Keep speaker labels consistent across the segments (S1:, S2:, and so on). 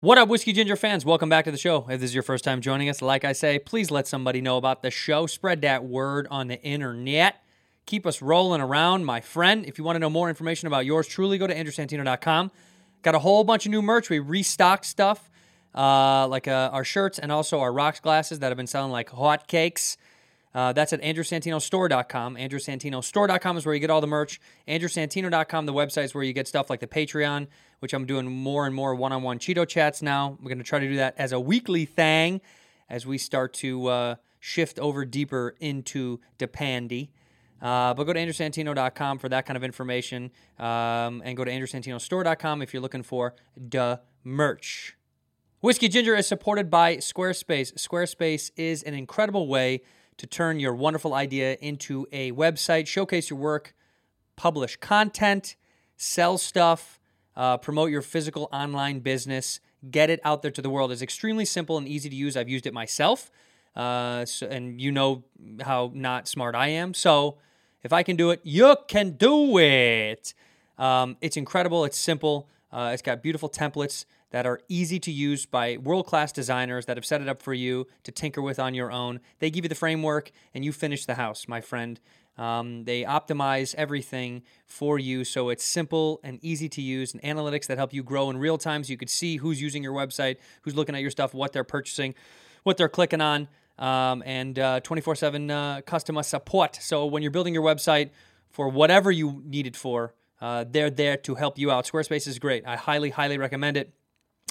S1: What up, Whiskey Ginger fans? Welcome back to the show. If this is your first time joining us, like I say, please let somebody know about the show. Spread that word on the internet. Keep us rolling around, my friend. If you want to know more information about yours truly, go to andrewsantino.com. Got a whole bunch of new merch. We restocked stuff, uh, like uh, our shirts and also our rocks glasses that have been selling like hotcakes. Uh, that's at andrewsantinostore.com. Andrewsantinostore.com is where you get all the merch. Andrewsantino.com, the website is where you get stuff like the Patreon, which I'm doing more and more one on one Cheeto chats now. We're going to try to do that as a weekly thing as we start to uh, shift over deeper into Depandy. Uh, but go to andrewsantino.com for that kind of information. Um, and go to andrewsantinostore.com if you're looking for the merch. Whiskey Ginger is supported by Squarespace. Squarespace is an incredible way to turn your wonderful idea into a website, showcase your work, publish content, sell stuff, uh, promote your physical online business, get it out there to the world. It's extremely simple and easy to use. I've used it myself, uh, so, and you know how not smart I am. So if I can do it, you can do it. Um, it's incredible. It's simple. Uh, it's got beautiful templates that are easy to use by world class designers that have set it up for you to tinker with on your own. They give you the framework and you finish the house, my friend. Um, they optimize everything for you so it's simple and easy to use, and analytics that help you grow in real time so you can see who's using your website, who's looking at your stuff, what they're purchasing, what they're clicking on, um, and uh, 24/7 uh, customer support. So when you're building your website for whatever you need it for, uh, they're there to help you out. Squarespace is great. I highly, highly recommend it.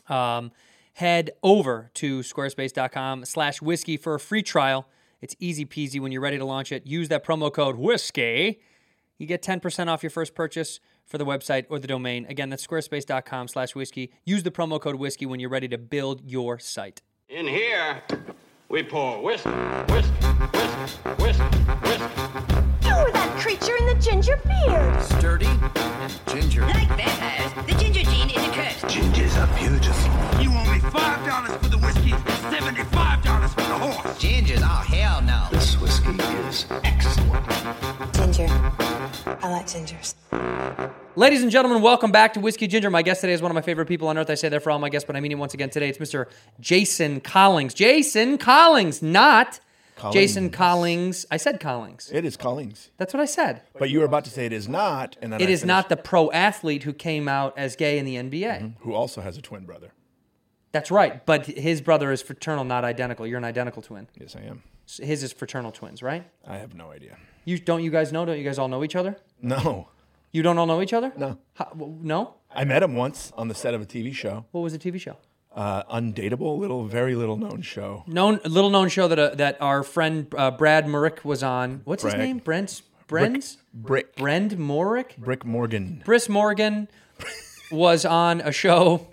S1: Um, head over to squarespace.com slash whiskey for a free trial. It's easy peasy when you're ready to launch it. Use that promo code whiskey. You get 10% off your first purchase for the website or the domain. Again, that's squarespace.com slash whiskey. Use the promo code whiskey when you're ready to build your site.
S2: In here, we pour whiskey, whiskey, whiskey, whiskey, whiskey.
S3: You were that creature in the ginger beard.
S4: sturdy and ginger.
S5: Like vampires, the ginger gene is a curse.
S4: Gingers are beautiful.
S6: You owe me five dollars for the whiskey and seventy-five dollars for the horse.
S5: Gingers? Oh, hell no.
S4: This whiskey is excellent.
S7: Ginger. I like gingers.
S1: Ladies and gentlemen, welcome back to Whiskey Ginger. My guest today is one of my favorite people on earth. I say that for all my guests, but I mean it once again today. It's Mr. Jason Collins. Jason Collins, not Jason Collins. I said Collins.
S8: It is Collings.
S1: That's what I said.
S8: But you were about to say it is not, and then
S1: It
S8: I
S1: is
S8: finished.
S1: not the pro athlete who came out as gay in the NBA.
S8: who also has a twin brother.
S1: That's right. But his brother is fraternal, not identical. You're an identical twin.
S8: Yes, I am.
S1: S- His is fraternal twins, right?
S8: I have no idea.
S1: You don't you guys know? Don't you guys all know each other?
S8: No,
S1: You don't all know each other?
S8: No.
S1: How, w- no.
S8: I met him once on the set of a TV show,
S1: What was the TV show?
S8: uh, undateable, little, very little known show.
S1: Known little known show that uh, that our friend uh, Brad Murick was on. What's his
S8: Bragg.
S1: name? Brent's Brent's
S8: Brick
S1: Brend Morick.
S8: Brick Morgan.
S1: Briss Morgan was on a show,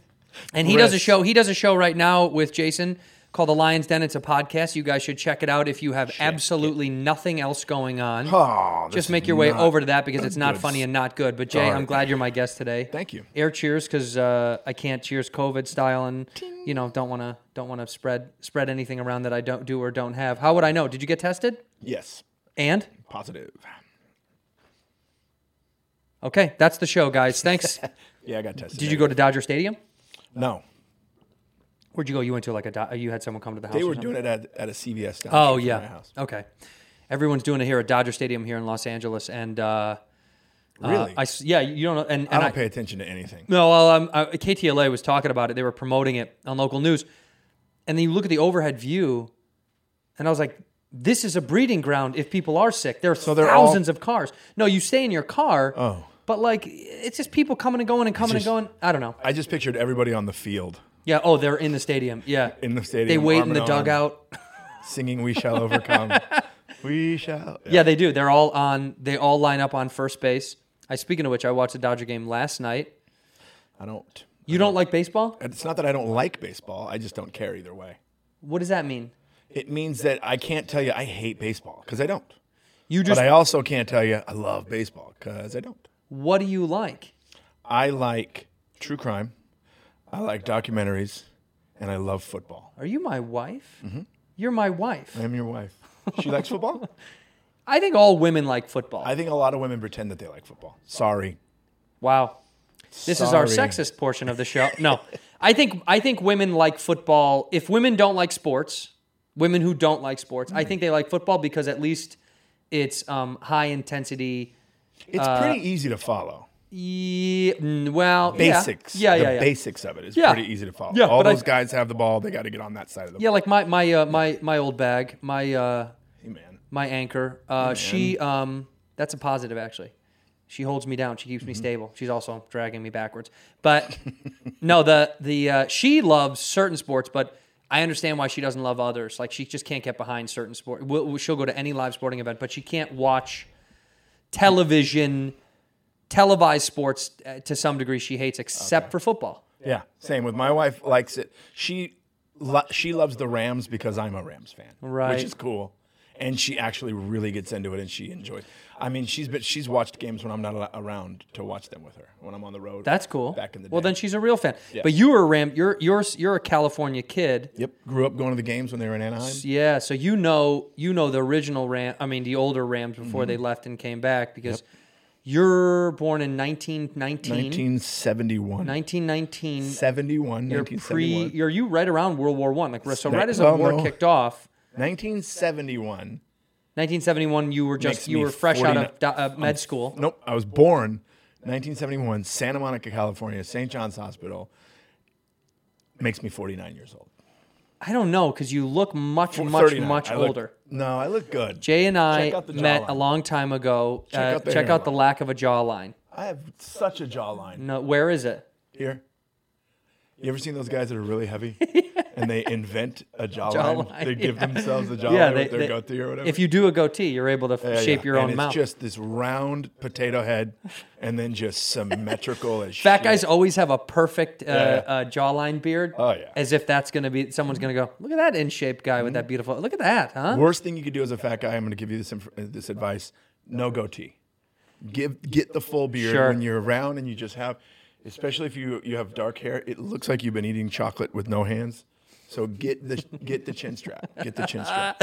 S1: and he does a
S8: Briss.
S1: show. He does a show right now with Jason called The Lions Den. It's a podcast. You guys should check it out if you have absolutely nothing else going on.
S8: Oh, this
S1: Just
S8: is
S1: make your way
S8: not
S1: over to that because it's not
S8: good.
S1: funny and not good. But Jay,
S8: Darn.
S1: I'm glad you're my guest today.
S8: Thank you.
S1: Air cheers because uh, I can't cheers COVID style and you know don't want to don't want to spread spread anything around that I don't do or don't have. How would I know? Did you get tested?
S8: Yes,
S1: And
S8: positive.
S1: okay, that's the show, guys. Thanks.
S8: Yeah, I got tested.
S1: Did you go to Dodger Stadium?
S8: No,
S1: Where'd you go? You went to like a do- you had someone come to the house.
S8: they
S1: or
S8: were
S1: something?
S8: doing it at, at a CVS. down
S1: Oh
S8: the street from my
S1: yeah.
S8: house.
S1: Okay. Everyone's doing it here at Dodger Stadium here in Los Angeles, and uh, uh,
S8: Really?
S1: I
S8: I,
S1: s- yeah, you don't know, and, and
S8: don't pay attention to anything.
S1: No, well, um, uh, KTLA was talking about it. They were promoting it on local news, and then you look at the overhead view, and I was like, "This is a breeding ground. If people are sick, there are
S8: they're all-
S1: thousands of cars. No, you stay in your car.
S8: Oh.
S1: but like it's just people coming and going and coming
S8: just-
S1: and going. I don't know.
S8: I just pictured everybody on the field
S1: Yeah. Oh, they're in the stadium. Yeah.
S8: In the
S1: They
S8: stadium,
S1: wait
S8: arm
S1: in
S8: in
S1: the
S8: arm.
S1: dugout.
S8: singing "We Shall Overcome." we shall.
S1: Yeah, they do. They're all on. They all line up on first base. I speaking of which, I watched the Dodger game last night.
S8: I don't.
S1: You don't like baseball?
S8: It's not that I don't like baseball. I just don't care either way.
S1: What does that mean?
S8: It means that I can't tell you I hate baseball because I don't.
S1: You
S8: But
S1: just
S8: I also can't tell you I love baseball because I don't.
S1: what do you like?
S8: I like true crime. I like documentaries, and I love football.
S1: Are you my wife?
S8: Mm-hmm.
S1: You're my wife.
S8: I'm your wife. She likes football.
S1: I think all women like football.
S8: I think a lot of women pretend that they like football. Sorry.
S1: wow. This is our
S8: Sorry.
S1: sexist portion of the show. No. I think I think women like football. If women don't like sports, women who don't like sports, I think they like football because at least it's um, high intensity.
S8: It's
S1: uh,
S8: pretty easy to follow.
S1: Yeah, mm, well, yeah.
S8: Basics.
S1: Yeah, yeah,
S8: the
S1: yeah.
S8: basics of it is
S1: Yeah.
S8: pretty easy to follow.
S1: Yeah,
S8: All
S1: but I-
S8: those guys have the ball. They got to get on that side of the
S1: Yeah, like my my uh, my my old bag, my uh,
S8: Hey, man.
S1: my anchor. Uh, she um, that's a positive actually. She holds me down. She keeps me
S8: Mm-hmm.
S1: stable. She's also dragging me backwards. But no, the the uh, she loves certain sports, but I understand why she doesn't love others. Like she just can't get behind certain sport. Will- will- She'll go to any live sporting event, but she can't watch television televised sports uh, to some degree. She hates except for football.
S8: Yeah, same with my wife. Likes it. She lo- she loves the Rams because I'm a Rams fan,
S1: Right.
S8: Which is cool. And she actually really gets into it, and she enjoys. I mean, she's been, she's watched games when I'm not al- around to watch them with her when I'm on the road.
S1: That's cool.
S8: Back in the day.
S1: well, then she's a real fan. But you were a Ram. You're you're you're a California kid.
S8: yep grew up going to the games when they were in Anaheim.
S1: Yeah, so you know you know the original Ram. I mean the older Rams before they
S8: Mm-hmm.
S1: left and came back because you're born in 1919.
S8: 1971.
S1: 1919.
S8: 71,
S1: You're pre.
S8: 1971.
S1: You're you right around World War One. Like so,
S8: Smack-
S1: right as the
S8: well,
S1: war
S8: no.
S1: kicked off,
S8: 1971.
S1: 1971. You were just
S8: Makes
S1: you
S8: me
S1: were fresh out of
S8: 49
S1: do- uh, med school.
S8: Nope, I was born 1971, Santa Monica, California, St. John's Hospital. Makes me 49 years old.
S1: I don't know because you look much
S8: Well,
S1: much
S8: 39.
S1: much
S8: I look-
S1: older.
S8: no, I look good.
S1: Jay and I
S8: Check out the
S1: met
S8: jawline.
S1: a long time ago.
S8: Check
S1: uh,
S8: out the
S1: check out
S8: hairline.
S1: the lack of a jawline.
S8: I have such a jawline
S1: No, where is it?
S8: here. You ever seen those guys that are really heavy and they invent a jawline?
S1: Jawline,
S8: they give
S1: yeah.
S8: themselves a jawline with their Oh, goatee or whatever.
S1: If you do a goatee, you're able to f-
S8: Yeah,
S1: shape
S8: yeah.
S1: your
S8: and
S1: own
S8: it's
S1: mouth.
S8: just this round potato head, and then just symmetrical as
S1: Fat
S8: shit.
S1: guys always have a perfect uh,
S8: Yeah, yeah.
S1: Uh, jawline beard.
S8: Oh, yeah. Mm-hmm.
S1: As if that's going to be, someone's going to go, look at that in shape guy with that beautiful, look at that, huh?
S8: Worst thing you could do as a fat guy, I'm going to give you this inf- uh, this advice: no goatee. Give get the full beard
S1: Sure.
S8: when you're around, and you just have, especially if you you have dark hair, it looks like you've been eating chocolate with no hands. So get the get the chin strap. Get the chin strap.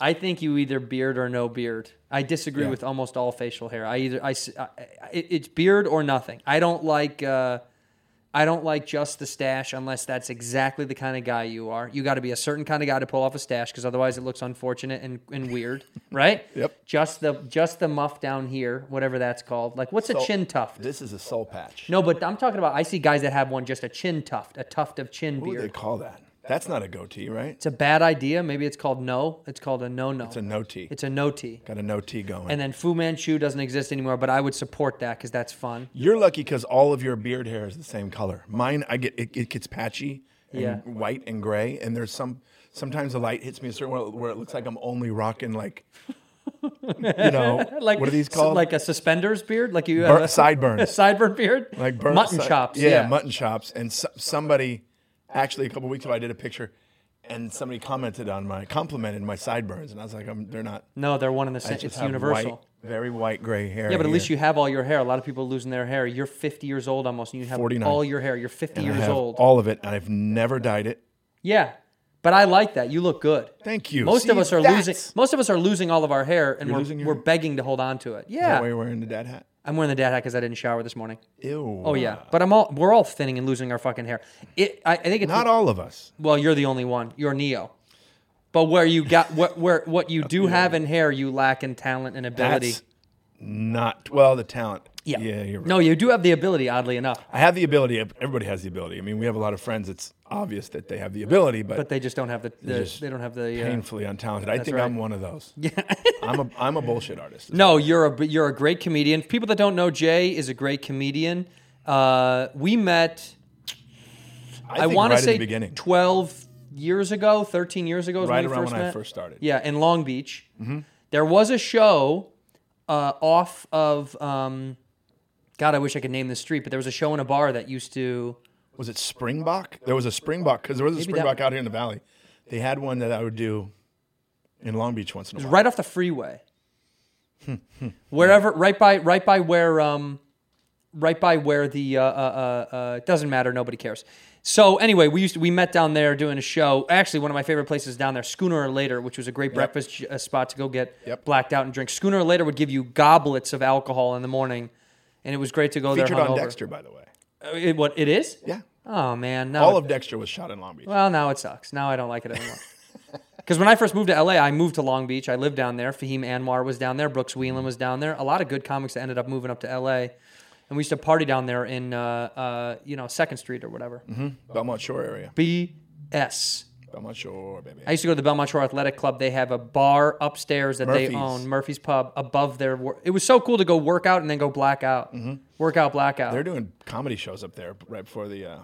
S1: I think you either beard or no beard. I disagree
S8: Yeah.
S1: with almost all facial hair. I either, I, s- I- I- it- it's beard or nothing. I don't like, uh, I don't like just the stash unless that's exactly the kind of guy you are. You got to be a certain kind of guy to pull off a stash because otherwise it looks unfortunate and, and weird, right?
S8: Yep.
S1: Just the just the muff down here, whatever that's called. Like what's a
S8: So-
S1: chin tuft?
S8: This is a soul patch.
S1: No, but I'm talking about I see guys that have one just a chin tuft, a tuft of chin
S8: what do they
S1: beard.
S8: call that? That's not a goatee, right?
S1: It's a bad idea. Maybe it's called no. It's called a no no.
S8: It's a no tee.
S1: It's a no tee.
S8: Got a no tee going.
S1: And then Fu Manchu doesn't exist anymore, but I would support that because that's fun.
S8: You're lucky because all of your beard hair is the same color. Mine, I get it, it gets patchy and
S1: Yeah.
S8: white and gray, and there's some. Sometimes the light hits me a certain way where it looks like I'm only rocking like, you know,
S1: Like
S8: what are these
S1: s-
S8: called?
S1: Like a suspender's beard, like you have
S8: Bur-
S1: a
S8: sideburns,
S1: sideburn beard,
S8: like burn,
S1: mutton
S8: si-
S1: chops.
S8: Yeah, mutton chops. And so, somebody, actually, a couple weeks ago, I did a picture, and somebody commented on my complimented my sideburns, and I was like, I'm, they're not.
S1: No, they're one and the
S8: I
S1: same.
S8: just
S1: It's
S8: have
S1: universal.
S8: white- very white gray hair.
S1: Yeah, but at least
S8: here,
S1: you have all your hair. A lot of people are losing their hair. You're 50 years old almost, and you have
S8: 49.
S1: all your hair. You're 50
S8: and I
S1: years
S8: have
S1: old.
S8: All of it, and I've never dyed it.
S1: yeah, but I like that. You look good.
S8: Thank you.
S1: Most of
S8: See,
S1: us are
S8: that's-
S1: losing. Most of us are losing all of our hair, and
S8: You're
S1: we're
S8: losing your-
S1: we're begging to hold on to it.
S8: Is that
S1: Yeah,
S8: why you're wearing the dad hat?
S1: I'm wearing the dad hat because I didn't shower this morning.
S8: Ew.
S1: Oh yeah, but I'm all we're all thinning and losing our fucking hair. It I, I think it's
S8: Not all of us.
S1: Well, you're the only one. You're Neo. But where you got what where what you do have in hair, you lack in talent and ability.
S8: That's not well. The talent.
S1: yeah,
S8: Yeah. You're right.
S1: no, you do have the ability. Oddly enough,
S8: I have the ability. Everybody has the ability. I mean, we have a lot of friends. It's obvious that they have the ability, but,
S1: but they just don't have the,
S8: they're
S1: the
S8: just
S1: they don't have the uh,
S8: painfully untalented. I think
S1: right.
S8: I'm one of those. Yeah. I'm a I'm a bullshit artist.
S1: No, you're a you're a great comedian. People that don't know Jay is a great comedian. Uh, we met. I,
S8: think
S1: want
S8: right
S1: to say
S8: at the beginning.
S1: 12 years ago, 13 years ago is
S8: Right
S1: when we
S8: around
S1: first
S8: when I
S1: met.
S8: first started. Mm-hmm.
S1: Yeah, in Long Beach. There was a show uh, off of, um, God, I wish I could name this street, but there was a show in a bar that used to
S8: was it Springbok? There was a Springbok because there was a
S1: Maybe that-
S8: Springbok out here in the valley. They had one that I would do in Long Beach once in a
S1: It's
S8: while.
S1: right off the freeway. Wherever, right by, right by where, um, right by where the uh, uh, uh, uh, it doesn't matter. Nobody cares. So anyway, we used to, we met down there doing a show. Actually, one of my favorite places down there, Schooner or Later, which was a great breakfast uh, spot to go get
S8: Yep.
S1: blacked out and drink. Schooner or Later would give you goblets of alcohol in the morning, and it was great to go
S8: Featured
S1: there.
S8: on
S1: hungover.
S8: Dexter, by the way.
S1: Uh, It, what it is?
S8: Yeah.
S1: Oh man, now
S8: All
S1: it-
S8: of Dexter was shot in Long Beach.
S1: well, now it sucks. Now I don't like it anymore. Because when I first moved to LA, I moved to Long Beach. I lived down there. Fahim Anwar was down there. Brooks Wheelan was down there. A lot of good comics that ended up moving up to LA. And we used to party down there in, uh, uh, you know, Second Street or whatever.
S8: Mm-hmm. Belmont Shore area.
S1: BS.
S8: Belmont Shore, baby.
S1: I used to go to the Belmont Shore Athletic Club. They have a bar upstairs that they
S8: Murphy's.
S1: own, Murphy's Pub, above their. Wor- it was so cool to go work out and then go blackout. Mm-hmm. Workout, blackout.
S8: They're doing comedy shows up there right before the uh,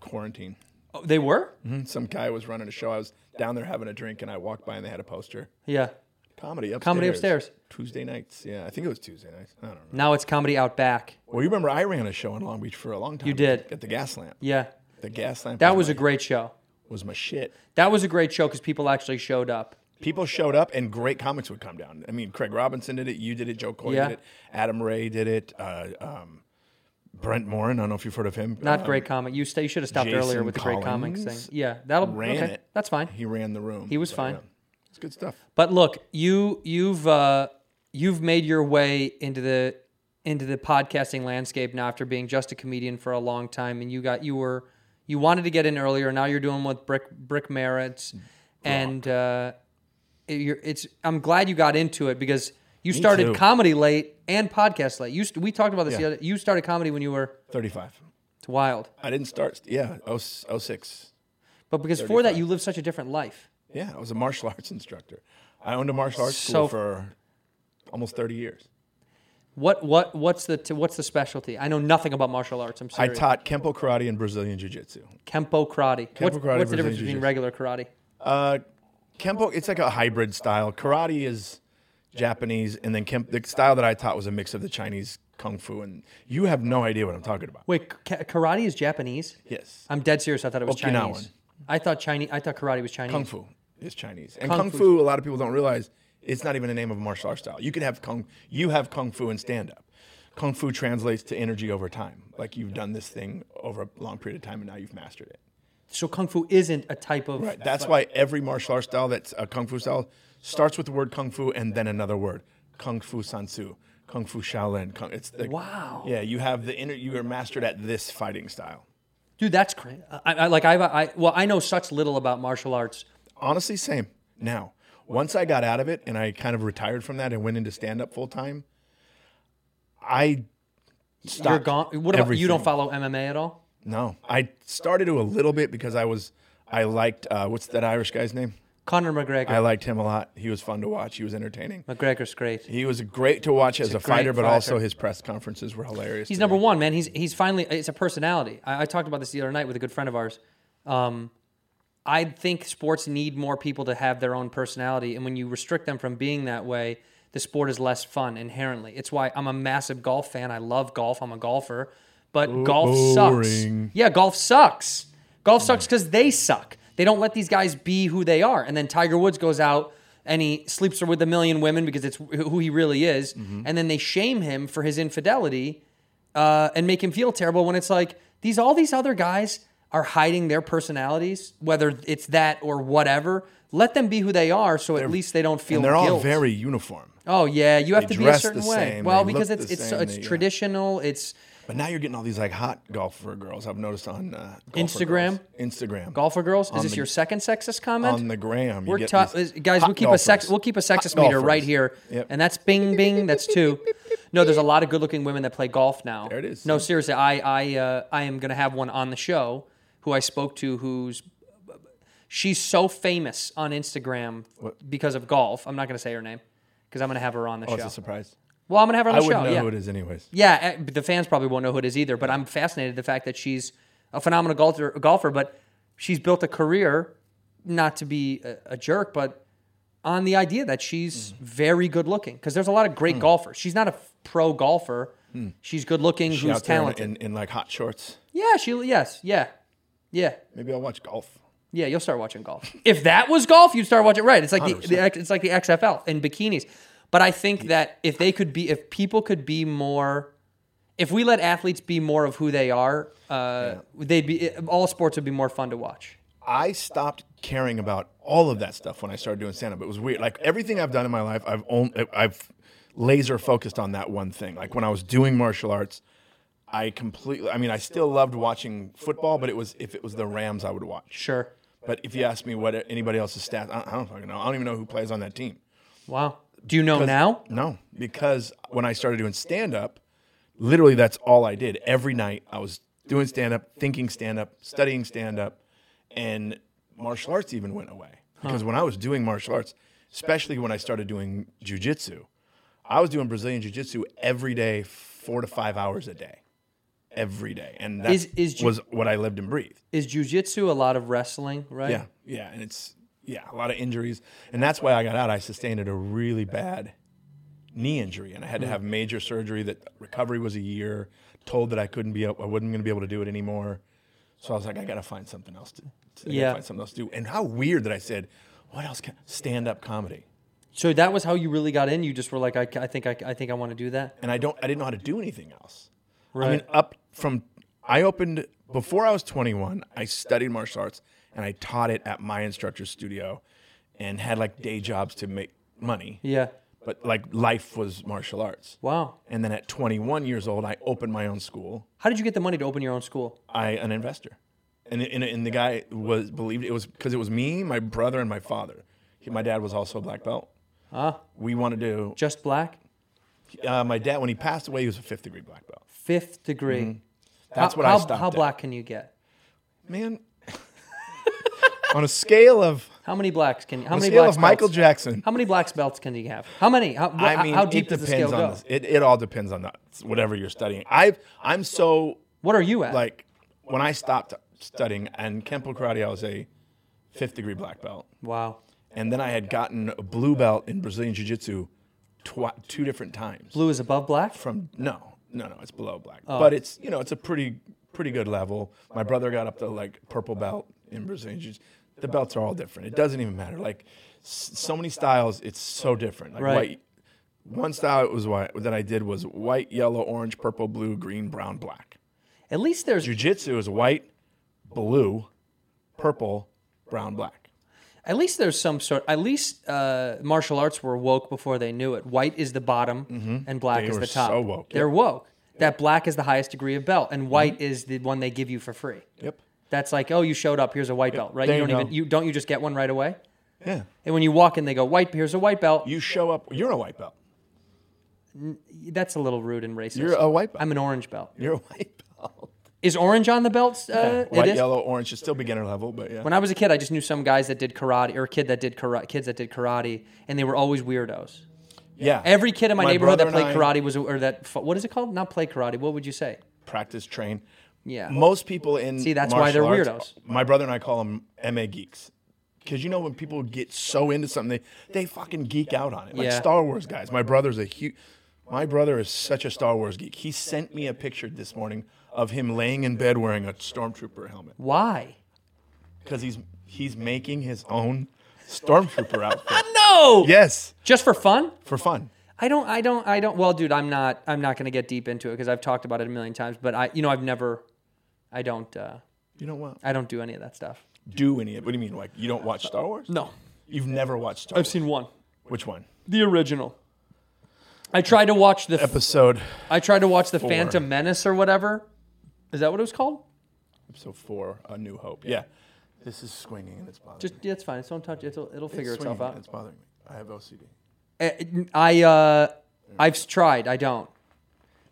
S8: quarantine.
S1: Oh, they were?
S8: And Some guy was running a show. I was down there having a drink, and I walked by and they had a poster.
S1: Yeah.
S8: Comedy upstairs.
S1: Comedy upstairs.
S8: Tuesday nights. Yeah, I think it was Tuesday nights. I don't know.
S1: Now it's comedy out back.
S8: Well, you remember I ran a show in Long Beach for a long time. You
S1: did.
S8: at the Gas Lamp.
S1: Yeah.
S8: The Gas Lamp.
S1: That was
S8: my,
S1: a great show.
S8: was my shit.
S1: That was a great show because people actually showed up.
S8: People showed up, and great comics would come down. I mean, Craig Robinson did it. You did it. Joe Coy
S1: Yeah.
S8: did it. Adam Ray did it. Uh, um, Brent Morin. I don't know if you've heard of him.
S1: Not
S8: Um,
S1: great comic. You stay. You should have stopped earlier
S8: Jason
S1: with the great comics thing.
S8: Collins
S1: Yeah, that'll
S8: Ran
S1: Oh, okay.
S8: it.
S1: That's fine.
S8: He ran the room.
S1: He was
S8: But,
S1: fine.
S8: yeah, It's good stuff.
S1: But look, you you've uh, you've made your way into the into the podcasting landscape now after being just a comedian for a long time, and you got you were you wanted to get in earlier. Now you're doing with Brick Brick Merritt, and uh, it- you're, it's I'm glad you got into it because you started
S8: too.
S1: comedy late and podcast late. You st- we talked about this.
S8: Yeah.
S1: The other, you started comedy when you were
S8: Thirty-five.
S1: it's wild,
S8: I didn't start. Yeah, oh s- oh six.
S1: but because for that you lived such a different life.
S8: Yeah, I was a martial arts instructor. I owned a martial arts
S1: So-
S8: school for almost thirty years.
S1: What what what's the t- what's the specialty? I know nothing about martial arts. I'm
S8: I
S1: serious.
S8: taught Kempo karate and Brazilian jiu-jitsu.
S1: Kempo karate. What-
S8: Kempo karate
S1: what's the
S8: versus
S1: difference between
S8: jujitsu. regular
S1: regular karate?
S8: Uh, Kempo, it's like a hybrid style. Karate is Japanese, and then Kemp, the style that I taught was a mix of the Chinese kung fu. And you have no idea what I'm talking about.
S1: Wait, ka- karate is Japanese?
S8: Yes,
S1: I'm dead serious. I thought it was
S8: Okinawan.
S1: Chinese. I thought Chinese. I thought karate was Chinese.
S8: kung fu is Chinese, and
S1: Kung
S8: kung,
S1: fu.
S8: fu. A lot of people don't realize it's not even the name of a martial arts style. You can have kung, you have kung fu in stand up. Kung fu translates to energy over time. Like you've done this thing over a long period of time, and now you've mastered it.
S1: So kung fu isn't a type of.
S8: Right. That's why every martial arts style that's a kung fu style starts with the word kung fu and then another word, kung fu sansu, kung fu shaolin. Kung, it's the,
S1: Wow.
S8: Yeah, you have the inner. You are mastered at this fighting style.
S1: Dude, that's crazy. I, I, like I've, I well, I know such little about martial arts.
S8: Honestly, same. Now, once I got out of it and I kind of retired from that and went into stand up full time, I stopped.
S1: You're gone. What about you? Don't
S8: everything.
S1: follow MMA at all?
S8: No, I started to a little bit because I was. I liked uh, what's that Irish guy's name?
S1: Conor McGregor.
S8: I liked him a lot. He was fun to watch. He was entertaining.
S1: McGregor's great.
S8: He was great to watch as
S1: a
S8: a, fighter,
S1: great
S8: but also
S1: fighter.
S8: his press conferences were hilarious.
S1: He's
S8: to
S1: number
S8: me.
S1: one, man. He's he's finally. It's a personality. I, I talked about this the other night with a good friend of ours. Um, I think sports need more people to have their own personality, and when you restrict them from being that way, the sport is less fun inherently. It's why I'm a massive golf fan. I love golf. I'm a golfer, but golf
S8: boring.
S1: sucks. Yeah, golf sucks. Golf sucks because they suck. They don't let these guys be who they are. And then Tiger Woods goes out and he sleeps with a million women because it's who he really is. And then they shame him for his infidelity uh, and make him feel terrible when it's like these all these other guys are hiding their personalities, whether it's that or whatever. Let them be who they are, so at least they don't feel.
S8: And they're all
S1: guilt.
S8: very uniform.
S1: Oh yeah, you have
S8: they
S1: to be a
S8: dress
S1: certain
S8: the
S1: way.
S8: same,
S1: well,
S8: they
S1: because
S8: look
S1: it's
S8: the
S1: it's
S8: same,
S1: it's
S8: they, yeah.
S1: traditional. It's
S8: But now you're getting all these like hot golfer girls. I've noticed on uh, golfer
S1: Instagram?
S8: girls. Instagram,
S1: golfer girls. Is
S8: On
S1: this
S8: the-
S1: your second sexist comment?
S8: on the gram. you
S1: We're
S8: get
S1: tough,
S8: these
S1: guys.
S8: hot
S1: We'll keep a sex.
S8: golfers.
S1: We'll keep a
S8: Hot
S1: sexist meter
S8: golfers.
S1: right here,
S8: Yep.
S1: and that's Bing Bing. That's two. No, there's a lot of good-looking women that play golf now.
S8: There it is.
S1: No, seriously, I I uh, I am gonna have one on the show who I spoke to who's she's so famous on Instagram because of golf. I'm not gonna say her name because I'm gonna have her on the
S8: Oh,
S1: show.
S8: it's a surprise.
S1: Well, I'm gonna have her on
S8: I
S1: the show.
S8: wouldn't know
S1: yeah.
S8: who it is, anyways.
S1: Yeah, eh, but the fans probably won't know who it is either. But I'm fascinated the fact that she's a phenomenal golfer, golfer but she's built a career not to be a, a jerk, but
S8: Mm.
S1: on the idea that she's very good looking because there's a lot of great golfers. She's not a f- pro golfer, She's good looking,
S8: Mm. She
S1: who's
S8: out there in-
S1: talented.
S8: in, in like hot shorts.
S1: yeah, she yes, yeah. Yeah.
S8: Maybe I'll watch golf.
S1: Yeah, you'll start watching golf. If that was golf, you'd start watching right. It's like the, the X- it's like the XFL in bikinis. But I think that if they could be, if people could be more, if we let athletes be more of who they are, uh, they'd be all sports would be more fun to watch.
S8: I stopped caring about all of that stuff when I started doing stand up. It was weird. Like everything I've done in my life, I've only I've laser focused on that one thing. Like when I was doing martial arts, I completely I mean, I still loved watching football, but it was if it was the Rams I would watch.
S1: Sure.
S8: But if you ask me what anybody else's stats, I I don't fucking know. I don't even know who plays on that team.
S1: Wow. Do you know now?
S8: No, because when I started doing stand up, literally that's all I did. Every night I was doing stand up, thinking stand up, studying stand up, and martial arts even went away. Because when I was doing martial arts, especially when I started doing jujitsu, I was doing Brazilian jiu jitsu every day, four to five hours a day. Every day. And that
S1: Is- is ju-
S8: was what I lived and breathed.
S1: Is jujitsu a lot of wrestling? Right.
S8: Yeah, yeah, and it's yeah, a lot of injuries, and that's why I got out. I sustained a really bad knee injury, and I had to
S1: Mm.
S8: have major surgery. That recovery was a year. Told that I couldn't be, up- I wasn't going to be able to do it anymore. So I was like, I got to find something else to, to I gotta
S1: Yeah.
S8: find something else to do. And how weird that I said, what else can stand up comedy?
S1: So that was how you really got in. You just were like, I, I think I, I think I want to do that.
S8: And I don't, I didn't know how to do anything else. I mean,
S1: Right.
S8: up from I opened before I was 21. I studied martial arts and I taught it at my instructor's studio, and had like day jobs to make money.
S1: yeah.
S8: But like life was martial arts.
S1: Wow.
S8: And then at 21 years old, I opened my own school.
S1: How did you get the money to open your own school?
S8: I an investor, and and, and the guy was believed it was because it was me, my brother, and my father. He, my dad was also a black belt. Ah. We wanted to.
S1: Just black,
S8: Uh, my dad, when he passed away, he was a fifth degree black belt.
S1: fifth degree.
S8: Mm-hmm. That's
S1: how,
S8: what I
S1: how-
S8: stopped.
S1: How
S8: at.
S1: black can you get?
S8: man. on a scale of
S1: How many blacks can? How
S8: on a
S1: many
S8: scale
S1: blacks
S8: of Michael
S1: belts-
S8: Jackson,
S1: How many blacks belts can you have? How many? How, wh-
S8: I mean,
S1: how deep
S8: it
S1: does the scale
S8: depends on
S1: go?
S8: this. It, it all depends on that whatever you're studying. I I'm so
S1: What are you at?
S8: like when I stopped studying and Kempo karate, I was a fifth degree black belt,
S1: wow,
S8: and then I had gotten a blue belt in Brazilian jiu jitsu twi- two different times.
S1: blue is above black.
S8: from no, no, no, it's below black,
S1: Oh.
S8: but it's you know it's a pretty pretty good level. My brother got up to like purple belt in Brazilian jiu-jitsu. The belts are all different. It doesn't even matter. Like s- so many styles, it's so different. Like
S1: Right.
S8: white, one style it was white that I did was white, yellow, orange, purple, blue, green, brown, black.
S1: At least there's.
S8: Jiu-jitsu is white, blue, purple, brown, black.
S1: At least there's some sort. At least uh, martial arts were woke before they knew it. White is the bottom, and black
S8: Mm-hmm. They
S1: is
S8: were
S1: the top.
S8: so woke.
S1: They're woke. That black is the highest degree of belt, and white
S8: Mm-hmm.
S1: is the one they give you for free.
S8: Yep.
S1: That's like, oh, you showed up. Here's a white belt, right?
S8: There
S1: you
S8: you
S1: don't even.
S8: go.
S1: You don't. You just get one right away.
S8: Yeah.
S1: And when you walk in, they go, "White. Here's a white belt."
S8: You show up. You're a white belt.
S1: That's a little rude and racist.
S8: You're a white belt.
S1: I'm an orange belt.
S8: You're a white belt.
S1: Is orange on the belts? Uh, it
S8: White,
S1: is?
S8: yellow, orange is still beginner level, but yeah.
S1: When I was a kid, I just knew some guys that did karate or a kid that did karate, kids that did karate, and they were always weirdos.
S8: Yeah.
S1: Every kid in my, neighborhood that
S8: brother
S1: played
S8: and I
S1: karate was, a- or that fu- what is it called? Not play karate. What would you say?
S8: Practice train.
S1: Yeah.
S8: Most people in
S1: See, that's why they're
S8: martial
S1: weirdos.
S8: My brother and I call them MA geeks. Because you know when people get so into something, they, they fucking geek out on it. Like
S1: Yeah.
S8: Star Wars guys. My brother's a huge. My brother is such a Star Wars geek. He sent me a picture this morning of him laying in bed wearing a stormtrooper helmet
S1: Why?
S8: because he's he's making his own stormtrooper outfit.
S1: No.
S8: Yes,
S1: Just for fun?
S8: for fun.
S1: I don't. I don't. I don't. Well, dude, I'm not. I'm not going to get deep into it because I've talked about it a million times. But I, you know, I've never. I don't. Uh,
S8: You don't want
S1: I don't do any of that stuff.
S8: do any of. What do you mean? Like you don't watch Star Wars?
S1: No,
S8: You've never watched Star
S1: I've
S8: Wars.
S1: seen one,
S8: Which one?
S1: the original. I tried to watch the
S8: Episode
S1: I tried to watch the
S8: Four.
S1: Phantom Menace or whatever. Is that what it was called?
S8: episode four, A New Hope. Yeah. This is swinging and it's bothering
S1: Just
S8: me.
S1: yeah, it's fine. It's don't touch. It'll it'll figure
S8: It's
S1: itself
S8: swinging and
S1: out.
S8: It's bothering me. I have OCD.
S1: Eh, I uh, I've s- tried. I don't.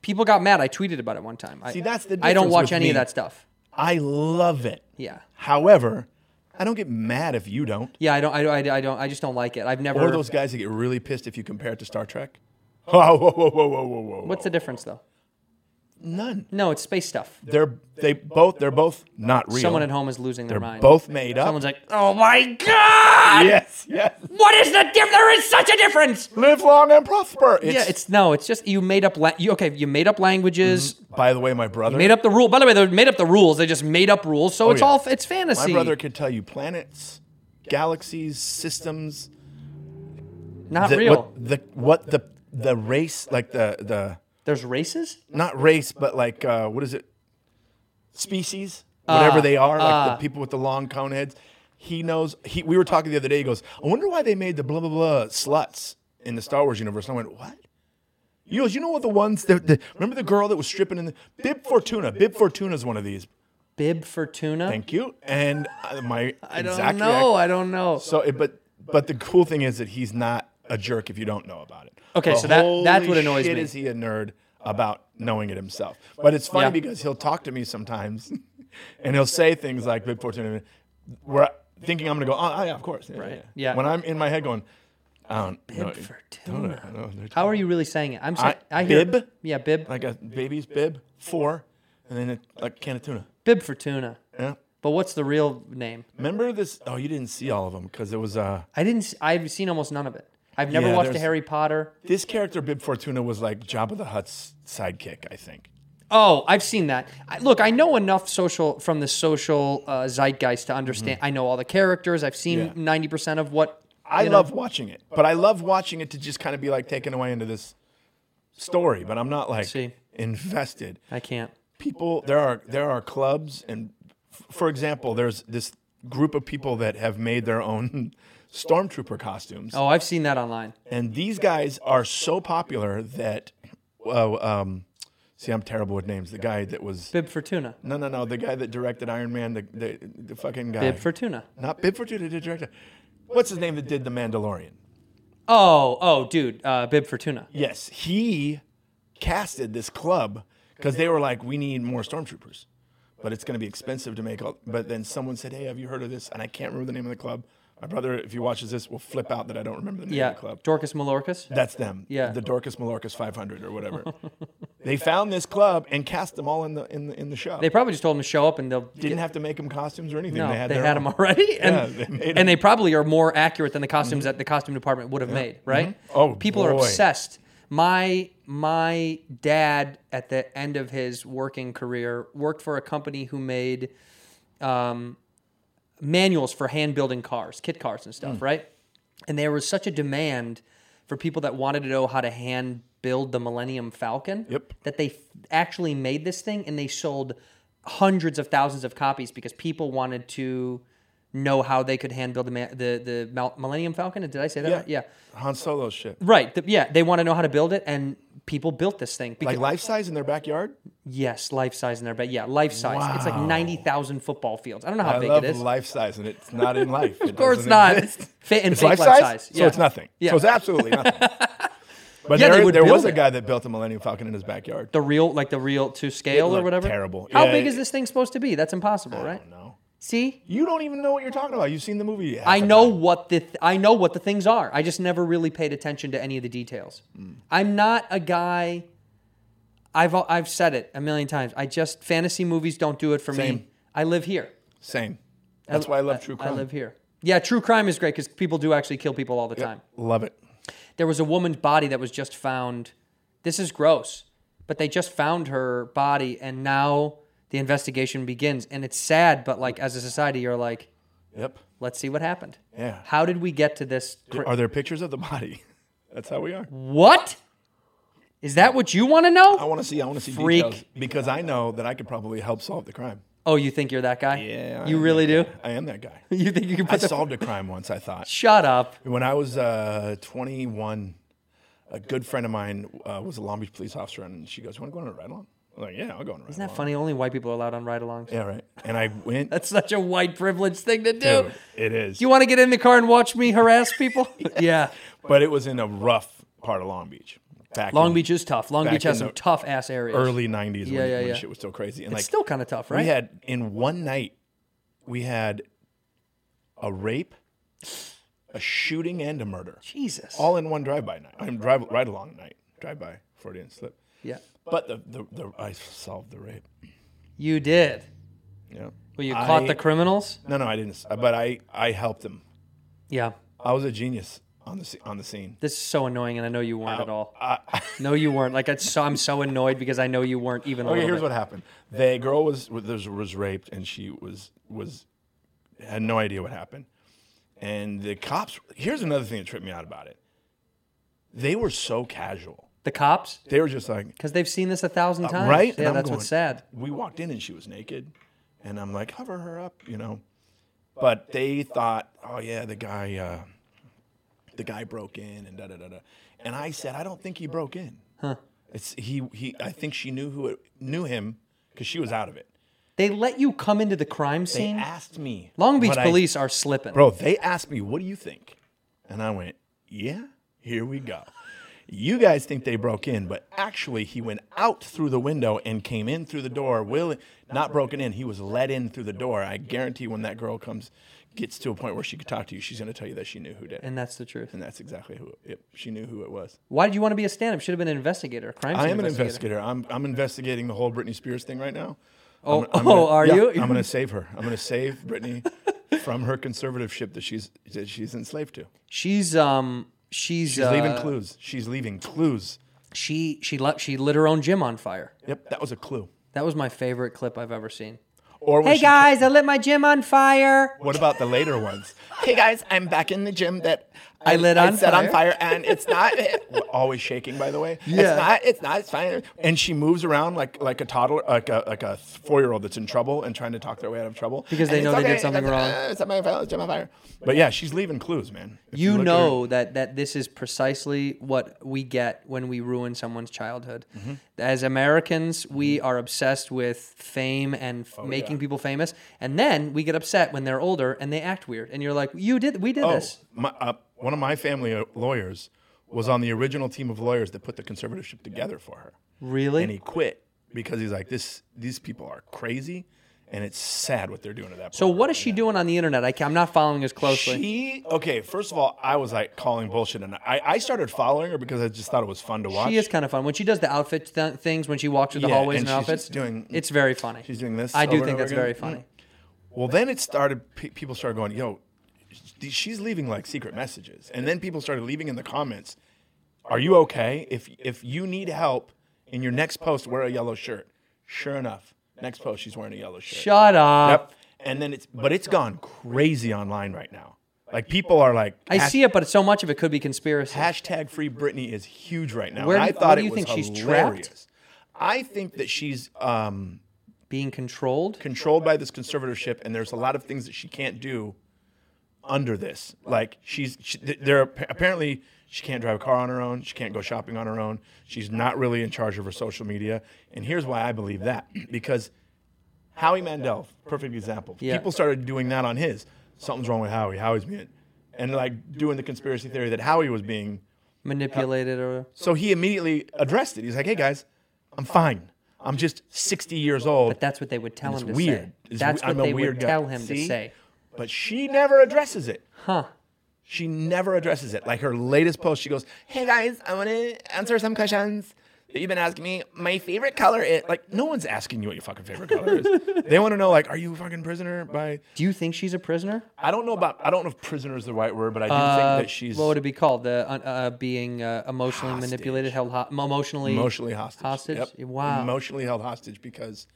S1: People got mad. I tweeted about it one time. I,
S8: See, that's the
S1: I don't
S8: difference
S1: watch
S8: with
S1: any of
S8: me.
S1: that stuff.
S8: I love it.
S1: Yeah.
S8: However, I don't get mad if you don't.
S1: Yeah, I don't. I, I, I don't. I just don't like it. I've never.
S8: Or those guys that get really pissed if you compare it to Star Trek. Oh, whoa, whoa, whoa, whoa, whoa, whoa.
S1: What's the difference though?
S8: None.
S1: No, it's space stuff.
S8: They're they both they're both not real.
S1: Someone at home is losing their
S8: They're
S1: mind.
S8: both made up.
S1: Someone's like, "Oh my god!
S8: yes, yes.
S1: What is the difference? There is such a difference."
S8: Live long and prosper. It's,
S1: yeah, it's no, it's just you made up. La- you, okay, you made up languages.
S8: by the way, my brother
S1: Made up the rule. By the way, they made up the rules. They just made up rules, so
S8: Oh,
S1: it's
S8: yeah.
S1: all it's fantasy.
S8: My brother could tell you planets, galaxies, systems.
S1: Not
S8: the-
S1: real.
S8: What the what the the race like the the
S1: There's races.
S8: not race but like uh, what is it? Species,
S1: Uh,
S8: whatever they are, like the people with the long cone heads. He knows. He we were talking the other day. He goes, I wonder why they made the blah blah blah sluts in the Star Wars universe. And I went, what? You know, you know what the ones that the, remember the girl that was stripping in the Bib Fortuna. Bib Fortuna's one of these.
S1: Bib Fortuna.
S8: Thank you. And uh, my
S1: I don't
S8: exact
S1: know.
S8: react-
S1: I don't know.
S8: So, it, but but the cool thing is that he's not a jerk if you don't know about it.
S1: Okay,
S8: But
S1: so that- that's
S8: holy
S1: what annoys
S8: shit
S1: me.
S8: Is he a nerd about knowing it himself? But it's funny
S1: Yeah.
S8: because he'll talk to me sometimes, and he'll say things like "Big Fortune," where I- thinking I'm gonna go, "Oh, yeah, of course." Yeah, right.
S1: Yeah.
S8: When I'm in my head going, "I don't know."
S1: Fortuna.
S8: I don't know what they're
S1: How are
S8: talking
S1: you really saying it? I'm saying I,
S8: I-
S1: hear
S8: bib?
S1: Yeah, bib.
S8: about." Like a baby's bib four, and then a, a can of tuna.
S1: bib Fortuna.
S8: Yeah.
S1: But what's the real name?
S8: Remember this? Oh, you didn't see all of them because it was uh.
S1: I didn't. s- I've seen almost none of it. I've never
S8: Yeah,
S1: watched a
S8: there's-
S1: Harry Potter.
S8: This character, Bib Fortuna, was like Jabba the Hutt's sidekick, I think.
S1: Oh, I've seen that. I, look, I know enough social from the social uh, zeitgeist to understand. I know all the characters. I've
S8: Mm-hmm. Yeah.
S1: seen ninety percent of what.
S8: I
S1: you know.
S8: love watching it, but I love watching it to just kind of be like taken away into this story, but I'm not like
S1: See.
S8: invested.
S1: I can't.
S8: People, there are there are clubs, and f- for example, there's this group of people that have made their own stormtrooper costumes,
S1: Oh, I've seen that online.
S8: and these guys are so popular that, well, um, see, I'm terrible with names. The guy that was
S1: Bib Fortuna.
S8: no, no, no, the guy that directed Iron Man, the the, the fucking guy.
S1: Bib Fortuna.
S8: Not Bib Fortuna, the director. What's his name that did The Mandalorian?
S1: Oh, oh, dude, uh, Bib Fortuna.
S8: Yes, he casted this club because they were like, we need more stormtroopers, but it's going to be expensive to make. All, but then someone said, hey, have you heard of this? And I can't remember the name of the club. My brother, if he watches this, will flip out that I don't remember the name
S1: Yeah,
S8: of the club.
S1: Dorcas Malorcas.
S8: That's them.
S1: Yeah.
S8: The Dorcas Malorcas 500 or whatever. they found this club and cast them all in the in the, in the show.
S1: They probably just told him to show up and they'll
S8: didn't have to make them costumes or anything.
S1: No,
S8: they
S1: they
S8: had,
S1: had,
S8: their
S1: them
S8: own.
S1: already, and
S8: Yeah, they made
S1: and they
S8: them. Mm-hmm.
S1: probably are more accurate than the costumes that the costume department would have made, right?
S8: Oh,
S1: people are
S8: boy.
S1: obsessed. My my dad at the end of his working career worked for a company who made um, manuals for hand building cars, kit cars and
S8: Mm.
S1: stuff, right? And there was such a demand for people that wanted to know how to hand build the Millennium Falcon
S8: Yep.
S1: that they f- actually made this thing and they sold hundreds of thousands of copies because people wanted to know how they could hand build the, ma- the, the Mil- Millennium Falcon. Did I say that?
S8: Yeah.
S1: Right? yeah.
S8: Han Solo shit.
S1: Right. The- yeah. They want to know how to build it and people built this thing. Because,
S8: Like life size in their backyard?
S1: yes, life size in there, but yeah, life size. It's like 90,000 football fields. I don't know how
S8: I
S1: big
S8: love
S1: it is.
S8: life size, and it's not in life. of
S1: course not. It's fit and
S8: it's
S1: fake
S8: life
S1: life
S8: size,
S1: size.
S8: so
S1: Yeah.
S8: it's nothing.
S1: Yeah.
S8: So it's absolutely nothing. But
S1: Yeah, they
S8: there,
S1: would
S8: there was
S1: build
S8: a
S1: it.
S8: guy that built a Millennium Falcon in his backyard.
S1: the real, like the real to scale or
S8: looked
S1: whatever.
S8: terrible.
S1: How
S8: Yeah,
S1: big
S8: it-
S1: is this thing supposed to be? That's impossible,
S8: I
S1: right?
S8: don't know.
S1: See,
S8: You don't even know what you're talking about. You've seen the movie. half
S1: I
S8: the
S1: know
S8: time.
S1: what the th- I know what the things are. I just never really paid attention to any of the details.
S8: Mm.
S1: I'm not a guy. I've al- I've said it a million times. I just fantasy movies don't do it for me.
S8: Same.
S1: I live here.
S8: Same. That's why I love true
S1: I
S8: crime.
S1: live here. Yeah, true crime is great because people do actually kill people all the time.
S8: Love it.
S1: There was a woman's body that was just found. This is gross, but they just found her body, and now the investigation begins. And it's sad, but like as a society, you're like,
S8: Yep.
S1: let's see what happened.
S8: Yeah.
S1: How did we get to this? cra-
S8: Are there pictures of the body? That's how we are.
S1: What? Is that what you want to
S8: I
S1: know?
S8: want to see. I want to see
S1: Freak.
S8: details because I know that I could probably help solve the crime.
S1: Oh, you think you're that guy?
S8: Yeah, I
S1: You
S8: am
S1: really do?
S8: that guy. I am that guy.
S1: You think you can put
S8: I
S1: the
S8: solved a crime once. I thought.
S1: Shut up.
S8: When I was uh, 21, a good friend of mine uh, was a Long Beach police officer, and she goes, "You want to go on a ride along?" I'm like, "Yeah, I'll go on a ride
S1: Isn't that funny? Only white people are allowed on ride-alongs.
S8: Yeah, right. And I went.
S1: That's such a white privilege thing to do.
S8: Dude, it is.
S1: Do you want to get in the car and watch me harass people? yeah.
S8: but it was in a rough part of Long Beach. Back
S1: Long
S8: in
S1: Beach is tough. Long
S8: back
S1: Beach has
S8: in
S1: some
S8: the
S1: tough ass areas.
S8: Early 90s
S1: Yeah,
S8: when,
S1: yeah,
S8: when
S1: yeah.
S8: shit was still crazy. And
S1: It's
S8: like,
S1: still kind of tough, right?
S8: we had in one night, we had a rape, a shooting, and a murder,
S1: Jesus.
S8: all in one drive-by night. I'm drive ride along night. Drive-by Freudian slip.
S1: yeah.
S8: But the, the, the I solved the rape.
S1: You did.
S8: Yeah.
S1: Well, you caught
S8: I-
S1: the criminals.
S8: No, no, I didn't. But I I helped him.
S1: Yeah.
S8: I was a genius on the sce- on the scene.
S1: This is so annoying, and I know you weren't at all. no, you weren't. Like it's so, I'm so annoyed because I know you weren't even. A
S8: Okay,
S1: little
S8: here's
S1: bit.
S8: what happened. The girl was was, was raped, and she was was had no idea what happened. And the cops. Here's another thing that tripped me out about it. They were so casual.
S1: the cops
S8: They were just like,
S1: because they've seen this a thousand times.
S8: Uh, right? And
S1: Yeah,
S8: I'm
S1: that's
S8: going-
S1: what's sad.
S8: We walked in and she was naked, and I'm like, cover her up, you know. But they thought, oh yeah, the guy, uh, the guy broke in and da da da da. And I said, I don't think he broke in. Huh? It's he he. I think she knew who it, knew him because she was out of it.
S1: They let you come into the crime
S8: They
S1: scene.
S8: asked me.
S1: Long Beach
S8: what I-
S1: police are slipping.
S8: bro. They asked me, what do you think? And I went, yeah, here we go. You guys think they broke in, but actually he went out through the window and came in through the door. Will not broken in. He was let in through the door. I guarantee when that girl comes, gets to a point where she could talk to you, she's gonna tell you that she knew who did it.
S1: and that's the truth.
S8: And that's exactly who it, she knew who it was.
S1: Why did you want to be a stand-up? Should have been an investigator. a Crime scene
S8: I am an
S1: investigator.
S8: investigator. I'm I'm investigating the whole Britney Spears thing right now.
S1: Oh,
S8: I'm
S1: oh,
S8: gonna-
S1: are
S8: yeah,
S1: you?
S8: I'm going to save her. I'm going to save Brittany from her conservative ship that she's that she's enslaved to.
S1: She's um she's,
S8: She's leaving
S1: uh,
S8: clues. She's leaving clues.
S1: She she let she lit her own gym on fire.
S8: Yep, that was a clue.
S1: That was my favorite clip I've ever seen.
S8: Or when
S1: Hey
S8: she-
S1: guys, I lit my gym on fire.
S8: What about the later ones? Hey guys, I'm back in the gym that I,
S1: lit on
S8: set on
S1: fire.
S8: fire, and it's not always shaking. By the way,
S1: Yeah.
S8: it's not. It's not. It's fine. And she moves around like like a toddler, like a like a four year old that's in trouble and trying to talk their way out of trouble
S1: Because they
S8: And
S1: know
S8: it's
S1: they did something
S8: it's,
S1: wrong.
S8: uh, It's on my fire. It's on my fire. But yeah, she's leaving clues, man. If
S1: You
S8: look at her-
S1: know that that this is precisely what we get when we ruin someone's childhood.
S8: Mm-hmm.
S1: As Americans, we are obsessed with fame and
S8: Oh,
S1: f- making people famous, and then we get upset when they're older and they act weird. And you're like, "You did, we did
S8: Oh,
S1: this."
S8: my, uh, one of my family uh, lawyers was on the original team of lawyers that put the conservatorship together for her.
S1: Really?
S8: And he quit because he's like, this, these people are crazy, and it's sad what they're doing to that.
S1: so what is she doing on the internet? I, ca- I'm not following as closely.
S8: She okay. First of all, I was like calling bullshit, and I, I started following her because I just thought it was fun to watch.
S1: She is kind of fun when she does the outfit th- things when she walks through the
S8: Yeah,
S1: hallways and,
S8: and she's
S1: outfits.
S8: just doing-
S1: it's very funny.
S8: she's doing this
S1: I do
S8: over and
S1: think
S8: over
S1: that's
S8: again. Mm-hmm.
S1: very funny.
S8: Well, then it started. Pe- people started going, "Yo, sh- she's leaving like secret messages," and then people started leaving in the comments, "Are you okay? If if you need help in your next post, wear a yellow shirt." Sure enough, next post she's wearing a yellow shirt.
S1: Shut up.
S8: Yep. And then it's but it's gone crazy online right now. Like people are like,
S1: I
S8: hash-
S1: see it, but so much of it could be conspiracy.
S8: Hashtag free Britney is huge right now.
S1: Where
S8: and
S1: do
S8: I
S1: you-
S8: thought
S1: where
S8: it
S1: do you
S8: was
S1: think she's trapped?
S8: hilarious. I think that she's um,
S1: Being controlled.
S8: controlled by this conservatorship, and there's a lot of things that she can't do under this. Like she's she, th- there are- apparently she can't drive a car on her own, she can't go shopping on her own. She's not really in charge of her social media, and here's why I believe that because Howie Mandel, perfect example.
S1: Yeah.
S8: People started doing that on his. Something's wrong with Howie. Howie's being, and like doing the conspiracy theory that Howie was being.
S1: manipulated or
S8: So he immediately addressed it. He's like, "Hey guys, I'm fine. I'm just 60 years old."
S1: but that's what they would tell
S8: It's
S1: him to
S8: weird.
S1: say.
S8: It's
S1: that's
S8: we-
S1: what
S8: I'm a
S1: they
S8: weird
S1: would
S8: guy.
S1: tell him to
S8: See?
S1: say.
S8: But she never addresses it.
S1: Huh.
S8: She never addresses it. Like her latest post, she goes, "Hey guys, I want to answer some questions that you've been asking me. My favorite color is like no one's asking you what your fucking favorite color is. they want to know like, are you a fucking prisoner by?
S1: Do you think she's a prisoner? Uh,
S8: I don't know about. I don't know if prisoner is the right word, but I do think that she's
S1: What would it be called? The uh, uh, being uh, emotionally manipulated, held ho- emotionally
S8: emotionally hostage.
S1: Hostage.
S8: Yep.
S1: Wow.
S8: Emotionally held hostage because,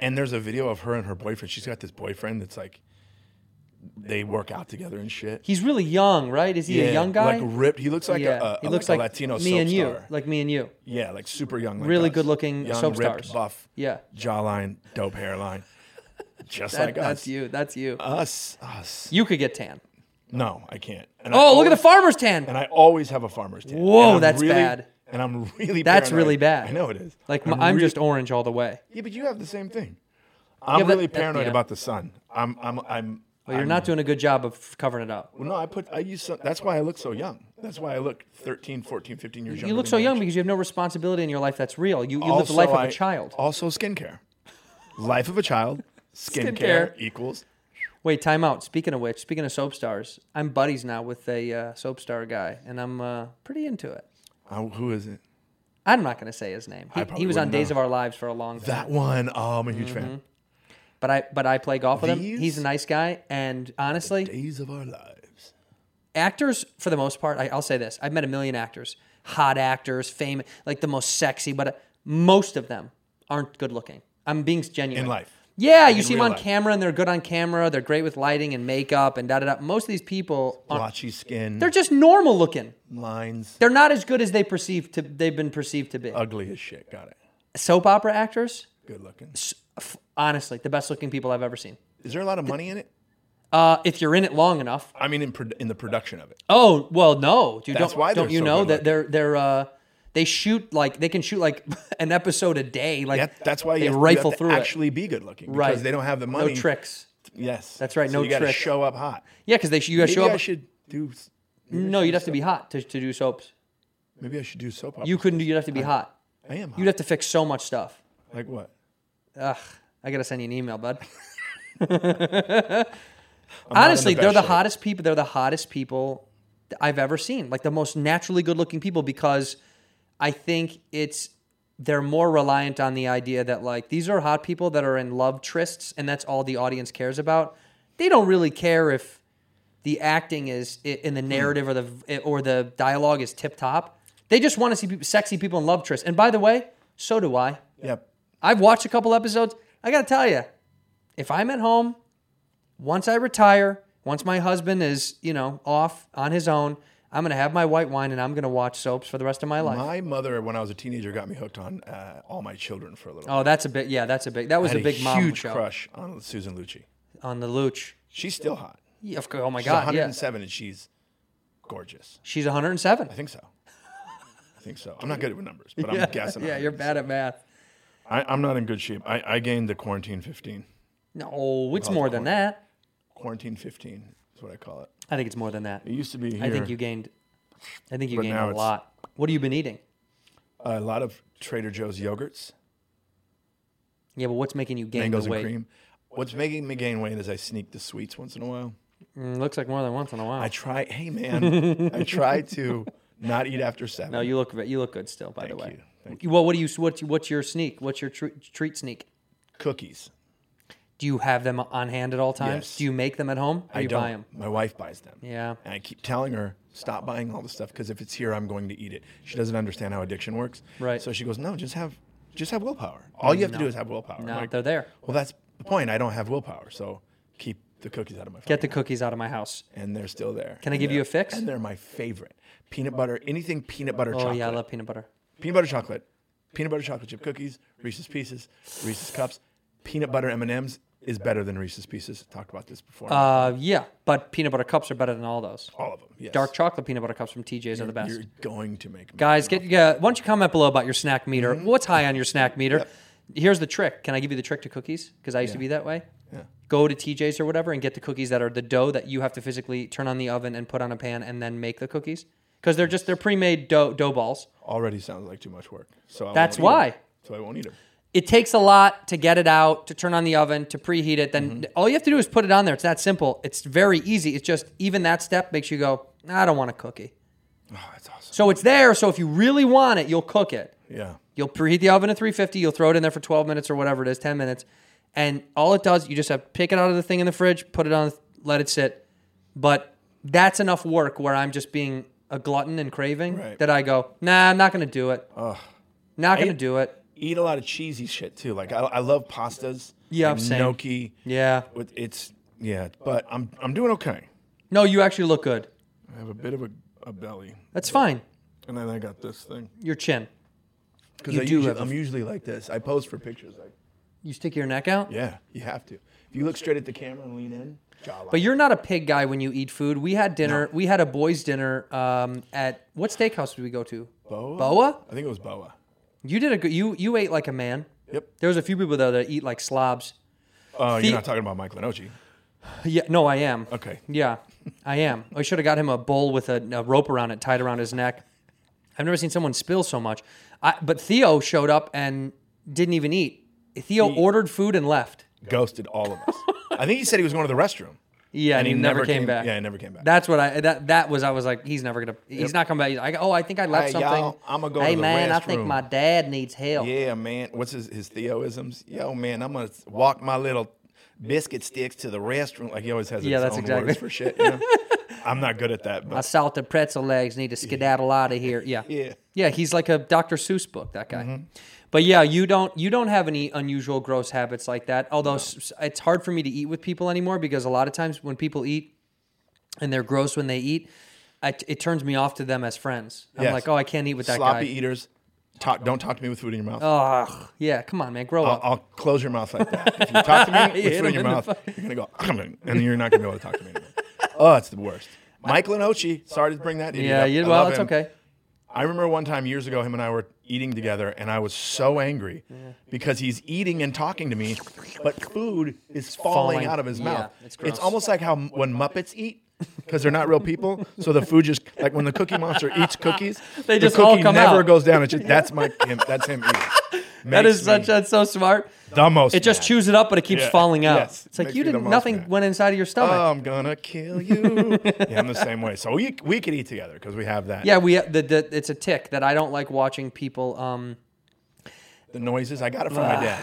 S8: and there's a video of her and her boyfriend. She's got this boyfriend that's like, they work out together and shit.
S1: He's really young, right? Is he a young guy?
S8: Like ripped. He looks like
S1: yeah.
S8: a, a,
S1: he looks
S8: like
S1: like
S8: a Latino
S1: me
S8: soap
S1: and you,
S8: star.
S1: like me and you.
S8: yeah, like super young. Like
S1: Really
S8: us.
S1: good-looking
S8: young,
S1: soap
S8: ripped,
S1: stars.
S8: Buff.
S1: Yeah.
S8: Jawline, dope hairline. Just
S1: That-
S8: like
S1: that's
S8: us. Uh,
S1: you. That's you.
S8: Us. Us.
S1: you could get tan.
S8: No, I can't. And I
S1: Oh, look at
S8: always-
S1: the farmer's tan.
S8: And I always have a farmer's tan.
S1: Whoa,
S8: And I'm
S1: that's
S8: really-
S1: bad.
S8: And I'm really.
S1: That's
S8: paranoid.
S1: really bad.
S8: I know it is.
S1: Like I'm,
S8: really-
S1: just orange all the way.
S8: Yeah, but you have the same thing. I'm
S1: Yeah, but-
S8: really
S1: that-
S8: paranoid
S1: yeah.
S8: about the sun. I'm. I'm. I'm.
S1: But you're not doing a good job of covering it up.
S8: Well, no, I put. I use. Sun, that's why I look so young. That's why I look 13, 14, 15 years younger.
S1: You look
S8: than
S1: so
S8: I
S1: young
S8: actually-
S1: because you have no responsibility in your life that's real. You, you live the life of
S8: a
S1: a child.
S8: Also, skincare. Life of a child. Skincare,
S1: Skincare.
S8: equals.
S1: Wait, time out. Speaking of which, speaking of soap stars, I'm buddies now with a uh, soap star guy, and I'm uh, pretty into it.
S8: Uh, who is it?
S1: I'm not going to say his name. He,
S8: probably
S1: he was on
S8: wouldn't
S1: Days
S8: know.
S1: of Our Lives for a long time.
S8: That one, oh, I'm a huge
S1: Mm-hmm.
S8: fan.
S1: But I but I play golf with him.
S8: These-
S1: He's a nice guy, and honestly,
S8: Days of our lives.
S1: actors for the most part I, i'll say this i've met a million actors hot actors famous like the most sexy but uh, most of them aren't good looking i'm being genuine
S8: In life.
S1: yeah you
S8: In
S1: see them
S8: real
S1: on
S8: life.
S1: camera and they're good on camera they're great with lighting and makeup and da da da most of these people aren't,
S8: Blotchy skin,
S1: they're just normal looking
S8: lines,
S1: they're not as good as they perceive to they've been perceived to be
S8: ugly as shit. Got it.
S1: soap opera actors
S8: Good looking.
S1: honestly the best looking people i've ever seen
S8: Is there a lot of money in it?
S1: uh, if you're in it long enough
S8: I mean, in, pro- in the production of it.
S1: Oh well, no, dude.
S8: That's
S1: don't
S8: why they're
S1: don't you
S8: so
S1: know
S8: good
S1: that they're they're uh, they shoot like they can shoot like an episode a day. Like
S8: That, that's why
S1: they
S8: you have,
S1: rifle
S8: you have
S1: through
S8: to
S1: it.
S8: actually be good looking. Because
S1: right?
S8: they don't have the money.
S1: No tricks.
S8: Yes.
S1: That's right,
S8: So
S1: no
S8: you gotta
S1: tricks.
S8: show up hot.
S1: Yeah, because they sh- you gotta
S8: Maybe
S1: show up.
S8: I should do. s- maybe I
S1: no,
S8: should
S1: you'd
S8: do
S1: have to be
S8: soap-
S1: hot to, to do soaps.
S8: Maybe I should do soap opera.
S1: You couldn't. do You'd have to be
S8: Uh,
S1: hot.
S8: I am. Hot.
S1: You'd have to fix so much stuff.
S8: like what?
S1: Ugh, I gotta send you an email, bud.
S8: I'm not in
S1: Honestly,
S8: best
S1: they're the
S8: shape.
S1: hottest people. They're the hottest people that I've ever seen. Like the most naturally good-looking people because I think it's they're more reliant on the idea that like these are hot people that are in love trysts and that's all the audience cares about. They don't really care if the acting is i- in the
S8: Hmm.
S1: narrative or the or the dialogue is tip top. They just want to see peop sexy people in love trysts. And by the way, so do I.
S8: Yep.
S1: I've watched a couple episodes. I got to tell you, if I'm at home, once I retire, once my husband is, you know, off on his own, I'm going to have my white wine and I'm going to watch soaps for the rest of my life.
S8: My mother, when I was a teenager, got me hooked on uh, all my children for a little.
S1: oh, that's a bit. Yeah, that's a big. That was
S8: I had
S1: a big
S8: huge
S1: mom show
S8: crush on Susan Lucci.
S1: on the Luch.
S8: She's still hot.
S1: Yeah, of course. Oh my
S8: She's
S1: God. Yeah.
S8: 107 and she's gorgeous.
S1: She's 107.
S8: I think so. I think so. I'm not good with numbers, but I'm guessing.
S1: Yeah, you're
S8: 100.
S1: bad at math.
S8: I, I'm not in good shape. I, I gained the quarantine 15.
S1: No, it's
S8: Well,
S1: more than
S8: quarantine.
S1: that.
S8: Quarantine 15 is what I call it.
S1: I think it's more than that.
S8: It used to be here.
S1: I think you gained. I think you
S8: But
S1: gained
S8: now
S1: a
S8: it's-
S1: lot. What have you been eating?
S8: a lot of Trader Joe's yogurts,
S1: Yeah, but what's making you gain
S8: mangoes
S1: the
S8: and
S1: weight?
S8: cream. What's making me gain weight is I sneak the sweets once in a while.
S1: Mm, looks like more than once in a while.
S8: I try. Hey man, I try to not eat after seven.
S1: No, you look ve- you look good still. By the
S8: Thank
S1: way,
S8: you. Thank
S1: Well, what do you what's what's your sneak? What's your tr- treat sneak?
S8: cookies.
S1: Do you have them on hand at all times?
S8: Yes.
S1: Do you make them at home? Or Oh,
S8: I
S1: you
S8: don't.
S1: buy them?
S8: My wife buys them.
S1: Yeah.
S8: And I keep telling her stop buying all the stuff because if it's here, I'm going to eat it. She doesn't understand how addiction works.
S1: Right.
S8: So she goes, no, just have, just have willpower. All you have to do is have willpower. I'm
S1: No,
S8: like,
S1: they're there.
S8: Well, that's the point. I don't have willpower, so keep the cookies out of my.
S1: Get
S8: fucking
S1: the cookies out of my house.
S8: and they're still there.
S1: Can I
S8: And
S1: give you
S8: they're-
S1: a fix?
S8: And they're my favorite. Peanut butter, anything peanut butter
S1: Oh
S8: chocolate.
S1: yeah, I love peanut butter.
S8: peanut butter chocolate. Peanut butter chocolate chip cookies, Reese's Pieces, Reese's Cups. Peanut butter M&Ms is better than Reese's Pieces. Talked about this before.
S1: Uh, yeah, but peanut butter cups are better than all those.
S8: All of them. Oh, Yes.
S1: Dark chocolate peanut butter cups from TJ's are the best.
S8: You're going to make me-
S1: Guys, get yeah, why don't you comment below about your snack meter?
S8: Mm-hmm.
S1: What's high on your snack meter? Here's the trick. Can I give you the trick to cookies? Because I used to be that way.
S8: Yeah.
S1: Go to TJ's or whatever and get the cookies that are the dough that you have to physically turn on the oven and put on a pan and then make the cookies. Because they're just they're pre-made dough dough balls.
S8: already sounds like too much work. So I
S1: That's
S8: won't eat
S1: why.
S8: 'em. So I won't eat them.
S1: It takes a lot to get it out, to turn on the oven, to preheat it. Then
S8: Mm-hmm.
S1: all you have to do is put it on there. It's that simple. It's very easy. It's just even that step makes you go, I don't want a cookie.
S8: Oh, that's awesome.
S1: So it's there. So if you really want it, you'll cook it.
S8: Yeah.
S1: You'll preheat the oven to 350. You'll throw it in there for 12 minutes or whatever it is, 10 minutes. And all it does, you just have to pick it out of the thing in the fridge, put it on, let it sit. But that's enough work where I'm just being a glutton and craving
S8: Right.
S1: that I go, nah, I'm not going to do it. Not going to
S8: I-
S1: do it.
S8: Eat a lot of cheesy shit too. Like I, I love pastas.
S1: Yeah,
S8: and
S1: same.
S8: gnocchi.
S1: Yeah.
S8: With it's yeah, but I'm I'm doing okay.
S1: No, you actually look good.
S8: I have a bit of a, a belly,
S1: That's fine.
S8: and then I got this thing.
S1: Your chin.
S8: Because
S1: You
S8: I
S1: do
S8: usually,
S1: have a-
S8: I'm usually like this. I pose for pictures. Like,
S1: You stick your neck out.
S8: yeah, you have to. If you look straight at the camera and lean in, jawline.
S1: But you're not a pig guy when you eat food. We had dinner. We had a boys' dinner um, at what steakhouse did we go to?
S8: Boa?
S1: Boa?
S8: I think it was boa.
S1: You did a good. You you ate like a man.
S8: Yep.
S1: There was a few people though that eat like slobs.
S8: Oh,
S1: The-
S8: you're not talking about Mike Lenoci.
S1: Yeah, no, I am.
S8: Okay.
S1: Yeah, I am. I should have got him a bowl with a, a rope around it tied around his neck. I've never seen someone spill so much. I, but Theo showed up and didn't even eat. Theo ordered food and left.
S8: Ghosted all of us. I think he said he was going to the restroom.
S1: Yeah, and he never came back.
S8: Yeah, he never came back.
S1: That's what I that that was. I was like, he's never gonna. He's not coming back. He's like, oh, I think I left
S8: Hey,
S1: something.
S8: y'all, I'ma go
S1: Hey
S8: to the
S1: man, I think
S8: restroom."
S1: my dad needs help.
S8: yeah, man. What's his his theoisms? Yo, man, I'm gonna walk my little biscuit sticks to the restroom. Like he always has.
S1: Yeah,
S8: his
S1: that's
S8: own
S1: exactly-
S8: words for shit. You know? I'm not good at that,
S1: My
S8: but
S1: salted pretzel legs need to skedaddle out of here. Yeah.
S8: Yeah.
S1: Yeah. He's like a Dr. Seuss book. That guy.
S8: Mm-hmm.
S1: But yeah, you don't you don't have any unusual gross habits like that. Although s- s- it's hard for me to eat with people anymore because a lot of times when people eat and they're gross when they eat, I, it turns me off to them as friends. I'm
S8: Yes.
S1: like, oh, I can't eat with that
S8: sloppy
S1: guy.
S8: eaters. Talk, don't talk to me with food in your mouth.
S1: Ugh. Yeah. Come on, man. Grow
S8: I'll,
S1: up.
S8: I'll close your mouth like that. If you talk to me
S1: Hit
S8: with food
S1: him
S8: in your
S1: in the
S8: mouth,
S1: fu-
S8: you're gonna go, and then you're not gonna be able to talk to me anymore. Oh, it's the worst. Michael and Ochi, sorry to bring that. idiot
S1: yeah.
S8: up.
S1: You,
S8: I
S1: well,
S8: love
S1: it's
S8: him.
S1: okay.
S8: I remember one time years ago, him and I were eating together, and I was so angry because he's eating and talking to me, but food is falling,
S1: Falling.
S8: out of his
S1: Yeah,
S8: mouth.
S1: it's gross.
S8: almost like how m- when Muppets eat. Because they're not real people, so the food just like when the Cookie Monster eats cookies,
S1: They
S8: the
S1: just
S8: cookie
S1: all come
S8: never
S1: out.
S8: goes down. It's just, that's my him, that's him eating.
S1: That
S8: Makes
S1: is such.
S8: me
S1: That's so smart.
S8: the most.
S1: It just
S8: mad.
S1: chews it up, but it keeps
S8: Yeah.
S1: falling out.
S8: Yes.
S1: It's like
S8: Makes
S1: you
S8: me the
S1: didn't.
S8: most Oh.
S1: Nothing
S8: mad.
S1: went inside of your stomach.
S8: I'm gonna kill you. yeah, I'm the same way. So we we could eat together because we have that.
S1: Yeah, we the, the it's a tick that I don't like watching people. Um,
S8: The noises I got it from my dad.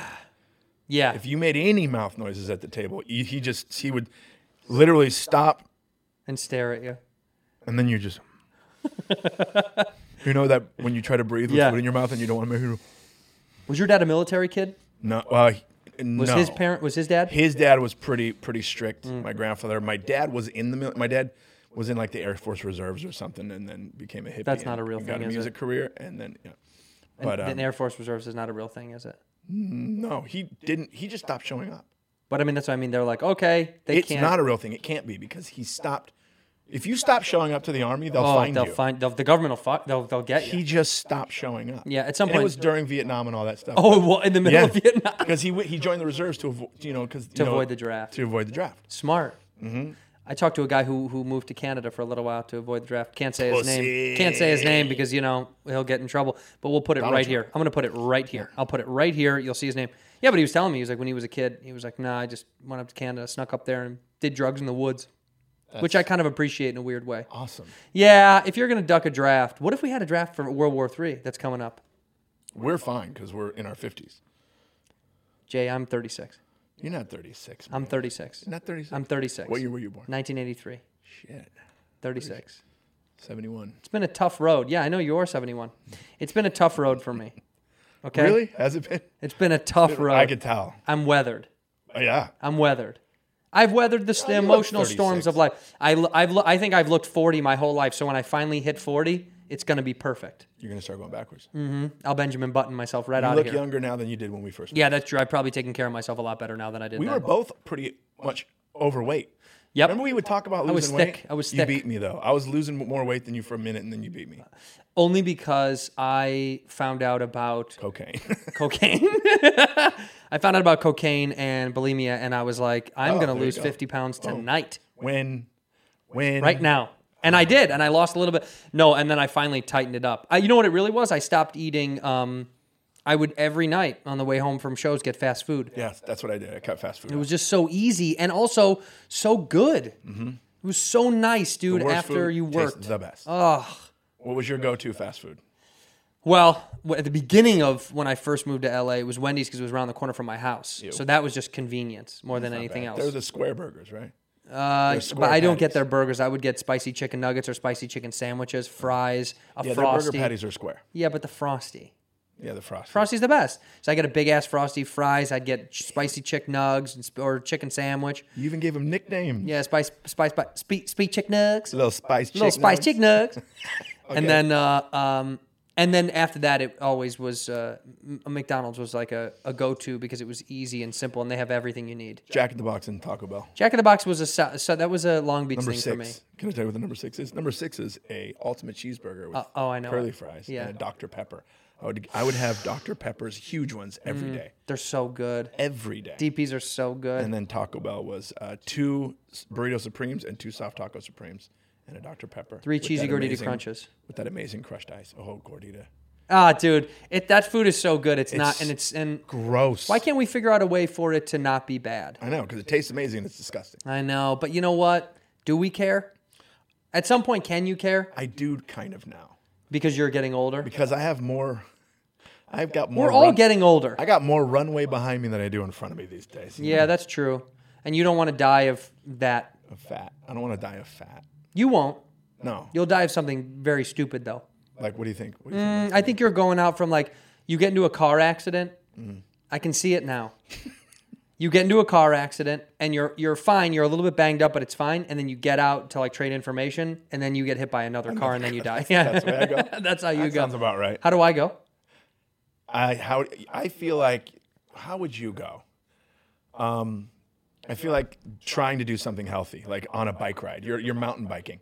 S1: yeah,
S8: If you made any mouth noises at the table, he, he just he would literally stop,
S1: and stare at you.
S8: and then you just. you know that when you try to breathe with
S1: Yeah.
S8: food in your mouth and you don't want to make it.
S1: Was your dad a military kid?
S8: No, well, he-
S1: Was
S8: no.
S1: his parent? Mm. Was his dad?
S8: His dad was pretty pretty strict. My grandfather, my dad was in the mil- my dad was in like the Air Force Reserves or something, and then became a hippie.
S1: That's not
S8: and
S1: a real
S8: Got
S1: thing,
S8: a
S1: is it?
S8: music career, and then yeah. But
S1: Then
S8: um,
S1: Air Force Reserves is not a real thing, is it?
S8: no, Oh, he didn't. He just stopped showing up.
S1: But I mean, that's what I mean. They're like, okay, they
S8: it's
S1: can't.
S8: not a real thing. It can't be because he stopped. If you stop showing up to the army, they'll
S1: oh,
S8: find
S1: they'll
S8: you.
S1: find. They'll, the government will. Fu- they'll. They'll get you.
S8: he just stopped showing up.
S1: Yeah, at some
S8: And
S1: point-
S8: it was during Vietnam and all that stuff.
S1: oh, well, in the middle
S8: yeah,
S1: of Vietnam.
S8: because he w- he joined the reserves to avoid you know because
S1: To avoid the draft.
S8: to avoid the draft.
S1: Smart.
S8: Mm-hmm.
S1: I talked to a guy who who moved to Canada for a little while to avoid the draft. Can't say his name. Can't say his name because you know he'll get in trouble. But we'll put it right
S8: Trump.
S1: here. I'm going to put it right here. I'll put it right here. You'll see his name. Yeah, but he was telling me he was like when he was a kid, he was like, "Nah, I just went up to Canada, snuck up there, and did drugs in the woods." Which I kind of appreciate in a weird way.
S8: Awesome.
S1: Yeah, if you're going to duck a draft, what if we had a draft for World War III that's coming up?
S8: We're fine because we're in our fifties.
S1: Jay, I'm 36.
S8: You're not 36.
S1: I'm
S8: man.
S1: 36.
S8: You're not 36.
S1: I'm 36.
S8: What year were you born?
S1: 1983.
S8: Shit.
S1: 36.
S8: 71.
S1: It's been a tough road. Yeah, I know you're 71. It's been a tough road for me. Okay.
S8: Really? Has it been?
S1: It's been a tough road.
S8: I could tell.
S1: I'm weathered.
S8: Oh, yeah.
S1: I'm weathered. I've weathered the, s- the
S8: you look
S1: emotional storms
S8: 36.
S1: of life. I, l- I've, lo- I think I've looked 40 my whole life. So when I finally hit 40, it's going to be perfect.
S8: You're going to start going backwards.
S1: I'll Benjamin Button myself right
S8: You
S1: out of
S8: look
S1: Mm. here.
S8: younger now than you did when we first met.
S1: Yeah, that's true. I've probably taken care of myself a lot better now than I did
S8: We
S1: then.
S8: were both pretty much overweight.
S1: Yep.
S8: Remember we would talk about losing
S1: was
S8: weight?
S1: thick. I was
S8: you
S1: thick.
S8: beat me, though. I was losing more weight than you for a minute, and then you beat me.
S1: Only because I found out about
S8: Cocaine.
S1: cocaine. I found out about cocaine and bulimia, and I was like, I'm
S8: Oh,
S1: going to
S8: there you
S1: lose
S8: go. Oh.
S1: 50 pounds tonight.
S8: when? When?
S1: right now. And I did, and I lost a little bit. No, and then I finally tightened it up. I, you know what it really was? I stopped eating. Um, I would every night on the way home from shows get fast food.
S8: Yes, that's what I did. I cut fast food.
S1: It was just so easy and also so good.
S8: Mm-hmm.
S1: It was so nice, dude. After you worked,
S8: the best. Ugh. What was your go-to fast food?
S1: Well, w- at the beginning of when I first moved to LA, it was Wendy's because it was around the corner from my house. So that was just convenience more than anything else.
S8: They're the square burgers, right?
S1: Uh,
S8: square
S1: but I don't get
S8: patties.
S1: their burgers. I would get spicy chicken nuggets or spicy chicken sandwiches, fries, a frosty.
S8: Yeah, their burger patties are square.
S1: yeah, but the frosty.
S8: Yeah, the frosty.
S1: Frosty's the best. So I get a big ass frosty fries. I'd get ch- spicy chick nugs and sp- or chicken sandwich.
S8: You even gave them nicknames.
S1: Yeah, spice spice spice spe- speak chick nugs.
S8: Little spice chick.
S1: Little spice
S8: nuggets.
S1: chick nugs. And then uh, um and then after that it always was uh, M- McDonald's was like a, a go to because it was easy and simple and they have everything you need.
S8: Jack in the Box and Taco Bell.
S1: Jack in the Box was a so, so that was a Long Beach
S8: Number
S1: thing
S8: six.
S1: for me.
S8: Can I tell you what the number six is? Number six is a ultimate cheeseburger with
S1: oh, I know
S8: curly
S1: it.
S8: fries
S1: Yeah.
S8: and a Dr. Pepper. I would I would have Dr. Pepper's huge ones every day,
S1: They're so good.
S8: Every day.
S1: DPs are so good.
S8: And then Taco Bell was uh, two s- burrito supremes and two soft taco supremes and a Dr. Pepper.
S1: Three
S8: with
S1: cheesy
S8: that
S1: gordita
S8: amazing-
S1: crunches.
S8: With that amazing crushed ice. Oh, gordita.
S1: Ah, dude, it, that food is so good. It's, not, and it's and
S8: Gross.
S1: why can't we figure out a way for it to not be bad?
S8: I know because it tastes amazing. It's disgusting.
S1: I know, but you know what? Do we care? At some point, can you care?
S8: I do kind of now
S1: Because you're getting older.
S8: because I have more. I've got more.
S1: We're all
S8: run-
S1: getting older.
S8: I got more runway behind me than I do in front of me these days.
S1: Yeah, that's true. And you don't want to die of that.
S8: Of fat. I don't want to die of fat.
S1: You won't.
S8: No.
S1: You'll die of something very stupid though.
S8: like, what do you think? What do you think?
S1: I think you're going out from like you get into a car accident.
S8: Mm.
S1: I can see it now. you get into a car accident and you're you're fine. You're a little bit banged up, but it's fine. And then you get out to like trade information, and then you get hit by another car, and then you die. Yeah,
S8: That's the way I go.
S1: that's how you
S8: That
S1: go.
S8: sounds about right.
S1: How do I go?
S8: I how I feel like how would you go? Um, I feel like trying to do something healthy, like on a bike ride. You're you're mountain biking.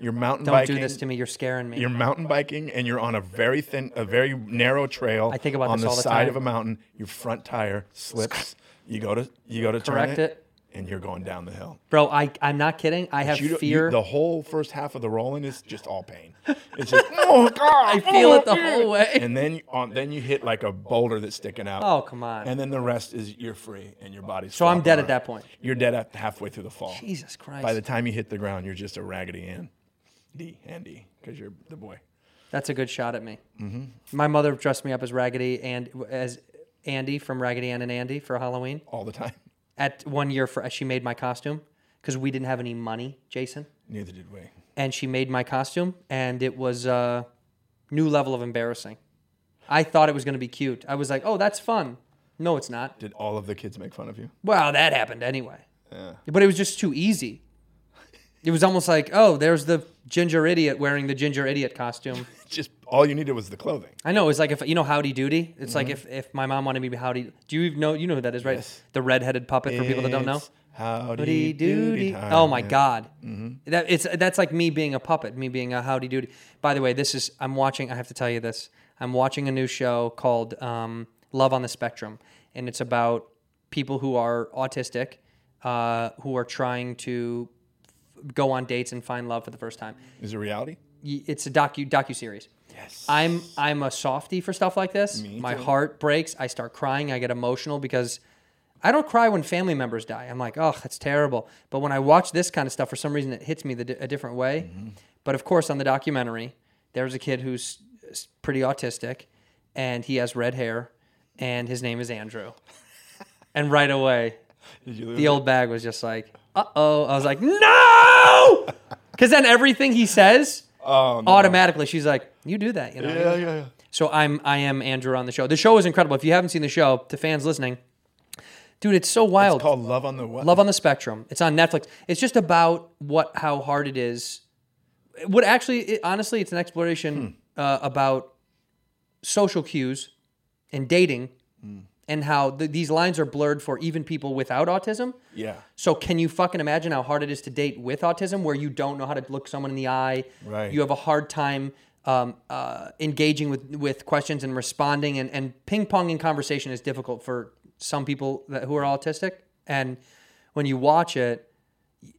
S8: You're mountain
S1: Don't
S8: biking.
S1: do this to me. You're scaring me.
S8: You're mountain biking and you're on a very thin, a very narrow trail.
S1: I think about
S8: on
S1: this
S8: the
S1: all the
S8: side
S1: time.
S8: of a mountain. Your front tire slips. You go to you go to turn
S1: Correct
S8: it,
S1: it.
S8: and you're going down the hill.
S1: Bro, I I'm not kidding. I have
S8: You don't- you-
S1: fear.
S8: the whole first half of the rolling is just all pain. It's just oh god,
S1: I feel it the whole way.
S8: and then on then you hit like a boulder that's sticking out.
S1: Oh, come on.
S8: And then the rest is you're free and your body's.
S1: So I'm
S8: flopping
S1: dead at
S8: around.
S1: that point.
S8: You're dead at halfway through the fall.
S1: Jesus Christ.
S8: By the time you hit the ground, you're just a raggedy Ann, D Andy, because you're the boy.
S1: That's a good shot at me.
S8: Mm-hmm.
S1: My mother dressed me up as Raggedy and as Andy from Raggedy Ann and Andy for Halloween.
S8: all the time.
S1: At one year, for she made my costume because we didn't have any money, Jason,
S8: Neither did we.
S1: and she made my costume, and it was a new level of embarrassing. I thought it was going to be cute. I was like, "Oh, that's fun." No, it's not.
S8: Did all of the kids make fun of you?
S1: Well, that happened anyway. But it was just too easy. It was almost like, "Oh, there's the ginger idiot wearing the ginger idiot costume."
S8: Just all you needed was the clothing.
S1: I know. It's like if you know Howdy Doody. It's like if, if my mom wanted me to be Howdy. Do you even know? You know who that is, right?
S8: Yes.
S1: The redheaded puppet for people that don't know.
S8: It's Howdy
S1: Howdy Doody.
S8: doody. time.
S1: Oh my
S8: Yeah. Mm-hmm.
S1: God. That it's that's like me being a puppet, me being a Howdy Doody. By the way, this is I'm watching. I have to tell you this. I'm watching a new show called um, Love on the Spectrum, and it's about people who are autistic, uh, who are trying to f- go on dates and find love for the first time
S8: Is it reality?
S1: y- it's a docu docu series. Yes. I'm I'm a softie for stuff like this. My heart breaks. I start crying. I get emotional because I don't cry when family members die. I'm like, oh, that's terrible. But when I watch this kind of stuff, for some reason, it hits me the, di- a different way.
S8: Mm-hmm.
S1: But of course, on the documentary, there's a kid who's s- pretty autistic, and he has red hair, and his name is Andrew. and right away,
S8: Did you lose?
S1: the old bag was just like, uh oh. I was like, no! Because then everything he says, automatically she's like, you do that, you know?
S8: Oh, yeah, yeah, yeah.
S1: So I'm I am Andrew on the show. The show is incredible. If you haven't seen the show, to fans listening, dude, it's so wild.
S8: It's called Love on the What?
S1: Love on the Spectrum. It's on Netflix. It's just about what how hard it is. What actually, it, honestly, it's an exploration
S8: Hmm.
S1: uh, about social cues and dating,
S8: Hmm.
S1: and how th- these lines are blurred for even people without autism.
S8: Yeah.
S1: So can you fucking imagine how hard it is to date with autism, where you don't know how to look someone in the eye?
S8: Right.
S1: You have a hard time um, uh, engaging with with questions and responding, and and ping ponging conversation is difficult for some people that, who are autistic. And when you watch it,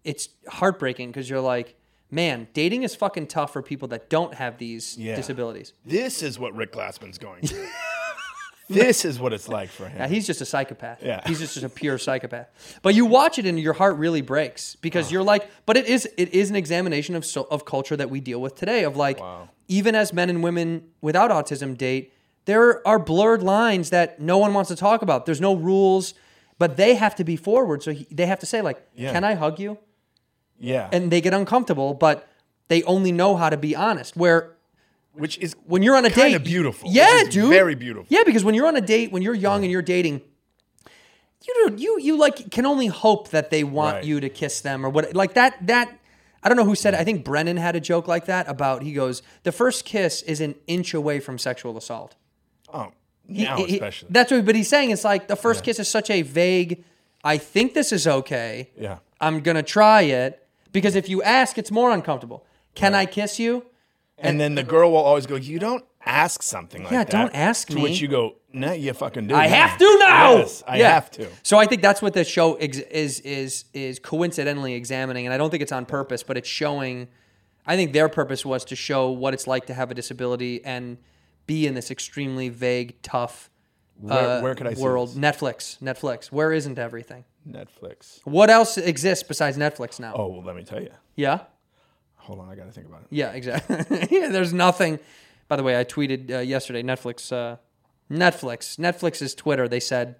S1: it's heartbreaking because you're like, man, dating is fucking tough for people that don't have these
S8: Yeah.
S1: disabilities.
S8: This is what Rick Glassman's going through. this is what it's like for him.
S1: Yeah, he's just a psychopath.
S8: Yeah.
S1: He's just, just a pure psychopath. But you watch it and your heart really breaks because you're like, but it is it is an examination of so, of culture that we deal with today of like even as men and women without autism date, there are blurred lines that no one wants to talk about. There's no rules, but they have to be forward. So he, they have to say like,
S8: Yeah.
S1: "Can I hug you?"
S8: yeah.
S1: And they get uncomfortable, but they only know how to be honest. Where
S8: which is
S1: when you're on a
S8: kinda
S1: date,
S8: beautiful.
S1: Yeah,
S8: Which is
S1: dude,
S8: Very beautiful.
S1: Yeah, because when you're on a date, when you're young and you're dating, you don't you you like can only hope that they want
S8: Right.
S1: you to kiss them or what like that that I don't know who said it. I think Brennan had a joke like that about he goes the first kiss is an inch away from sexual assault.
S8: Oh,
S1: He-
S8: now
S1: he- he-
S8: especially.
S1: that's what. But he's saying it's like the first kiss is such a vague. I think this is okay.
S8: yeah.
S1: I'm gonna try it because if you ask, it's more uncomfortable. Can I kiss you?
S8: And then the girl will always go, You don't ask something like
S1: Yeah,
S8: that.
S1: don't ask
S8: to
S1: me.
S8: which you go, No, you fucking do.
S1: I have to now.
S8: Yes, I
S1: Yeah.
S8: have to.
S1: So I think that's what the show ex- is is is coincidentally examining, and I don't think it's on purpose, but it's showing. I think their purpose was to show what it's like to have a disability and be in this extremely vague, tough
S8: Where-
S1: uh,
S8: where could I see
S1: world?
S8: this?
S1: Netflix, Netflix. Where isn't everything?
S8: Netflix.
S1: What else exists besides Netflix now?
S8: Oh, well, let me tell you.
S1: Yeah,
S8: Hold on, I got to think about it.
S1: yeah, exactly. yeah, there's nothing. By the way, I tweeted uh, yesterday. Netflix, uh, Netflix, Netflix's Twitter. They said,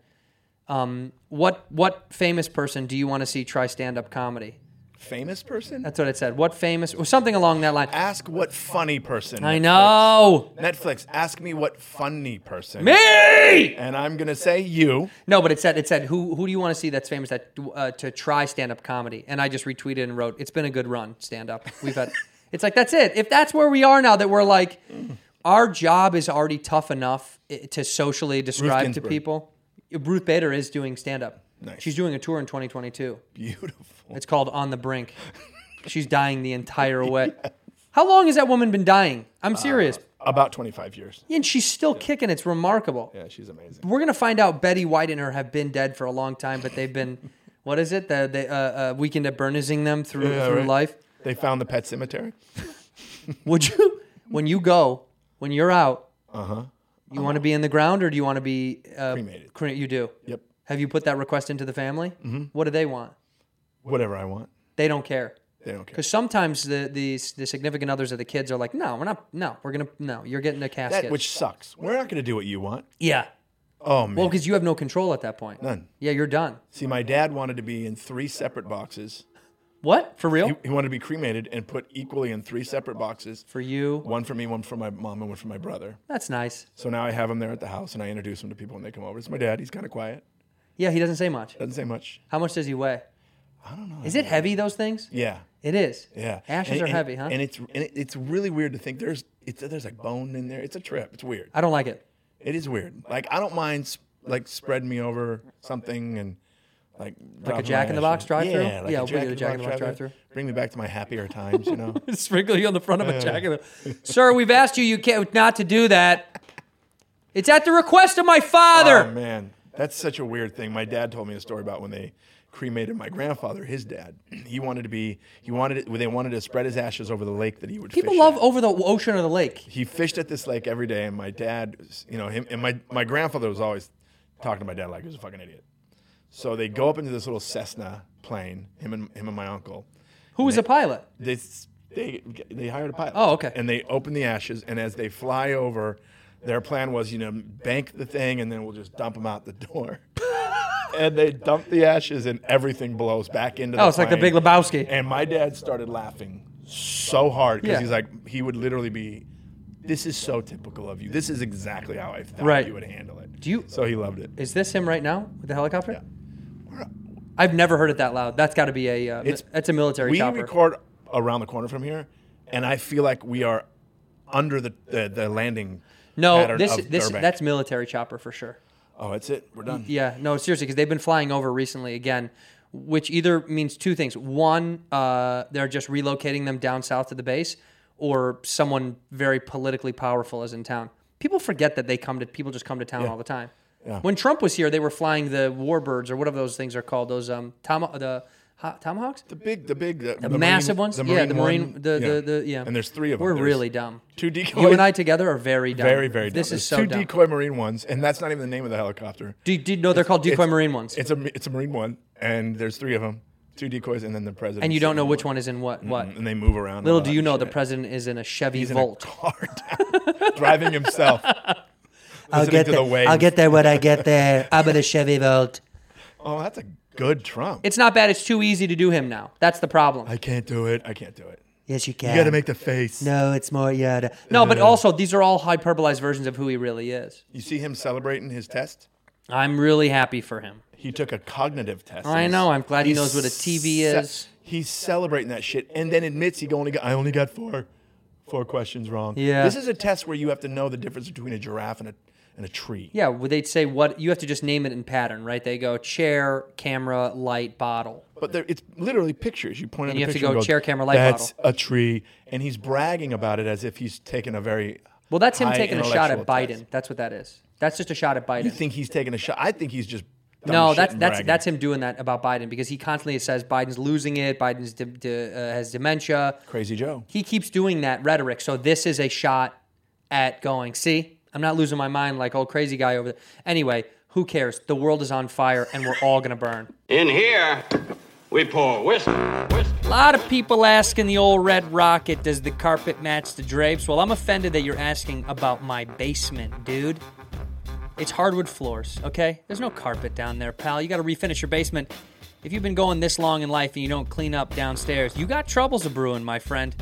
S1: um, "What what famous person do you want to see try stand up comedy?"
S8: Famous person?
S1: That's what it said. What famous or something along that line.
S8: Ask what funny person.
S1: I know.
S8: Netflix, ask me what funny person.
S1: Me!
S8: And I'm going to say you.
S1: No, but it said it said who who do you want to see that's famous that uh, to try stand up comedy? And I just retweeted and wrote, "It's been a good run, stand up. We've had." it's like that's it. If that's where we are now, that we're like,
S8: Mm.
S1: our job is already tough enough i- to socially describe to
S8: Ginsburg.
S1: people. Ruth Bader is doing stand up.
S8: Nice.
S1: She's doing a tour in 2022.
S8: Beautiful.
S1: It's called On the Brink. She's dying the entire way. How long has that woman been dying? I'm serious.
S8: About 25 years.
S1: and she's still kicking. It's remarkable
S8: Yeah, she's amazing.
S1: we're gonna find out Betty White and her have been dead for a long time, but they've been what is it? The they, uh, uh, weekend at Bernizing them through
S8: Yeah,
S1: through
S8: right.
S1: life.
S8: They found the pet cemetery.
S1: Would you when you go when you're out? Uh huh. You want to be in the ground, or do you want to be uh,
S8: Uh-huh. Cremated.
S1: cre- you do.
S8: Yep.
S1: Have you put that request into the family? Mm-hmm. What do they want?
S8: Whatever I want.
S1: They don't care.
S8: They don't care.
S1: Because sometimes the, the the significant others of the kids are like, no, we're not. No, we're gonna. No, you're getting a casket.
S8: That, which sucks. We're not going to do what you want.
S1: yeah.
S8: Oh, man.
S1: Well, because you have no control at that point.
S8: None.
S1: Yeah, you're done.
S8: See, my dad wanted to be in three separate boxes.
S1: What for real?
S8: He, he wanted to be cremated and put equally in three separate boxes.
S1: for you,
S8: One for me, one for my mom, and one for my brother.
S1: that's nice.
S8: So now I have him there at the house, and I introduce him to people when they come over. It's my dad. He's kind of quiet.
S1: Yeah, he doesn't say much.
S8: Doesn't say much.
S1: How much does he weigh? I don't know. Is it heavy? Those things?
S8: Yeah,
S1: It is.
S8: yeah.
S1: Ashes
S8: And-
S1: are
S8: and-
S1: heavy, huh?
S8: And it's and it, it's really weird to think there's it's there's like bone in there. It's a trip. It's weird.
S1: I don't like it.
S8: It is weird. Like I don't mind sp- like spreading me over something and like dropping my
S1: Jack in the Box
S8: ashes.
S1: drive-thru?
S8: Yeah, like
S1: Yeah,
S8: a
S1: we
S8: Jack
S1: did
S8: in the Box drive-thru. Bring me back to my happier times. You know.
S1: Sprinkle you on the front of a jacket. Sir, we've asked you you can't not to do that. It's at the request of my
S8: oh
S1: father.
S8: man, that's such a weird thing. My dad told me a story about when they cremated my grandfather. His dad. He wanted to be. He wanted. it- They wanted to spread his ashes over the lake that he would.
S1: People
S8: fish
S1: love
S8: at.
S1: over the ocean or the lake.
S8: he fished at this lake every day, and my dad, was- you know, him and my my grandfather was always talking to my dad like he was a fucking idiot. So they go up into this little Cessna plane, him and him and my uncle.
S1: Who was the pilot?
S8: They s- they they hired a pilot.
S1: Oh, okay.
S8: And they open the ashes, and as they fly over, their plan was, you know, bank the thing, and then we'll just dump them out the door. and they dump the ashes, and everything blows back into.
S1: Oh, it's like the
S8: plane.
S1: Big Lebowski.
S8: And my dad started laughing so hard because
S1: Yeah.
S8: he's like, he would literally be, this is so typical of you. This is exactly how I thought
S1: Right.
S8: you would handle it.
S1: Do you-
S8: So he loved it.
S1: Is this him right now with the helicopter? I've never heard it that loud. That's got to be a uh, it's, that's a military
S8: We
S1: chopper.
S8: record around the corner from here, and I feel like we are under the the, the landing.
S1: no,
S8: pattern
S1: this
S8: of
S1: this
S8: Burbank.
S1: that's military chopper for sure.
S8: oh, that's it. We're done.
S1: Yeah, no, seriously, because they've been flying over recently again, which either means two things: one, uh, they're just relocating them down south to the base, or someone very politically powerful is in town. People forget that they come to people just come to town all the time. When Trump was here, they were flying the warbirds or whatever those things are called, those um tom- the ho- tomahawks,
S8: The big, the big, the,
S1: the massive ones. yeah, the marine,
S8: one,
S1: the, the the yeah.
S8: And there's three of them.
S1: We're
S8: There's
S1: really dumb.
S8: Two decoys.
S1: You and I together are very dumb.
S8: Very, very.
S1: This
S8: dumb.
S1: is
S8: There's
S1: so
S8: two
S1: dumb.
S8: decoy marine ones, and that's not even the name of the helicopter.
S1: Do you, do you know they're called decoy
S8: It's-
S1: marine ones?
S8: It's a it's a marine one, and there's three of them, two decoys, and then the president.
S1: And you don't know which one is in what what.
S8: And they move around. and
S1: Little
S8: all
S1: do
S8: that
S1: you know, the
S8: shit.
S1: president is in a Chevy
S8: He's in a
S1: Volt.
S8: car down- driving himself. I'll get to the waves.
S1: there when I get there. I'm in a Chevy Volt.
S8: Oh, that's a good Trump.
S1: It's not bad. It's too easy to do him now. That's the problem.
S8: I can't do it. I can't do it.
S1: yes, you can.
S8: You got to make the face.
S1: No, it's more. Yeah. No,
S8: Uh-huh.
S1: but also these are all hyperbolized versions of who he really is.
S8: You see him celebrating his test.
S1: I'm really happy for him.
S8: He took a cognitive test.
S1: I know, I'm glad he
S8: He's
S1: knows what a TV
S8: ce-
S1: is.
S8: He's celebrating that shit, and then admits he only got I only got four, four questions wrong.
S1: Yeah.
S8: This is a test where you have to know the difference between a giraffe and a and a tree.
S1: Yeah, well, they'd say what you have to just name it in pattern, right? They go chair, camera, light, bottle.
S8: But there, it's literally pictures. You point
S1: And
S8: at
S1: you have
S8: the
S1: to
S8: picture
S1: go
S8: and
S1: chair, camera, light
S8: That's
S1: bottle."
S8: a tree, and he's bragging about it as if he's taken a very
S1: Well, that's him
S8: high
S1: taking a shot at
S8: intellectual
S1: Biden.
S8: test.
S1: That's what that is. That's just a shot at Biden.
S8: You think he's taking a shot? I think he's just dumb
S1: No,
S8: shit
S1: that's
S8: and
S1: that's
S8: bragging.
S1: that's him doing that about Biden because he constantly says Biden's losing it. Biden's de- de- uh, has dementia.
S8: crazy Joe.
S1: He keeps doing that rhetoric. So this is a shot at going, see, I'm not losing my mind like old crazy guy over there. Anyway, who cares? The world is on fire and we're all going to burn.
S2: In here, we pour whisk, whisk,
S1: A lot of people asking the old Red Rocket, does the carpet match the drapes? Well, I'm offended that you're asking about my basement, dude. It's hardwood floors, okay? There's no carpet down there, pal. You gotta refinish your basement. If you've been going this long in life and you don't clean up downstairs, you got troubles a brewing, my friend.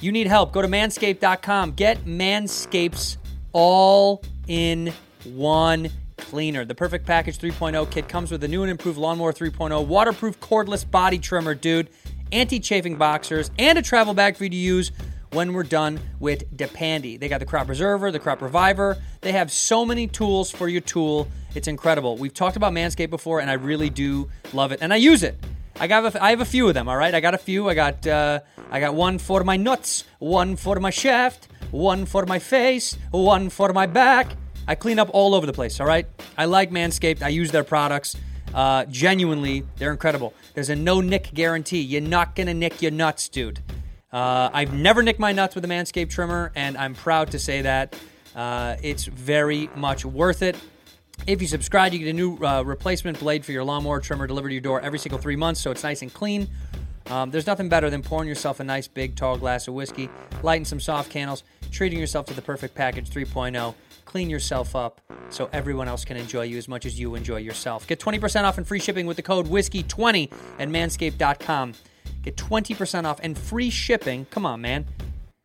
S1: You need help. Go to manscaped.com. Get Manscaped's all in one cleaner. The Perfect Package 3.0 kit comes with a new and improved Lawnmower 3.0, waterproof cordless body trimmer, dude, anti chafing boxers, and a travel bag for you to use when we're done with Depandy. They got the crop preserver, the crop reviver. They have so many tools for your tool. It's incredible. We've talked about Manscaped before, and I really do love it, and I use it. I got a, I have a few of them. All right, I got a few. I got uh, I got one for my nuts, one for my shaft, one for my face, one for my back. I clean up all over the place. All right, I like Manscaped. I use their products. Uh, genuinely, they're incredible. There's a no nick guarantee. You're not gonna nick your nuts, dude. Uh, I've never nicked my nuts with a Manscaped trimmer, and I'm proud to say that uh, it's very much worth it. If you subscribe, you get a new uh, replacement blade for your lawnmower trimmer delivered to your door every single three months, so it's nice and clean. Um, there's nothing better than pouring yourself a nice big tall glass of whiskey, lighting some soft candles, treating yourself to the perfect package 3.0. Clean yourself up so everyone else can enjoy you as much as you enjoy yourself. Get 20% off and free shipping with the code whiskey20 at manscaped.com. Get 20% off and free shipping. Come on, man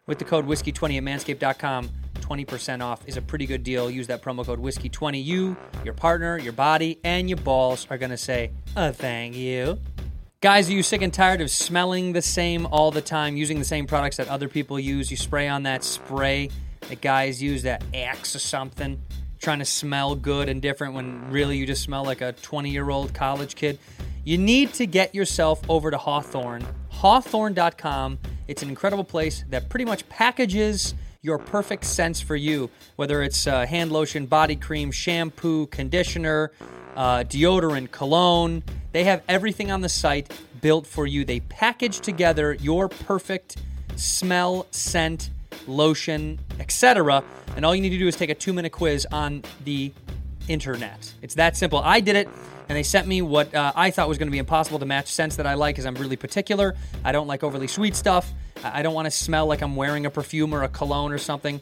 S1: with the code whiskey20 at manscaped.com 20% off is a pretty good deal use that promo code whiskey20 you your partner your body and your balls are going to say a thank you guys are you sick and tired of smelling the same all the time using the same products that other people use you spray on that spray that guys use that axe or something trying to smell good and different when really you just smell like a 20 year old college kid you need to get yourself over to hawthorne hawthorne.com it's an incredible place that pretty much packages your perfect scents for you, whether it's uh, hand lotion, body cream, shampoo, conditioner, uh, deodorant, cologne. They have everything on the site built for you. They package together your perfect smell, scent, lotion, etc. And all you need to do is take a two minute quiz on the internet. It's that simple. I did it, and they sent me what uh, I thought was going to be impossible to match scents that I like because I'm really particular. I don't like overly sweet stuff. I I don't want to smell like I'm wearing a perfume or a cologne or something.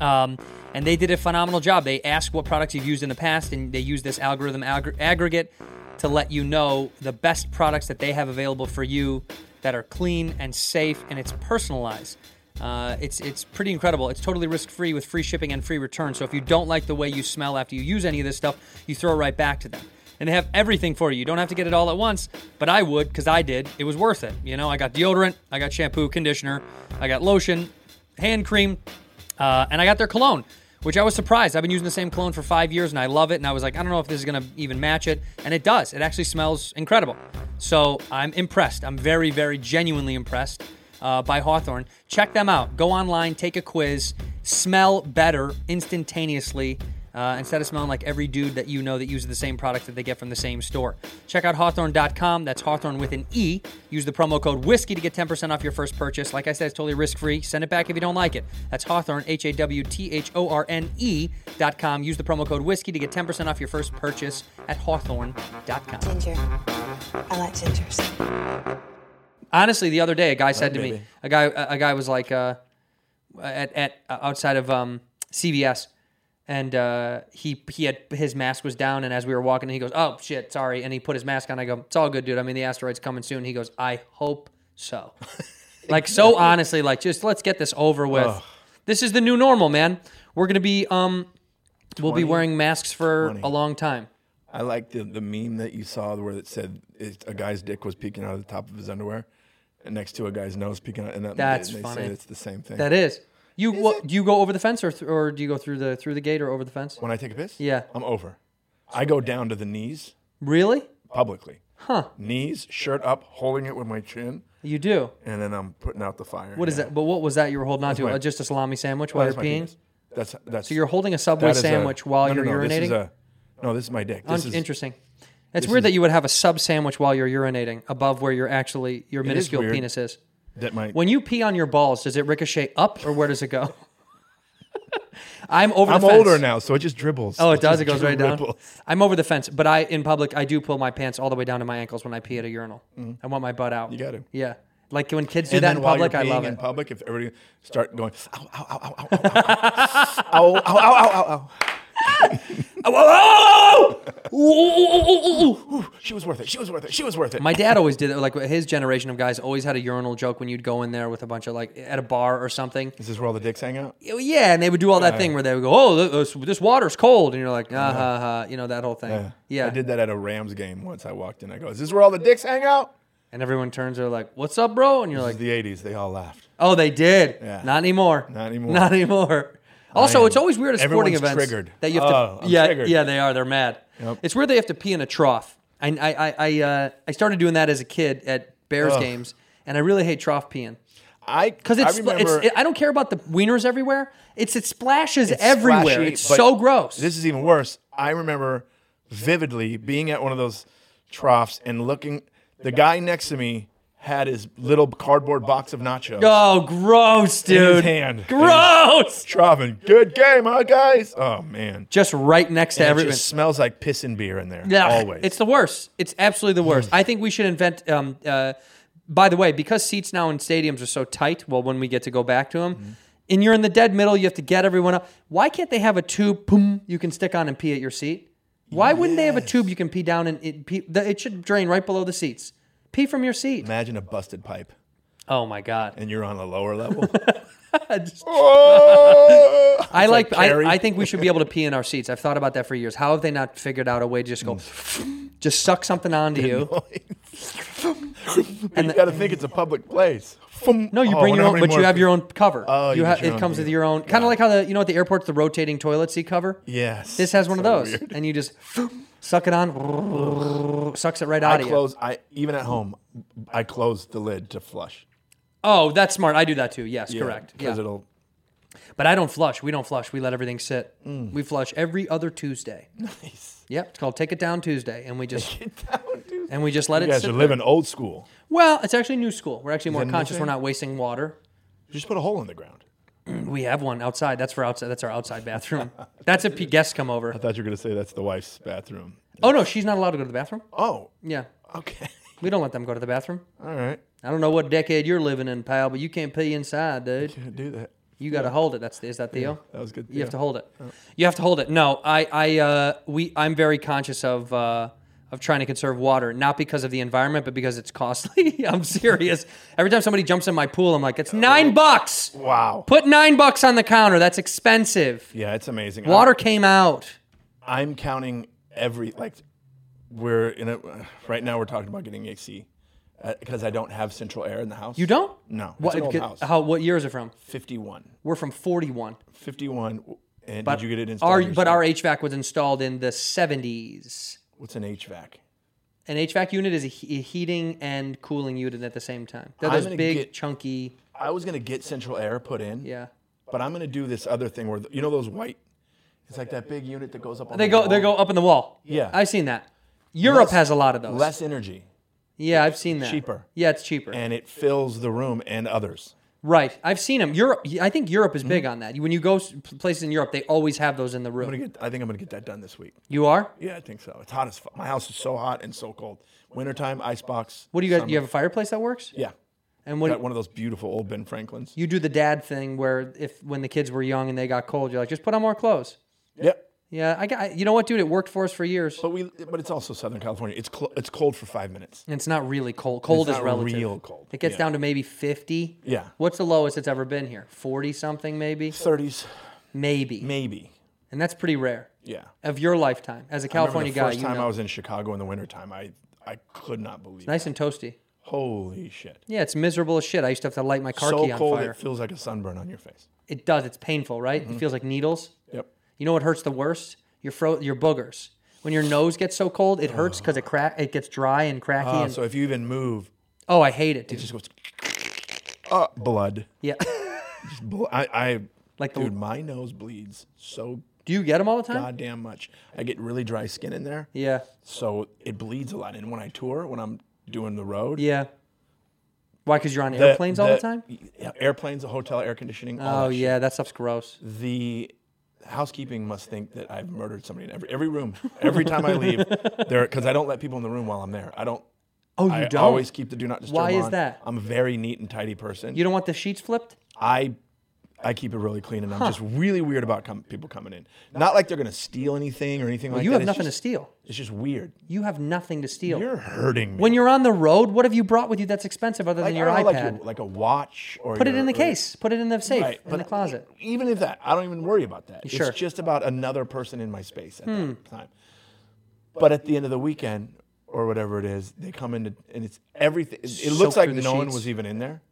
S1: Um, and they did a phenomenal job. They asked what products you've used in the past, and they use this algorithm aggr- aggregate to let you know the best products that they have available for you that are clean and safe, and it's personalized. Uh, it's it's pretty incredible. It's totally risk free with free shipping and free return. So if you don't like the way you smell after you use any of this stuff, you throw it right back to them and they have everything for you. You don't have to get it all at once, but I would because I did. It was worth it. You know, I got deodorant, I got shampoo, conditioner, I got lotion, hand cream, uh, and I got their cologne, which I was surprised. I've been using the same cologne for five years and I love it. And I was like, I don't know if this is going to even match it. And it does. It actually smells incredible. So I'm impressed. I'm very, very genuinely impressed uh, by Hawthorne. Check them out. Go online, take a quiz, smell better instantaneously uh, instead of smelling like every dude that you know that uses the same product that they get from the same store. Check out hawthorne.com. That's Hawthorne with an E. Use the promo code WHISKEY to get 10% off your first purchase. Like I said, it's totally risk free. Send it back if you don't like it. That's Hawthorne, H A W T H O R N E.com. Use the promo code WHISKEY to get 10% off your first purchase at hawthorne.com.
S7: Ginger. I like gingers.
S1: Honestly, the other day, a guy said to me, a guy, a a guy was like, uh, at at uh, outside of um, CVS, and uh, he he had his mask was down, and as we were walking, he goes, "Oh shit, sorry," and he put his mask on. I go, "It's all good, dude. I mean, the asteroid's coming soon." He goes, "I hope so." like so honestly, like just let's get this over with. This is the new normal, man. We're gonna be um, we'll be
S8: 20,
S1: wearing masks for
S8: 20.
S1: a long time.
S8: I like the, the meme that you saw where it said it, a guy's dick was peeking out of the top of his underwear and next to a guy's nose peeking out. And that,
S1: That's
S8: and they
S1: funny.
S8: say it's the same thing.
S1: That is. You what, do you go over the fence or th- or do you go through the through the gate or over the fence?
S8: when I take a piss,
S1: Yeah.
S8: I'm over. I go down to the knees
S1: Really?
S8: publicly.
S1: Huh.
S8: Knees, shirt up, holding it with my chin,
S1: You do.
S8: and then I'm putting out the fire.
S1: What is that? But what was that you were holding on to?
S8: my-
S1: Uh, just a salami sandwich
S8: Oh,
S1: while
S8: that's
S1: you're
S8: my
S1: peeing?
S8: penis. That's that's.
S1: So you're holding a Subway
S8: that is a-
S1: sandwich while
S8: no, no,
S1: you're
S8: no, This
S1: urinating?
S8: is a, no, this is my dick. This
S1: Un-
S8: is
S1: Interesting. It's weird that you would have a sub sandwich while you're urinating above where your actually your
S8: is
S1: minuscule
S8: weird.
S1: penis is.
S8: that my
S1: When you pee on your balls, does it ricochet up or where does it go? I'm over.
S8: I'm
S1: the fence.
S8: older now, so it just dribbles.
S1: Oh, it does. It
S8: just
S1: goes right down.
S8: dribbles.
S1: I'm over the fence, but I in public I do pull my pants all the way down to my ankles when I pee at a urinal. I want my butt out. You
S8: gotta.
S1: Yeah, like when kids do
S8: And
S1: that
S8: then
S1: in
S8: while you're
S1: public, I love
S8: peeing in
S1: it.
S8: public, if everybody start going, ow, ow, ow, ow, ow, ow, ow, ow, ow, ow, ow, ow,
S1: Oh, oh, oh, oh, oh, oh, oh, oh, oh.
S8: ow. She was worth it. She was worth it. She was worth it.
S1: My dad always did it. Like his generation of guys always had a urinal joke when you'd go in there with a bunch of like at a bar or something.
S8: Is this where all the dicks hang out?
S1: Yeah, and they would do all that thing where they would go, "Oh, this, this water's cold," and you're like, "Ah ha ha," you know that whole thing. Yeah,
S8: Uh-huh. I did that at a Rams game once. I walked in. I go, "Is this where all the dicks hang out?"
S1: And everyone turns, they're like, "What's up, bro?" And you're
S8: It
S1: like,
S8: was the '80s. They all laughed.
S1: Oh, they did.
S8: Yeah.
S1: Not anymore.
S8: Not anymore.
S1: Not anymore. Also,
S8: am-
S1: it's always weird at sporting
S8: everyone's
S1: events
S8: triggered.
S1: that you have to.
S8: Oh, I'm
S1: yeah,
S8: triggered.
S1: yeah, they are. They're mad.
S8: Yep.
S1: It's weird they have to pee in a trough. I I I I, uh, I started doing that as a kid at Bears
S8: Ugh.
S1: games, and I really hate trough peeing
S8: I
S1: because it's,
S8: I
S1: I,
S8: remember
S1: it's it, I don't care about the wieners everywhere. It's it splashes
S8: it's
S1: everywhere.
S8: splashy,
S1: it's
S8: but
S1: so gross.
S8: This is even worse. I remember vividly being at one of those troughs and looking. The guy next to me had his little cardboard box of nachos.
S1: oh, gross, dude.
S8: his hand.
S1: Gross.
S8: Trovin, good game, huh, guys? Oh man,
S1: Just right next to
S8: And
S1: everyone.
S8: It just smells like piss and beer in there.
S1: Yeah,
S8: always. Mm.
S1: It's the worst. It's absolutely the worst. I think we should invent. Um, uh, by the way, because seats now in stadiums are so tight, well, when we get to go back to
S8: Mm-hmm.
S1: them, and you're in the dead middle, you have to get everyone up. Why can't they have a tube? Boom, you can stick on and pee at your seat. Why wouldn't they have a tube you can pee down and it, pee, the, it should drain right below the seats? Pee from your seat.
S8: Imagine a busted pipe,
S1: Oh my god!
S8: and you're on a lower level.
S1: Just-
S8: oh!
S1: I
S8: It's
S1: like.
S8: Carrie.
S1: I, I think we should be able to pee in our seats. I've thought about that for years. How have they not figured out a way to just go, just suck something onto you?
S8: and you got to think it's a public place.
S1: No, you bring your own, but you have your own cover.
S8: Oh, you
S1: you
S8: get
S1: ha-
S8: your
S1: it
S8: own
S1: comes with
S8: thing.
S1: your own, kind of like how the you know at the airport's the rotating toilet seat cover.
S8: Yes,
S1: this has one of
S8: so
S1: those,
S8: weird.
S1: and you just suck it on, sucks it right out of
S8: I
S1: you.
S8: close. I even at home, I close the lid to flush.
S1: Oh, that's smart. I do that too. Yes, correct.
S8: Because
S1: Yeah.
S8: it'll.
S1: But I don't flush. We don't flush. We let everything sit.
S8: Mm.
S1: We flush every other Tuesday. Nice. Yep. It's called Take It Down Tuesday, and we just and we just let
S8: You
S1: it
S8: guys
S1: sit.
S8: are
S1: there.
S8: living old school.
S1: Well, it's actually new school. We're actually more
S8: it new
S1: conscious. We're
S8: thing?
S1: not wasting water.
S8: You just put a hole in the ground.
S1: We have one outside. That's for outside. That's our outside bathroom. That's if pe- guests come over.
S8: I thought you were gonna say that's the wife's bathroom.
S1: Oh no, she's not allowed to go to the bathroom.
S8: Oh,
S1: Yeah,
S8: okay.
S1: we don't let them go to the bathroom.
S8: All right.
S1: I don't know what decade you're living in, pal, but you can't pee inside, dude.
S8: Can't do that.
S1: You got to hold it. That's is that deal?
S8: that was good
S1: You have to
S8: deal.
S1: hold it. You have to hold it. No, I, I, uh, we, I'm very conscious of. Uh, of trying to conserve water, not because of the environment, but because it's costly. I'm serious. Every time somebody jumps in my pool, I'm like,
S8: Oh,
S1: it's nine bucks.
S8: Wow.
S1: Put nine bucks on the counter. That's expensive.
S8: Yeah, it's amazing.
S1: Water came out.
S8: I'm counting every like we're in a right now. We're talking about getting AC because I don't have central air in the house.
S1: You don't?
S8: No,
S1: What,
S8: it's an old
S1: because-
S8: house.
S1: How, what year is it from?
S8: 51,
S1: We're from 41.
S8: 51. And
S1: But
S8: did you get it installed?
S1: Our,
S8: yourself?
S1: but our HVAC was installed in the 70s.
S8: what's an HVAC?
S1: An HVAC unit is a, he- a heating and cooling unit at the same time. They're
S8: I'm
S1: those
S8: gonna
S1: big,
S8: get-
S1: chunky.
S8: I was gonna get central air put in.
S1: Yeah.
S8: But I'm gonna do this other thing where the, you know those white. It's like that big unit that goes up. On
S1: They
S8: the
S1: go
S8: wall.
S1: they go up in the wall.
S8: Yeah.
S1: I've seen that. Europe
S8: Less-
S1: has a lot of those.
S8: Less energy,
S1: yeah, I've seen that.
S8: cheaper.
S1: Yeah, it's cheaper.
S8: and it fills the room and others.
S1: right. I've seen them. Europe I think Europe is big on that. When you go s- places in Europe, they always have those in the
S8: Mm-hmm. I'm
S1: room.
S8: gonna get. I think I'm gonna get that done this week.
S1: you are?
S8: Yeah, I think so. It's hot as fuck. My house is so hot and so cold. Wintertime, icebox.
S1: What do you got? You
S8: summer.
S1: have a fireplace that works?
S8: Yeah.
S1: And what
S8: got one of those beautiful old Ben Franklins.
S1: you do the dad thing where if when the kids were young and they got cold, you're like, just put on more clothes.
S8: Yep.
S1: Yeah, I got. You know what, dude? It worked for us for years.
S8: But we, but it's also Southern California. It's cl- it's cold for five minutes.
S1: And it's not really cold. Cold
S8: It's
S1: is
S8: not
S1: relative.
S8: real cold.
S1: It gets
S8: Yeah.
S1: down to maybe fifty.
S8: Yeah.
S1: What's the lowest it's ever been here? Forty something, maybe.
S8: Thirties,
S1: Maybe.
S8: maybe.
S1: And that's pretty rare.
S8: Yeah.
S1: Of your lifetime, as a
S8: I remember
S1: California
S8: the
S1: guy,
S8: First
S1: you
S8: time
S1: know.
S8: I was in Chicago in the wintertime, I I could not believe.
S1: nice and toasty.
S8: it. Holy shit.
S1: Yeah, it's miserable as shit. I used to have to light my car
S8: so
S1: key on
S8: cold Mm-hmm.
S1: fire.
S8: it feels like a sunburn on your face.
S1: It does. It's painful, right? It feels like needles.
S8: Yep.
S1: You know what hurts the worst? Your fro- your boogers. When your nose gets so cold, it hurts because it crack. It gets dry and cracky.
S8: Uh,
S1: and,
S8: so if you even move,
S1: oh, I hate it, dude.
S8: it just goes. Uh, blood.
S1: yeah.
S8: Bl- I, I
S1: Like the-
S8: dude, my nose bleeds so
S1: Do you get them all the time?
S8: goddamn much. I get really dry skin in there.
S1: Yeah.
S8: So it bleeds a lot. And when I tour, when I'm doing the road,
S1: Yeah. Why? Because you're on airplanes all the time.
S8: Yeah, airplanes, the hotel, air conditioning. All
S1: Oh
S8: that shit.
S1: yeah, that stuff's gross.
S8: The housekeeping must think that I've murdered somebody in every every room. Every time I leave, there because I don't let people in the room while I'm there. I don't.
S1: Oh, you
S8: I
S1: don't.
S8: always keep the do not disturb.
S1: Why is
S8: on.
S1: that?
S8: I'm a very neat and tidy person.
S1: You don't want the sheets flipped?
S8: I I keep it really clean, and I'm just really weird about com- people coming in. Not like they're gonna steal anything or anything like
S1: you
S8: that.
S1: have
S8: It's
S1: nothing
S8: just-
S1: to steal.
S8: It's just weird.
S1: You have nothing to steal.
S8: You're hurting me.
S1: when you're on the road, what have you brought with you that's expensive other than
S8: Like, I
S1: your
S8: don't know, like
S1: iPad?
S8: your- like a watch or
S1: Put it
S8: your-
S1: in the
S8: or-
S1: case. Put it in the safe.
S8: Right,
S1: in the closet.
S8: Even if that, I don't even worry about that.
S1: Sure. Hmm.
S8: It's just about another person in my space at that time. But at the end of the weekend or whatever it is, they come in to- and it's everything. It, it
S1: Soaked
S8: looks like
S1: through
S8: no
S1: the
S8: one
S1: sheets.
S8: was even in there.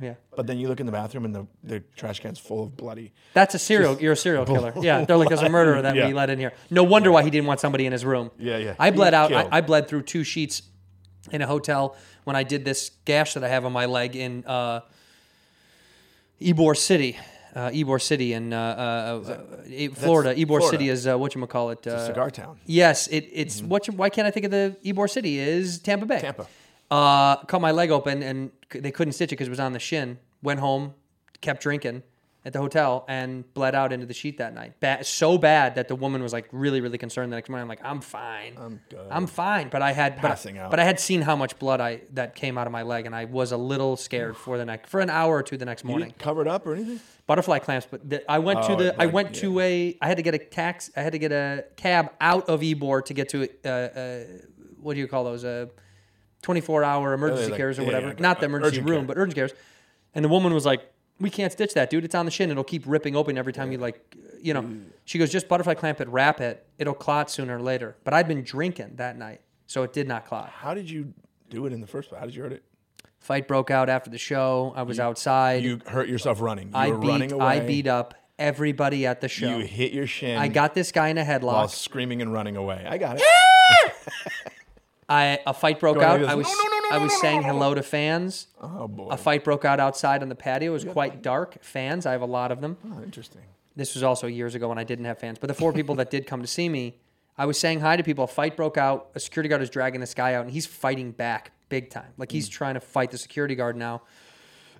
S1: Yeah.
S8: But then you look in the bathroom and the, the trash can's full of bloody.
S1: That's a serial. You're a serial killer. Yeah, they're like there's a murderer that
S8: Yeah.
S1: we let in here. No wonder why he didn't want somebody in his room.
S8: Yeah, yeah.
S1: I
S8: He
S1: bled out. I,
S8: killed.
S1: I bled through two sheets in a hotel when I did this gash that I have on my leg in uh, Ybor City. Uh, Ybor City in uh, uh, uh, Florida. Ybor
S8: Florida.
S1: City is uh, what you call it. Uh,
S8: Cigar Town.
S1: Yes, it, it's what. Why can't I think of the Ybor City? Is Tampa Bay?
S8: Mm-hmm. Tampa.
S1: Uh, cut my leg open and c- they couldn't stitch it because it was on the shin. Went home, kept drinking at the hotel, and bled out into the sheet that night. Ba- so bad that the woman was like really, really concerned. The next morning, I'm like, I'm fine. I'm
S8: good.
S1: I'm fine. But I had but,
S8: Passing out.
S1: But I had seen how much blood I that came out of my leg, and I was a little scared for the next for an hour or two the next
S8: You
S1: morning
S8: didn't cover it up or anything?
S1: butterfly clamps. But the, I went to
S8: Oh,
S1: the I
S8: like,
S1: went
S8: yeah.
S1: to a I had to get a tax I had to get a cab out of Ebor to get to uh, uh, what do you call those uh, twenty four hour emergency
S8: like-
S1: cares or
S8: yeah,
S1: whatever.
S8: yeah, like,
S1: Not the
S8: uh,
S1: emergency
S8: urgent
S1: room,
S8: care.
S1: but urgent cares. And the woman was like, "We can't stitch that, dude. It's on the shin. It'll keep ripping open every time you like." You know,
S8: Mm.
S1: she goes, "Just butterfly clamp it, wrap it. It'll clot sooner or later." But I'd been drinking that night, so it did not clot.
S8: How did you do it in the first place? How did you hurt it?
S1: Fight broke out after the show. I was outside.
S8: You hurt yourself running. You
S1: I
S8: were
S1: beat.
S8: running away.
S1: I beat up everybody at the show.
S8: You hit your shin.
S1: I got this guy in a headlock.
S8: while screaming and running away. I got it.
S1: I a fight broke
S8: Going like
S1: out.
S8: this.
S1: I was
S8: No, no, no, no,
S1: I was
S8: no, no,
S1: saying
S8: no, no.
S1: hello to fans.
S8: Oh boy.
S1: A fight broke out outside on the patio. It was quite dark. Fans, I have a lot of them.
S8: Oh, interesting.
S1: This was also years ago when I didn't have fans. But the four people that did come to see me, I was saying hi to people. A fight broke out. A security guard is dragging this guy out, and he's fighting back big time. Like
S8: Hmm.
S1: he's trying to fight the security guard now.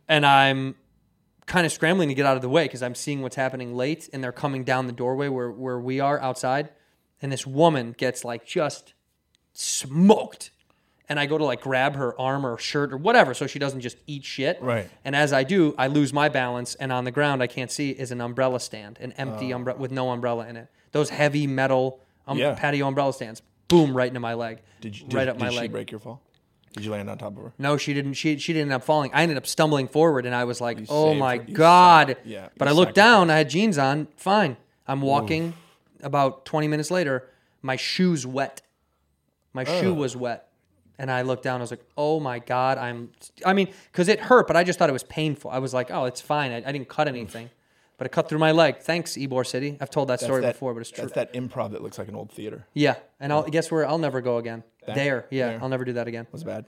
S1: And I'm kind of scrambling to get out of the way because I'm seeing what's happening late, and they're coming down the doorway where where we are outside. And this woman gets like just smoked. And I go to like grab her arm or shirt or whatever so she doesn't just eat shit.
S8: Right.
S1: And as I do, I lose my balance, and on the ground I can't see is an umbrella stand, an empty umbrella with no umbrella in it. Those heavy metal um,
S8: Oh. Yeah.
S1: patio umbrella stands, boom, right into my leg,
S8: Did you
S1: right
S8: did,
S1: up my
S8: did she
S1: leg.
S8: break your fall? Did you land on top of her?
S1: No, she didn't. She she didn't end up falling. I ended up stumbling forward, and I was like, "Oh
S8: saved
S1: my
S8: her. You
S1: god!"
S8: sac- yeah,
S1: But
S8: you
S1: I looked
S8: sacrificed.
S1: down. I had jeans on. Fine. I'm walking. About 20 minutes later, my shoe's wet. My shoe was wet, and I looked down. I was like, "Oh my god!" I'm. I mean, because it hurt, but I just thought it was painful. I was like, "Oh, it's fine. I, I didn't cut anything." But it cut through my leg. Thanks, Ybor City. I've told that story
S8: that,
S1: before, but it's true.
S8: That's that improv that looks like an old theater.
S1: Yeah, and I'll guess where I'll never go again.
S8: That-
S1: there, yeah,
S8: there.
S1: I'll never do that again.
S8: It was bad.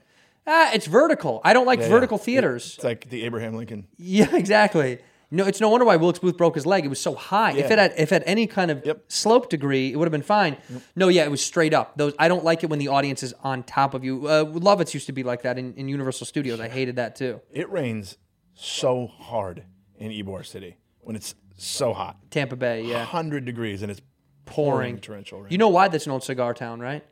S1: Ah, it's vertical. I don't like
S8: Yeah, yeah.
S1: vertical
S8: It-
S1: theaters.
S8: It's like the Abraham Lincoln.
S1: Yeah, exactly. No, it's no wonder why Wilkes Booth broke his leg. It was so high. If
S8: Yeah.
S1: it had if it had any kind of
S8: Yep.
S1: slope degree, it would have been fine. No, yeah, it was straight up. Those I don't like it when the audience is on top of you. Uh, Lovitz used to be like that in, in Universal Studios. I hated that too.
S8: It rains so hard in Ybor City when it's so hot,
S1: Tampa Bay, yeah,
S8: hundred degrees, and it's pouring,
S1: pouring.
S8: torrential rain.
S1: You know why that's an old cigar town, right?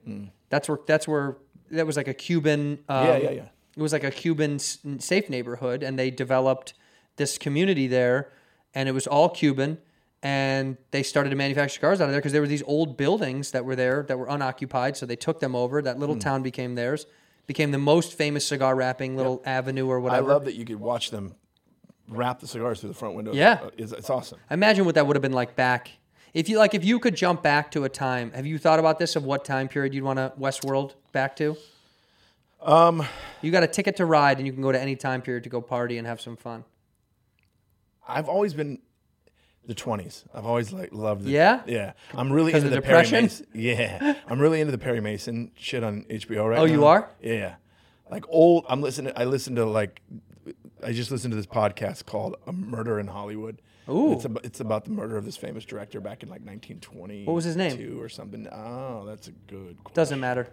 S1: That's where that's where that was like a Cuban. Um,
S8: yeah, yeah, yeah.
S1: It was like a Cuban s- safe neighborhood, and they developed this community there, and it was all Cuban. And they started to manufacture cars out of there because there were these old buildings that were there that were unoccupied. So they took them over. That little
S8: Hmm.
S1: town became theirs, became the most famous cigar wrapping little avenue or
S8: I
S1: whatever.
S8: love that you could watch them wrap the cigars through the front window.
S1: Yeah.
S8: Uh, it's, it's awesome.
S1: Imagine what that would have been like back. If you like, if you could jump back to a time, have you thought about this? Of what time period you'd want to Westworld back to? Um,
S8: Um,
S1: you got a ticket to ride, and you can go to any time period to go party and have some fun.
S8: I've always been the twenties. I've always like loved. The,
S1: Yeah?
S8: yeah. I'm really
S1: 'Cause
S8: into the
S1: of
S8: Perry
S1: depression?
S8: Mason. Yeah, I'm really into the Perry Mason shit on HBO right now.
S1: Oh, you are?
S8: Yeah, like old. I'm listening. I listen to like. I just listened to this podcast called "A Murder in Hollywood."
S1: Ooh.
S8: it's about, it's about the murder of this famous director back in like 1920.
S1: What was his name?
S8: Or something. Oh, that's a good. Question.
S1: Doesn't matter.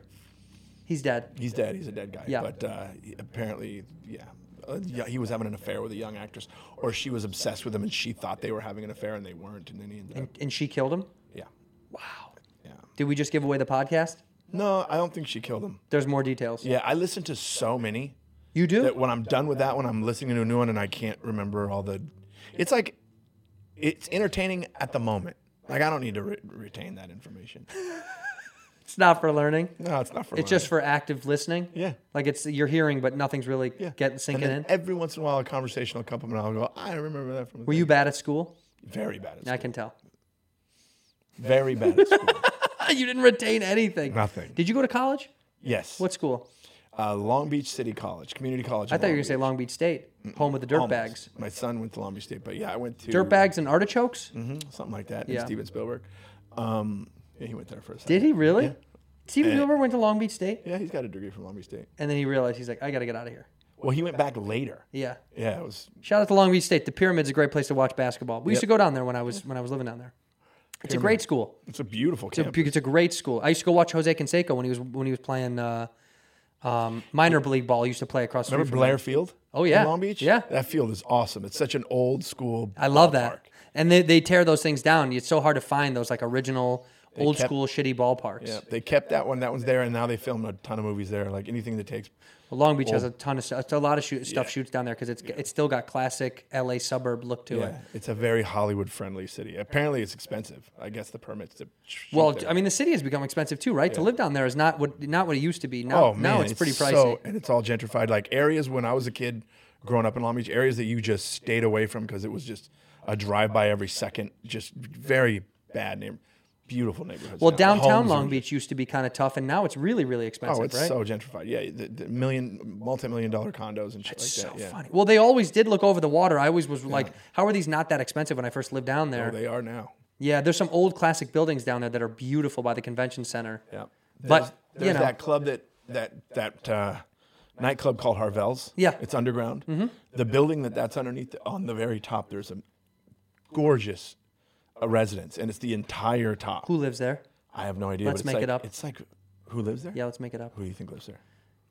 S1: He's dead.
S8: He's dead. He's a dead guy.
S1: Yeah.
S8: But uh, he- apparently, yeah, uh, yeah, he was having an affair with a young actress, or she was obsessed with him and she thought they were having an affair and they weren't, and then he ended up,
S1: And she killed him?
S8: yeah,
S1: Did we just give away the podcast?
S8: no, I don't think she killed him.
S1: There's more details.
S8: Yeah, I listened to so many
S1: You do?
S8: that when I'm done with that one, I'm listening to a new one and I can't remember all the. It's like, it's entertaining at the moment. Like I don't need to re- retain that information.
S1: it's not for learning.
S8: No, it's not for.
S1: It's just for active listening.
S8: Yeah.
S1: Like it's you're hearing, but nothing's really
S8: Yeah.
S1: getting sinking
S8: and then
S1: in.
S8: Every once in a while, a conversational compliment, I'll go, I remember that from.
S1: Were you bad at school?
S8: very bad at
S1: I
S8: school?
S1: can tell.
S8: Very bad at school.
S1: you didn't retain anything.
S8: Nothing.
S1: Did you go to college?
S8: yes.
S1: What school?
S8: uh, Long Beach City College, community college?
S1: I thought you were gonna say Long Beach State, home of the dirt bags.
S8: My son went to Long Beach State, but yeah, I went to
S1: Dirt bags and artichokes?
S8: Mm-hmm. something like that.
S1: Yeah.
S8: And Steven Spielberg. Um, yeah, he went there for a second.
S1: Did he really? Steven
S8: Eh.
S1: Spielberg went to Long Beach State,
S8: Yeah, he's got a degree from Long Beach State.
S1: and then he realized he's like, I gotta get out of here.
S8: Well, he went back later.
S1: Yeah.
S8: Yeah, it was
S1: Shout out to Long Beach State. The Pyramid's a great place to watch basketball. We used to go down there when I was when I was living down there. It's a great school.
S8: It's a beautiful
S1: It's a,
S8: campus.
S1: it's a great school. I used to go watch Jose Canseco when he was when he was playing uh, um, minor league ball. He used to play across. the street
S8: Remember
S1: from
S8: Blair Field?
S1: Oh, yeah.
S8: in Long Beach.
S1: Yeah.
S8: that field is awesome. It's such an old school.
S1: I love that.
S8: ballpark.
S1: And they, they tear those things down. It's so hard to find those like original old
S8: kept-
S1: school shitty ballparks.
S8: Yeah, they kept that one. That one's there, and now they film a ton of movies there. Like anything that takes.
S1: Well, Long Beach has a ton of stuff. A lot of shoot, stuff shoots down there because it's it's still got classic LA suburb look to it.
S8: Yeah, it's a very Hollywood-friendly city. Apparently, it's expensive. I guess the permits to. shoot
S1: Well,
S8: there.
S1: I mean, the city has become expensive too, right? To live down there is not what not what it used to be. Now,
S8: oh man,
S1: now it's, pretty pricey.
S8: So, and it's all gentrified. Like areas when I was a kid, growing up in Long Beach, areas that you just stayed away from because it was just a drive-by every second. Just very bad name. Beautiful neighborhoods.
S1: well,
S8: now.
S1: downtown
S8: Homes
S1: Long
S8: are-
S1: Beach used to be kind of tough, and now it's really, really expensive,
S8: Oh, it's
S1: right?
S8: so gentrified. Yeah, the, the million, multi-million dollar condos and shit
S1: so
S8: like that. yeah.
S1: funny. Well, they always did look over the water. I always was like, how are these not that expensive when I first lived down there?
S8: Oh, they are now.
S1: yeah, there's some old classic buildings down there that are beautiful by the convention center.
S8: Yeah.
S1: But,
S8: there's
S1: you know-
S8: that club that that that uh, nightclub called Harvell's.
S1: Yeah. Mm-hmm.
S8: It's underground. The building that that's underneath, on the very top, there's a gorgeous uh, residence, and it's the entire top.
S1: Who lives there?
S8: I have no idea.
S1: Let's
S8: but it's
S1: make
S8: like,
S1: it up.
S8: It's like who lives there?
S1: Yeah, let's make it up.
S8: Who do you think lives there?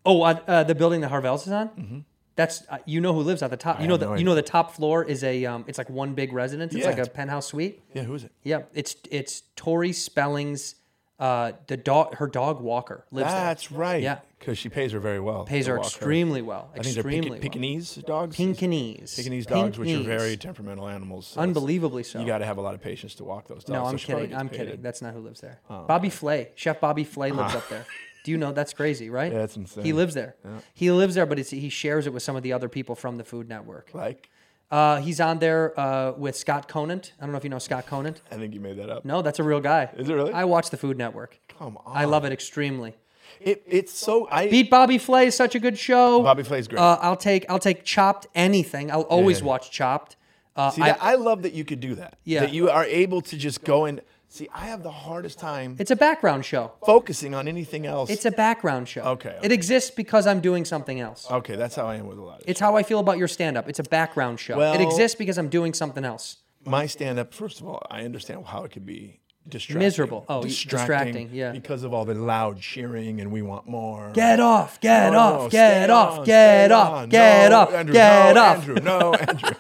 S1: Oh, uh, uh, the building that Harvell's is on. That's uh, you know who lives at the top. You know
S8: Mm-hmm. have
S1: the
S8: no
S1: you
S8: idea.
S1: know the top floor is a um, it's like one big residence. It's
S8: Yeah,
S1: like a
S8: it's-
S1: penthouse suite.
S8: Yeah, who is it?
S1: Yeah, it's it's Tori Spelling's uh, the dog her dog Walker lives
S8: That's right.
S1: Yeah.
S8: because she pays her very well.
S1: there. Pays
S8: to
S1: her
S8: walk
S1: extremely well.
S8: I think they're
S1: Extremely
S8: Pekin- Pekingese dogs.
S1: well. Pinkinese.
S8: Pekingese dogs, which are
S1: Pinkinese.
S8: very temperamental animals. so it's-
S1: unbelievably so.
S8: You got to have a lot of patience to walk those dogs.
S1: no,
S8: Oh, so
S1: I'm
S8: she probably
S1: kidding.
S8: gets
S1: I'm
S8: paid Oh.
S1: kidding.
S8: it.
S1: That's not who lives there. Bobby Flay, Chef Bobby Flay lives up there. Do you know that's crazy, right?
S8: Yeah, that's insane.
S1: He lives there. He lives there, but it's, he shares it with some of the other people from the Food Network.
S8: like.
S1: Uh, he's on there uh, with Scott Conant. I don't know if you know Scott Conant.
S8: I think you made that up.
S1: No, that's a real guy.
S8: Is it really?
S1: I watch the Food Network.
S8: Come on.
S1: I love it extremely.
S8: It, it's so I
S1: Beat Bobby Flay is such a good show.
S8: Bobby Flay is great.
S1: Uh, I'll take I'll take Chopped anything. I'll always
S8: yeah.
S1: watch Chopped. Uh,
S8: see
S1: I-
S8: that I love that you could do that.
S1: Yeah.
S8: That you are able to just go and see I have the hardest time
S1: it's a background show.
S8: focusing on anything else.
S1: It's a background show.
S8: Okay,
S1: It
S8: okay.
S1: exists because I'm doing something else.
S8: Okay, that's how I am with a lot of
S1: It's how I feel about your stand up. It's a background show. it
S8: Well-
S1: exists because I'm doing something else.
S8: my stand up, first of all, I understand how it could be distracting.
S1: Miserable. Oh, y- distracting, yeah.
S8: Because of all the loud cheering and we want more.
S1: Get off, get
S8: No, no,
S1: off, get
S8: Oh, stay
S1: off,
S8: on,
S1: get
S8: stay
S1: off,
S8: on.
S1: get
S8: No,
S1: off,
S8: Andrew,
S1: get
S8: no,
S1: off.
S8: Andrew, no, Andrew.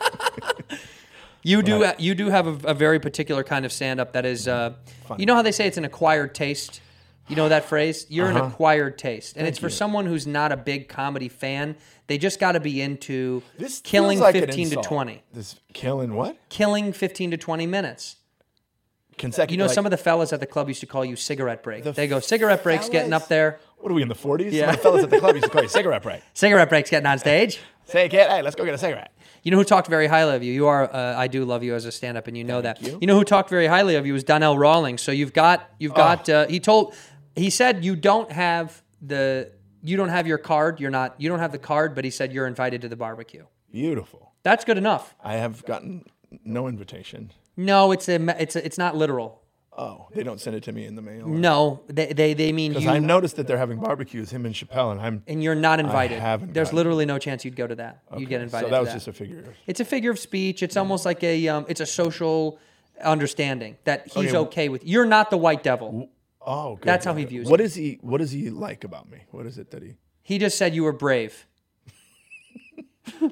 S1: You do you do have a, a very particular kind of stand up that is uh, you know how they say it's an acquired taste. You know that phrase? You're
S8: Uh-huh.
S1: an acquired taste, and it's for someone who's not a big comedy fan. They just got to be into
S8: This feels
S1: killing
S8: like an
S1: 15 to
S8: insult.
S1: 20,
S8: This killing what?
S1: killing 15 to 20 minutes.
S8: Consecutive.
S1: You know,
S8: like-
S1: some of the fellas at the club used to call you cigarette break.
S8: The
S1: they go cigarette breaks getting
S8: fellas?
S1: up there,
S8: What are we in the 40s?
S1: Yeah.
S8: My fellas at the club used to call you cigarette break.
S1: cigarette breaks getting on stage.
S8: Say, kid, hey, let's go get a cigarette.
S1: You know who talked very highly of you? You are uh, I do love you as a stand up and you know that. You. know who talked very highly of you was Donnell Rawlings. So you've got
S8: Oh.
S1: you've got uh, he told he said you don't have the you don't have your card, you're not you don't have the card, but he said you're invited to the barbecue.
S8: Beautiful.
S1: That's good enough.
S8: I have gotten no invitation.
S1: No, it's a me- it's a, it's not literal.
S8: Oh, they don't send it to me in the mail.
S1: No, they they, they mean
S8: Because
S1: you
S8: I noticed that they're having barbecues, him and Chappelle, and I'm.
S1: and you're not invited.
S8: haven't
S1: There's
S8: gotten-
S1: literally no chance you'd go to that. You'd get invited.
S8: so that
S1: to
S8: was
S1: that.
S8: just a figure.
S1: It's a figure of speech. It's almost like a um, it's a social understanding that he's okay,
S8: Okay.
S1: with. You're not the white devil.
S8: Oh, good.
S1: That's how
S8: good,
S1: he
S8: good.
S1: views
S8: What
S1: it.
S8: is he? What is he like about me? What is it that he?
S1: He just said you were brave.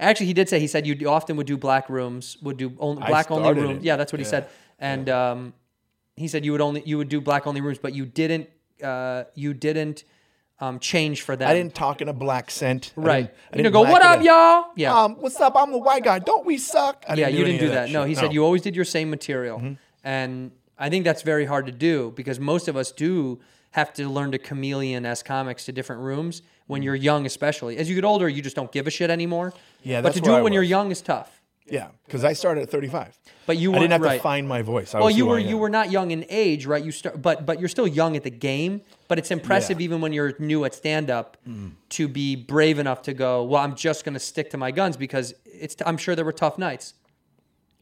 S1: Actually, he did say he said you often would do black rooms, would do only,
S8: I
S1: black only
S8: started
S1: rooms.
S8: it.
S1: Yeah, that's what he
S8: Yeah.
S1: said. And um, he said you would only you would do black only rooms, but you didn't uh, you didn't um, change for that.
S8: I didn't talk in a black scent. I
S1: Right.
S8: didn't- I
S1: You know,
S8: didn't
S1: go
S8: black
S1: what
S8: it
S1: up,
S8: in.
S1: y'all? Yeah.
S8: Um, what's up? I'm the white guy. Don't we suck? I
S1: yeah, you
S8: any
S1: didn't do
S8: of
S1: that. No,
S8: shit. Mm-hmm.
S1: he said you always did your same material. And I think that's very hard to do because most of us do have to learn to chameleon as comics to different rooms when
S8: Mm.
S1: you're young, especially. As you get older, you just don't give a shit anymore.
S8: Yeah,
S1: But
S8: that's
S1: to do
S8: where
S1: it
S8: I
S1: when you're
S8: was.
S1: young is tough.
S8: Yeah, because I started at 35.
S1: But you
S8: I
S1: weren't-
S8: didn't have
S1: right.
S8: to find my voice. I
S1: Well,
S8: was
S1: you
S8: who
S1: were
S8: I am.
S1: you were not young in age, right? You start, but but you're still young at the game. But it's impressive,
S8: Yeah.
S1: even when you're new at stand up, to be brave enough to go. Well, I'm just going to stick to my guns because it's. T- I'm sure there were tough nights.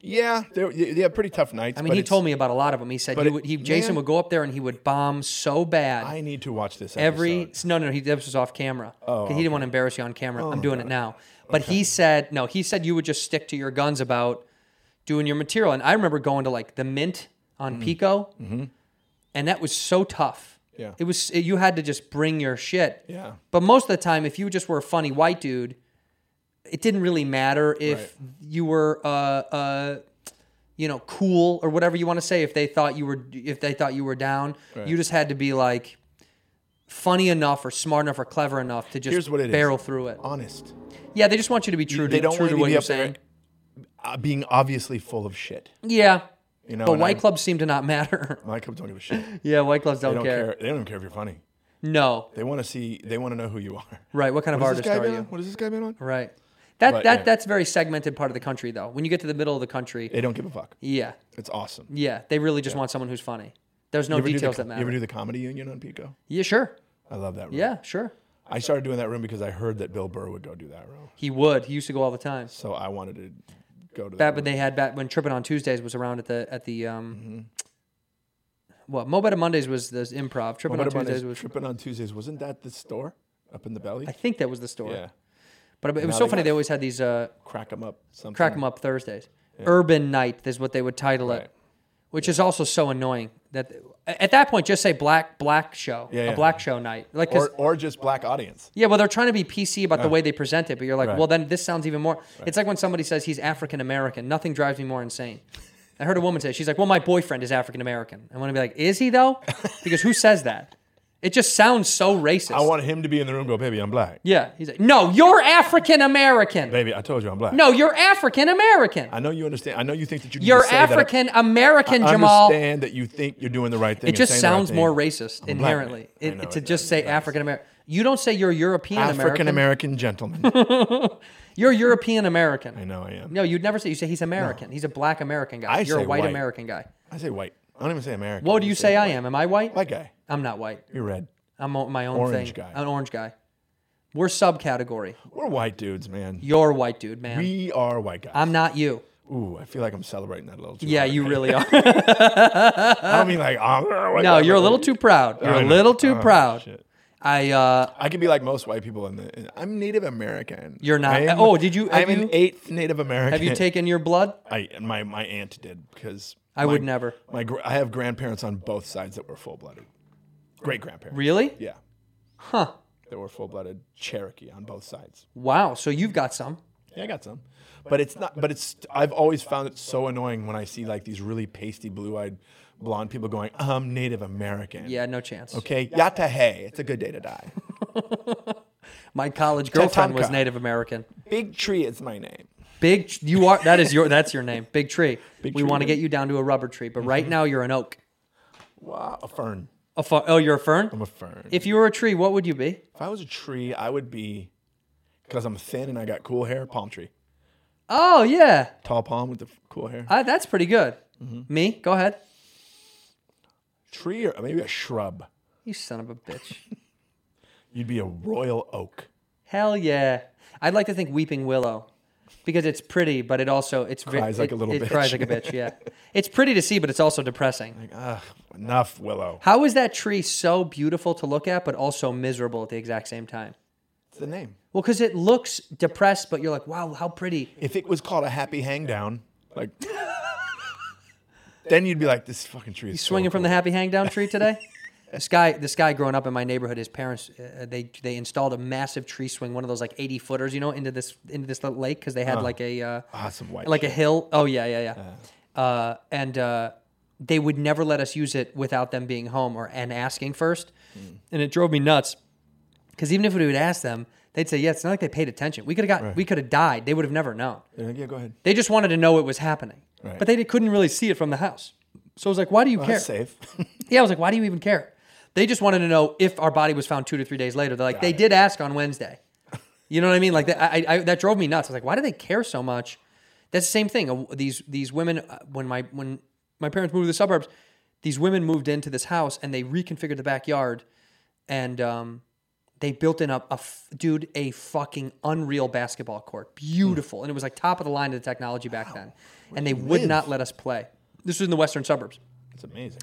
S8: Yeah, they were, yeah, pretty tough nights.
S1: I mean, he told me about a lot of them. He said
S8: but
S1: he
S8: it-
S1: would. He Jason
S8: man.
S1: would go up there and he would bomb so bad.
S8: I need to watch this
S1: every
S8: episode.
S1: no no he this was off camera oh, he didn't want to embarrass you on
S8: Oh,
S1: camera i'm doing it now but he said no he said you would just stick to your guns about doing your material and i remember going to like the mint
S8: Mm.
S1: on pico and that was so tough
S8: Mm-hmm. Yeah.
S1: it was you had to just bring your shit
S8: Yeah.
S1: but most of the time if you just were a funny white dude it didn't really matter if
S8: Right.
S1: you were uh uh you know cool or whatever you want to say if they thought you were if they thought you were down you just had to be like funny enough or smart enough or clever enough to just
S8: Here's what it is.
S1: barrel through it
S8: Honest.
S1: yeah they just want you to be true to,
S8: they don't
S1: true
S8: want
S1: to
S8: you to
S1: what
S8: be
S1: you're
S8: up there
S1: saying
S8: Uh, being obviously full of shit.
S1: yeah
S8: You know,
S1: but
S8: and
S1: white
S8: I'm-
S1: clubs seem to not matter
S8: My club don't give a shit. They
S1: yeah white clubs don't,
S8: don't
S1: care.
S8: care. They don't even care if you're funny.
S1: no
S8: They want to see. They want to know who you are.
S1: right what kind
S8: What
S1: of
S8: has
S1: artist
S8: this guy
S1: are
S8: been
S1: you
S8: on? What has this guy been on?
S1: right that
S8: But,
S1: that
S8: yeah.
S1: that's very segmented part of the country though when you get to the middle of the country
S8: They don't give a fuck.
S1: yeah
S8: It's awesome.
S1: yeah they really just want someone who's funny there's no
S8: you ever do the
S1: details
S8: co-
S1: that
S8: You
S1: matter
S8: ever do the comedy union on Pico?
S1: yeah sure
S8: I love that room.
S1: yeah sure
S8: I started doing that room because I heard that Bill Burr would go do that room.
S1: he would he used to go all the time
S8: So I wanted to go to
S1: back
S8: that.
S1: when they had back when tripping on Tuesdays was around at the at the um
S8: Mm-hmm.
S1: what Mo Better Mondays was the improv tripping on
S8: What about
S1: Tuesdays
S8: his
S1: was
S8: tripping on Tuesdays? Wasn't that the store up in the belly?
S1: I think that was the store
S8: Yeah.
S1: but it was
S8: Now
S1: so
S8: they
S1: funny
S8: got-
S1: they always had these uh
S8: Crack them up. Something.
S1: crack 'em up Thursdays urban night is what they would title
S8: Right.
S1: it which is also so annoying that at that point just say black black show
S8: Yeah,
S1: a
S8: yeah.
S1: black show night like 'cause-
S8: Or, or just black audience.
S1: Yeah, well, they're trying to be PC about the way they present it, but you're like,
S8: Uh. Right.
S1: well, then this sounds even more. It's like when somebody says he's African American. Nothing drives me more insane. I heard a woman say, she's like, well, my boyfriend is African American. I want to be like, is he though? Because who says that? It just sounds so racist.
S8: I want him to be in the room and go, baby, I'm black.
S1: yeah, he's like, no, you're African American.
S8: Baby, I told you I'm black.
S1: No, you're African American.
S8: I know you understand. I know you think that you need
S1: You're
S8: to say that.
S1: African
S8: I
S1: American, Jamal.
S8: understand that you think you're doing the right thing.
S1: It
S8: and
S1: just
S8: saying the right
S1: sounds
S8: thing.
S1: more racist
S8: I'm a black man.
S1: inherently
S8: I
S1: it,
S8: know
S1: to
S8: it
S1: just
S8: does.
S1: say
S8: It does.
S1: African American. You don't say you're European
S8: African
S1: American.
S8: American gentleman.
S1: You're European American.
S8: I know I am.
S1: No, you'd never say. You say he's American. He's a black American guy.
S8: I
S1: You're a
S8: say
S1: white,
S8: white.
S1: American guy.
S8: I say white. I don't even say American.
S1: What do you say I
S8: white.
S1: am? Am I white?
S8: White guy.
S1: I'm not white.
S8: You're red.
S1: I'm o- my own
S8: Orange
S1: thing.
S8: guy.
S1: An orange guy. We're subcategory.
S8: We're white dudes, man.
S1: You're white, dude, man.
S8: we are white guys.
S1: I'm not you.
S8: Ooh, I feel like I'm celebrating that a little too.
S1: Yeah,
S8: hard.
S1: you really are.
S8: I don't mean like. Oh,
S1: no, you're a little too proud. You're a little too proud.
S8: shit.
S1: I uh,
S8: I could be like most white people. In the, in- I'm Native American.
S1: You're not-
S8: I'm-
S1: oh, did you- have
S8: I'm
S1: you-
S8: an eighth Native American.
S1: have you taken your blood?
S8: I my my aunt did because
S1: I
S8: my-
S1: would never.
S8: My gr- I have grandparents on both sides that were full blooded. Great grandparents.
S1: Really?
S8: Yeah,
S1: Huh.
S8: they were full blooded Cherokee on both sides.
S1: Wow. So you've got some.
S8: Yeah, I got some. But it's not. But it's. I've always found it so annoying when I see like these really pasty, blue-eyed, blonde people going, "I'm Native American."
S1: Yeah, no chance.
S8: Okay. Yatta hey, it's a good day to die.
S1: My college girlfriend was
S8: Tatanka.
S1: Native American.
S8: Big Tree is my name.
S1: Big, tr- you are. That is your. That's your name. Big tree. we
S8: tree, Mm-hmm.
S1: want to
S8: baby.
S1: get you down to a rubber tree, but right now you're an oak.
S8: Wow, a fern.
S1: A fu- oh, you're a fern.
S8: I'm a fern.
S1: if you were a tree, what would you be?
S8: If I was a tree, I would be, because I'm thin and I got cool hair, palm tree.
S1: Oh yeah,
S8: Tall palm with the f- cool hair.
S1: I, that's pretty good.
S8: Mm-hmm.
S1: Me, go ahead.
S8: Tree or maybe a shrub.
S1: You son of a bitch.
S8: You'd be a royal oak.
S1: Hell yeah. I'd like to think weeping willow because it's pretty, but it also it's ve-
S8: Cries like
S1: it-
S8: a little
S1: It
S8: bitch.
S1: cries like a bitch. Yeah, it's pretty to see, but it's also depressing.
S8: Ugh, enough, Willow.
S1: How is that tree so beautiful to look at, but also miserable at the exact same time?
S8: It's the name.
S1: Well, because it looks depressed, but you're like, wow, how pretty.
S8: If it was called a happy hang down, like, then you'd be like, this fucking tree is
S1: Swinging
S8: so
S1: from the happy hang down tree today? This guy, this guy growing up in my neighborhood, his parents uh, they they installed a massive tree swing, one of those like eighty footers, you know, into this into this little lake because they had like a uh,
S8: Awesome white
S1: like a
S8: shit.
S1: hill. Oh yeah, yeah, yeah. Uh, and uh, they would never let us use it without them being home or and asking first,
S8: Hmm.
S1: and it drove me nuts because even if we would ask them, they'd say, "Yeah, it's not like they paid attention. We could have got, we could have died. They would have never known.
S8: They're like, yeah, go ahead.
S1: They just wanted to know it was happening,
S8: Right.
S1: but they couldn't really see it from the house. So I was like, "Why do you care?
S8: That's safe.
S1: Yeah, I was like, why do you even care? They just wanted to know if our body was found two to three days later. They're like, they did ask on Wednesday. You know what I mean? Like that, I, I, that drove me nuts. I was like, why do they care so much? That's the same thing. Uh, These these women, uh, when my when my parents moved to the suburbs, these women moved into this house and they reconfigured the backyard, and um, they built in a, a f- dude a fucking unreal basketball court, beautiful, and it was like top of the line of the technology back then, and they would
S8: live?
S1: not let us play. This was in the western suburbs.
S8: That's amazing.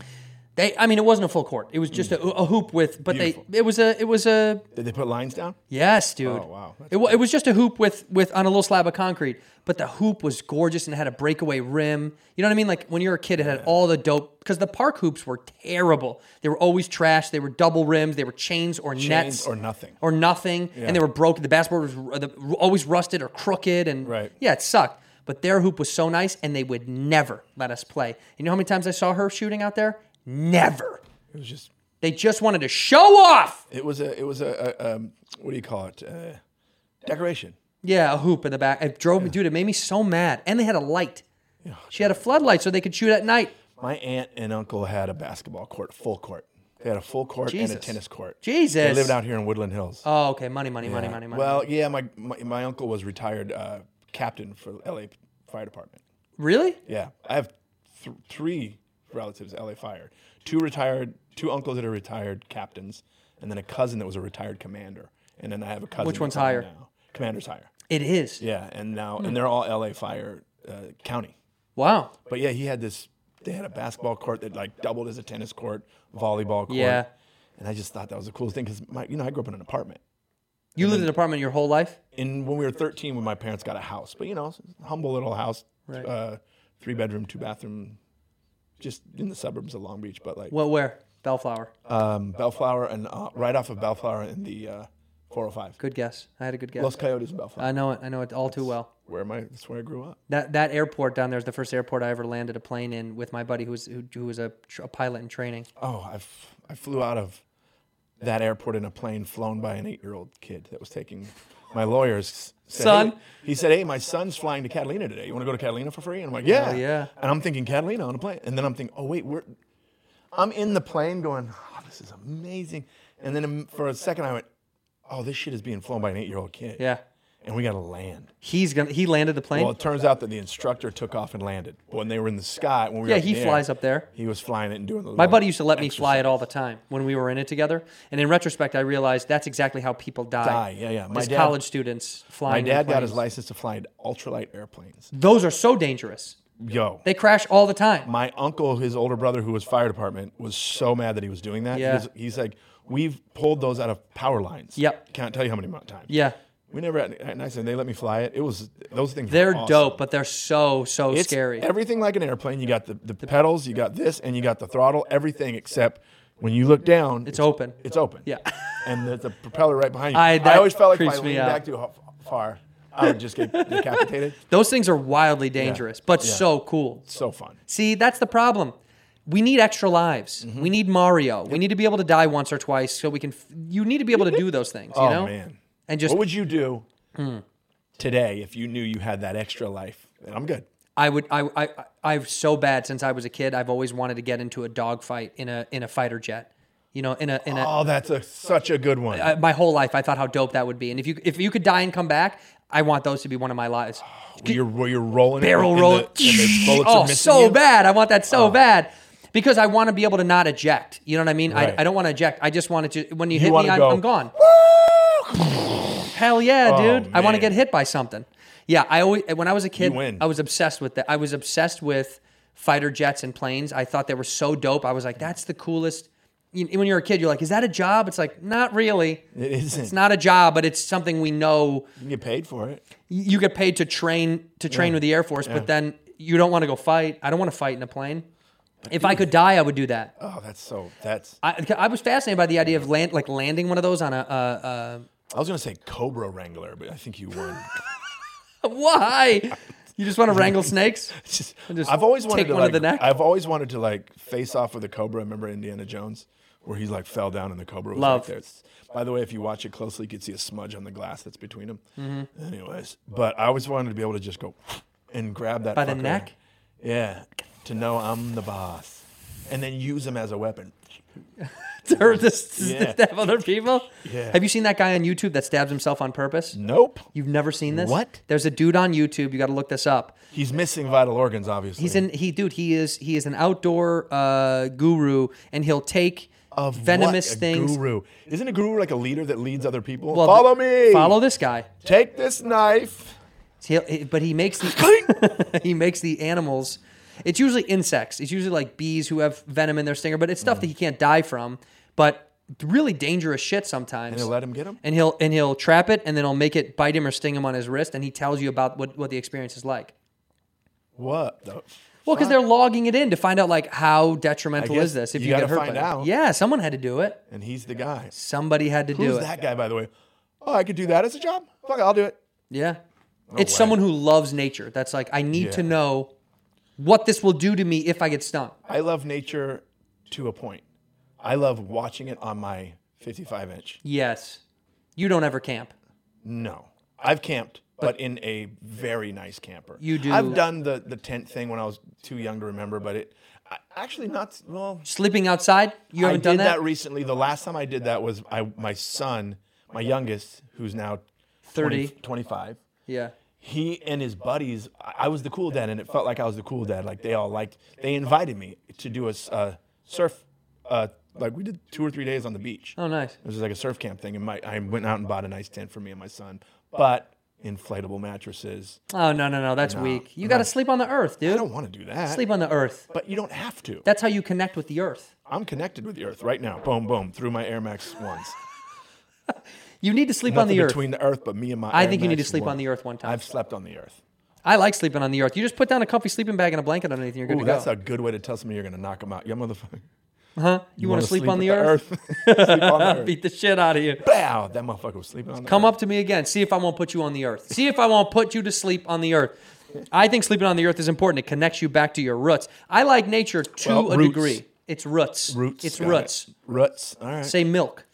S1: They, I mean, it wasn't a full court. It was just a, a hoop with, but
S8: Beautiful.
S1: they, it was a, it was a,
S8: Did they put lines down?
S1: yes, dude.
S8: Oh, wow. That's
S1: It, wa- it was just a hoop with, with on a little slab of concrete, but the hoop was gorgeous and had a breakaway rim. You know what I mean? Like when you're a kid, it had all the dope because the park hoops were terrible. They were always trash. They were double rims. They were chains or nets
S8: or nothing.
S1: or nothing, and they were broken. The basketball was r- the, always rusted or crooked, and
S8: Right.
S1: yeah, it sucked. But their hoop was so nice, and they would never let us play. You know how many times I saw her shooting out there? Never.
S8: It was just.
S1: They just wanted to show off.
S8: It was a. It was a. a um, what do you call it? Uh, decoration.
S1: Yeah, a hoop in the back. It drove me, dude. It made me so mad. And they had a light. She had a floodlight so they could shoot at night.
S8: My aunt and uncle had a basketball court, full court. They had a full court
S1: Jesus.
S8: and a tennis court.
S1: Jesus.
S8: They lived out here in Woodland Hills.
S1: Oh, okay. Money, money, money,
S8: Yeah.
S1: money, money.
S8: Well, yeah, my, my my uncle was retired uh, captain for LA Fire Department.
S1: really?
S8: Yeah, I have th- three relatives LA Fire. Two retired, two uncles that are retired captains, and then a cousin that was a retired commander. And then I have a cousin.
S1: Which one's
S8: that's on
S1: higher? Hmm.
S8: Now. Commander's higher.
S1: It is.
S8: Yeah, and now and they're all LA Fire uh, county.
S1: Wow.
S8: But yeah, he had this. They had a basketball court that like doubled as a tennis court, volleyball court.
S1: Yeah.
S8: And I just thought that was the coolest thing because my, you know, I grew up in an apartment.
S1: You lived in an apartment your whole life?
S8: And when we were 13, when my parents got a house, but you know, humble little house,
S1: Right.
S8: uh, three bedroom, two bathroom, just in the suburbs of Long Beach, but like
S1: Well, where? Bellflower.
S8: um, Bellflower and uh, right off of Bellflower in the uh, 405.
S1: Good guess. I had a good guess.
S8: Los Coyotes and Bellflower.
S1: I know it. I know it all too well.
S8: where am I? That's where I grew up.
S1: That that airport down there is the first airport I ever landed a plane in with my buddy who was who, who was a, tr- a pilot in training.
S8: Oh, I, f- I flew out of that airport in a plane flown by an eight year old kid that was taking my lawyer's said,
S1: Son.
S8: "Hey," he said, Hey, my son's flying to Catalina today. You want to go to Catalina for free? And I'm like, Yeah.
S1: Hell yeah.
S8: And I'm thinking, Catalina on a plane. And then I'm thinking, Oh, wait, we're. I'm in the plane going, Oh, this is amazing. And then um, for a second, I went, Oh, this shit is being flown by an eight year old kid.
S1: Yeah,
S8: And we got to land.
S1: he's gonna he landed the plane.
S8: Well, it turns out that the instructor took off and landed. When they were in the sky, when we were
S1: yeah,
S8: up
S1: he
S8: in the air,
S1: flies up there.
S8: He was flying it and doing the.
S1: My buddy used to let me fly it all the time when we were in it together. And in retrospect, I realized that's exactly how people die.
S8: Die, yeah, yeah. My
S1: As
S8: dad-
S1: college students
S8: My
S1: flying. in
S8: dad got his
S1: planes.
S8: license to fly in ultralight airplanes.
S1: Those are so dangerous.
S8: Yo.
S1: Mm. They crash all the time.
S8: my uncle, his older brother, who was fire department, was so mad that he was doing that. He
S1: Yeah.
S8: was- he's like, we've pulled those out of power lines.
S1: Yep.
S8: Can't tell you how many mo- times.
S1: Yeah,
S8: We never had, and I said, they let me fly it. It was, those things were
S1: they're
S8: awesome.
S1: dope, but they're so so
S8: It's
S1: scary.
S8: Everything like an airplane. You got the, the, pedals, you got this, and you got the throttle, everything except when you look down,
S1: It's open.
S8: It's open.
S1: Yeah.
S8: and there's a propeller right behind you.
S1: I-
S8: I,
S1: that
S8: always felt like if I
S1: creeps me
S8: leaned
S1: out.
S8: back too ho- far, I would just get decapitated.
S1: Those things are wildly dangerous, but
S8: Yeah.
S1: so cool.
S8: So fun.
S1: See, that's the problem. We need extra lives.
S8: Mm-hmm.
S1: We need Mario. We need to be able to die once or twice so we can. F- you need to be able to do those things. You
S8: oh
S1: know?
S8: man.
S1: And just Hmm.
S8: what would you do today if you knew you had that extra life? And I'm good.
S1: I would. I. I. I- I've so bad since I was a kid. I've always wanted to get into a dogfight in a in a fighter jet. You know, in a in a.
S8: Oh, that's a such a good one.
S1: I- my whole life, I thought how dope that would be. And if you if you could die and come back, I want those to be one of my lives.
S8: where you're where you're rolling it
S1: barrel
S8: and the-
S1: roll.
S8: and the bullets are
S1: oh,
S8: missing
S1: so
S8: you. Oh.
S1: bad. I want that so bad because I want to be able to not eject. You know what I mean?
S8: Right.
S1: I, I don't want to eject. I just want it to. When you, hit
S8: wanna
S1: me, I'm,
S8: go,
S1: I'm gone. Hell yeah,
S8: Oh,
S1: dude! I want to get
S8: man.
S1: hit by something. Yeah, I always when I was a kid,
S8: You win.
S1: I was obsessed with that. I was obsessed with fighter jets and planes. I thought they were so dope. I was like, that's the coolest. You, when you're a kid, you're like, is that a job? It's like, not really.
S8: It isn't.
S1: It's not a job, but it's something we know
S8: You get paid for it.
S1: you get paid to train to train with the Air Force, but then you don't want to go fight. I don't want to fight in a plane. If I could die, I would do that.
S8: Oh, that's so. That's.
S1: I, I was fascinated by the idea of land, like landing one of those on a.
S8: I was gonna say Cobra Wrangler, but I think you won.
S1: Uh, uh, why? You just want to wrangle snakes?
S8: Just-
S1: just
S8: I've always wanted
S1: take
S8: to
S1: one
S8: like,
S1: to the neck.
S8: I've always wanted to like face off with a cobra. Remember Indiana Jones, where he like fell down and the cobra was
S1: Love.
S8: like there. It's- By the way, if you watch it closely, you can see a smudge on the glass that's between them.
S1: Mm-hmm.
S8: Anyways, but I always wanted to be able to just go and grab that
S1: By the
S8: fucker.
S1: neck?
S8: Yeah, to know I'm the boss, and then use him as a weapon.
S1: Or just to
S8: Yeah.
S1: stab other people?
S8: Yeah.
S1: Have you seen that guy on YouTube that stabs himself on purpose?
S8: Nope,
S1: You've never seen this?
S8: What?
S1: There's a dude on YouTube. You got to look this up.
S8: he's missing vital organs. Obviously,
S1: He's in he dude. He is he is an outdoor uh, guru, and he'll take
S8: of what
S1: venomous
S8: a
S1: things.
S8: Guru isn't a guru like a leader that leads other people?
S1: Well,
S8: follow
S1: th-
S8: me.
S1: Follow this guy.
S8: Take this knife.
S1: He'll, he- eh, but he makes the he makes the animals. It's usually insects. It's usually like bees who have venom in their stinger, but it's stuff that he can't die from. But really dangerous shit sometimes.
S8: And he'll let him get him?
S1: And he'll and he'll trap it, and then he'll make it bite him or sting him on his wrist, and he tells you about what what the experience is like.
S8: What? The
S1: Well, because
S8: fuck?
S1: they're logging it in to find out like how detrimental
S8: I guess
S1: is this if
S8: you
S1: you, get
S8: gotta
S1: hurt
S8: find
S1: by
S8: out.
S1: it. Yeah, someone had to do it.
S8: and he's the guy.
S1: Somebody had to do
S8: Who's
S1: it.
S8: that guy, by the way? Oh, I could do that as a job. Fuck, it, I'll do it.
S1: Yeah. it's
S8: way.
S1: someone who loves nature. That's like I need to
S8: Yeah.
S1: know what this will do to me if I get stung.
S8: I love nature to a point. I love watching it on my 55 inch.
S1: Yes. You don't ever camp.
S8: No, I've camped, but, in a very nice camper.
S1: You do-
S8: I've done the the tent thing when I was too young to remember, but it I, actually not. Well,
S1: Sleeping outside? You
S8: I
S1: haven't
S8: did
S1: done
S8: that?
S1: that?
S8: recently. The last time I did that was I my son, my youngest, who's now
S1: 30.
S8: 20 25.
S1: yeah.
S8: he and his buddies, I I was the cool dad, and it felt like I was the cool dad. Like they all liked, they invited me to do a s- uh, surf, uh, like we did two or three days on the beach.
S1: Oh, nice.
S8: It was like a surf camp thing, and my I went out and bought a nice tent for me and my son, but inflatable mattresses.
S1: Oh, no, no, no. That's weak. You got to sleep on the earth, dude.
S8: I don't want to do that.
S1: sleep on the earth.
S8: but you don't have to.
S1: That's how you connect with the earth.
S8: I'm connected with the earth right now. Boom, boom, through my Air Max ones.
S1: You need to sleep on
S8: Nothing
S1: the earth.
S8: between the earth, but me and my.
S1: I
S8: Air
S1: think you need
S8: Max
S1: to sleep on
S8: one.
S1: the earth one time.
S8: I've slept on the earth.
S1: I like sleeping on the earth. You just put down a comfy sleeping bag and a blanket underneath and you're good to
S8: Ooh, that's
S1: go.
S8: a good way to tell somebody you're going to knock them out. Yeah, motherfucker.
S1: you want
S8: wanna
S1: to sleep, on
S8: with
S1: the, earth?
S8: Sleep on the earth.
S1: Beat the shit out of you.
S8: Bow! That motherfucker was sleeping on the
S1: Come
S8: earth.
S1: up to me again. See if I won't put you on the earth. See if I won't put you to sleep on the earth. I think sleeping on the earth is important. It connects you back to your roots. I like nature to
S8: Well,
S1: a
S8: roots.
S1: degree. It's roots.
S8: Roots.
S1: It's
S8: got
S1: roots.
S8: it. Roots. All right.
S1: Say milk.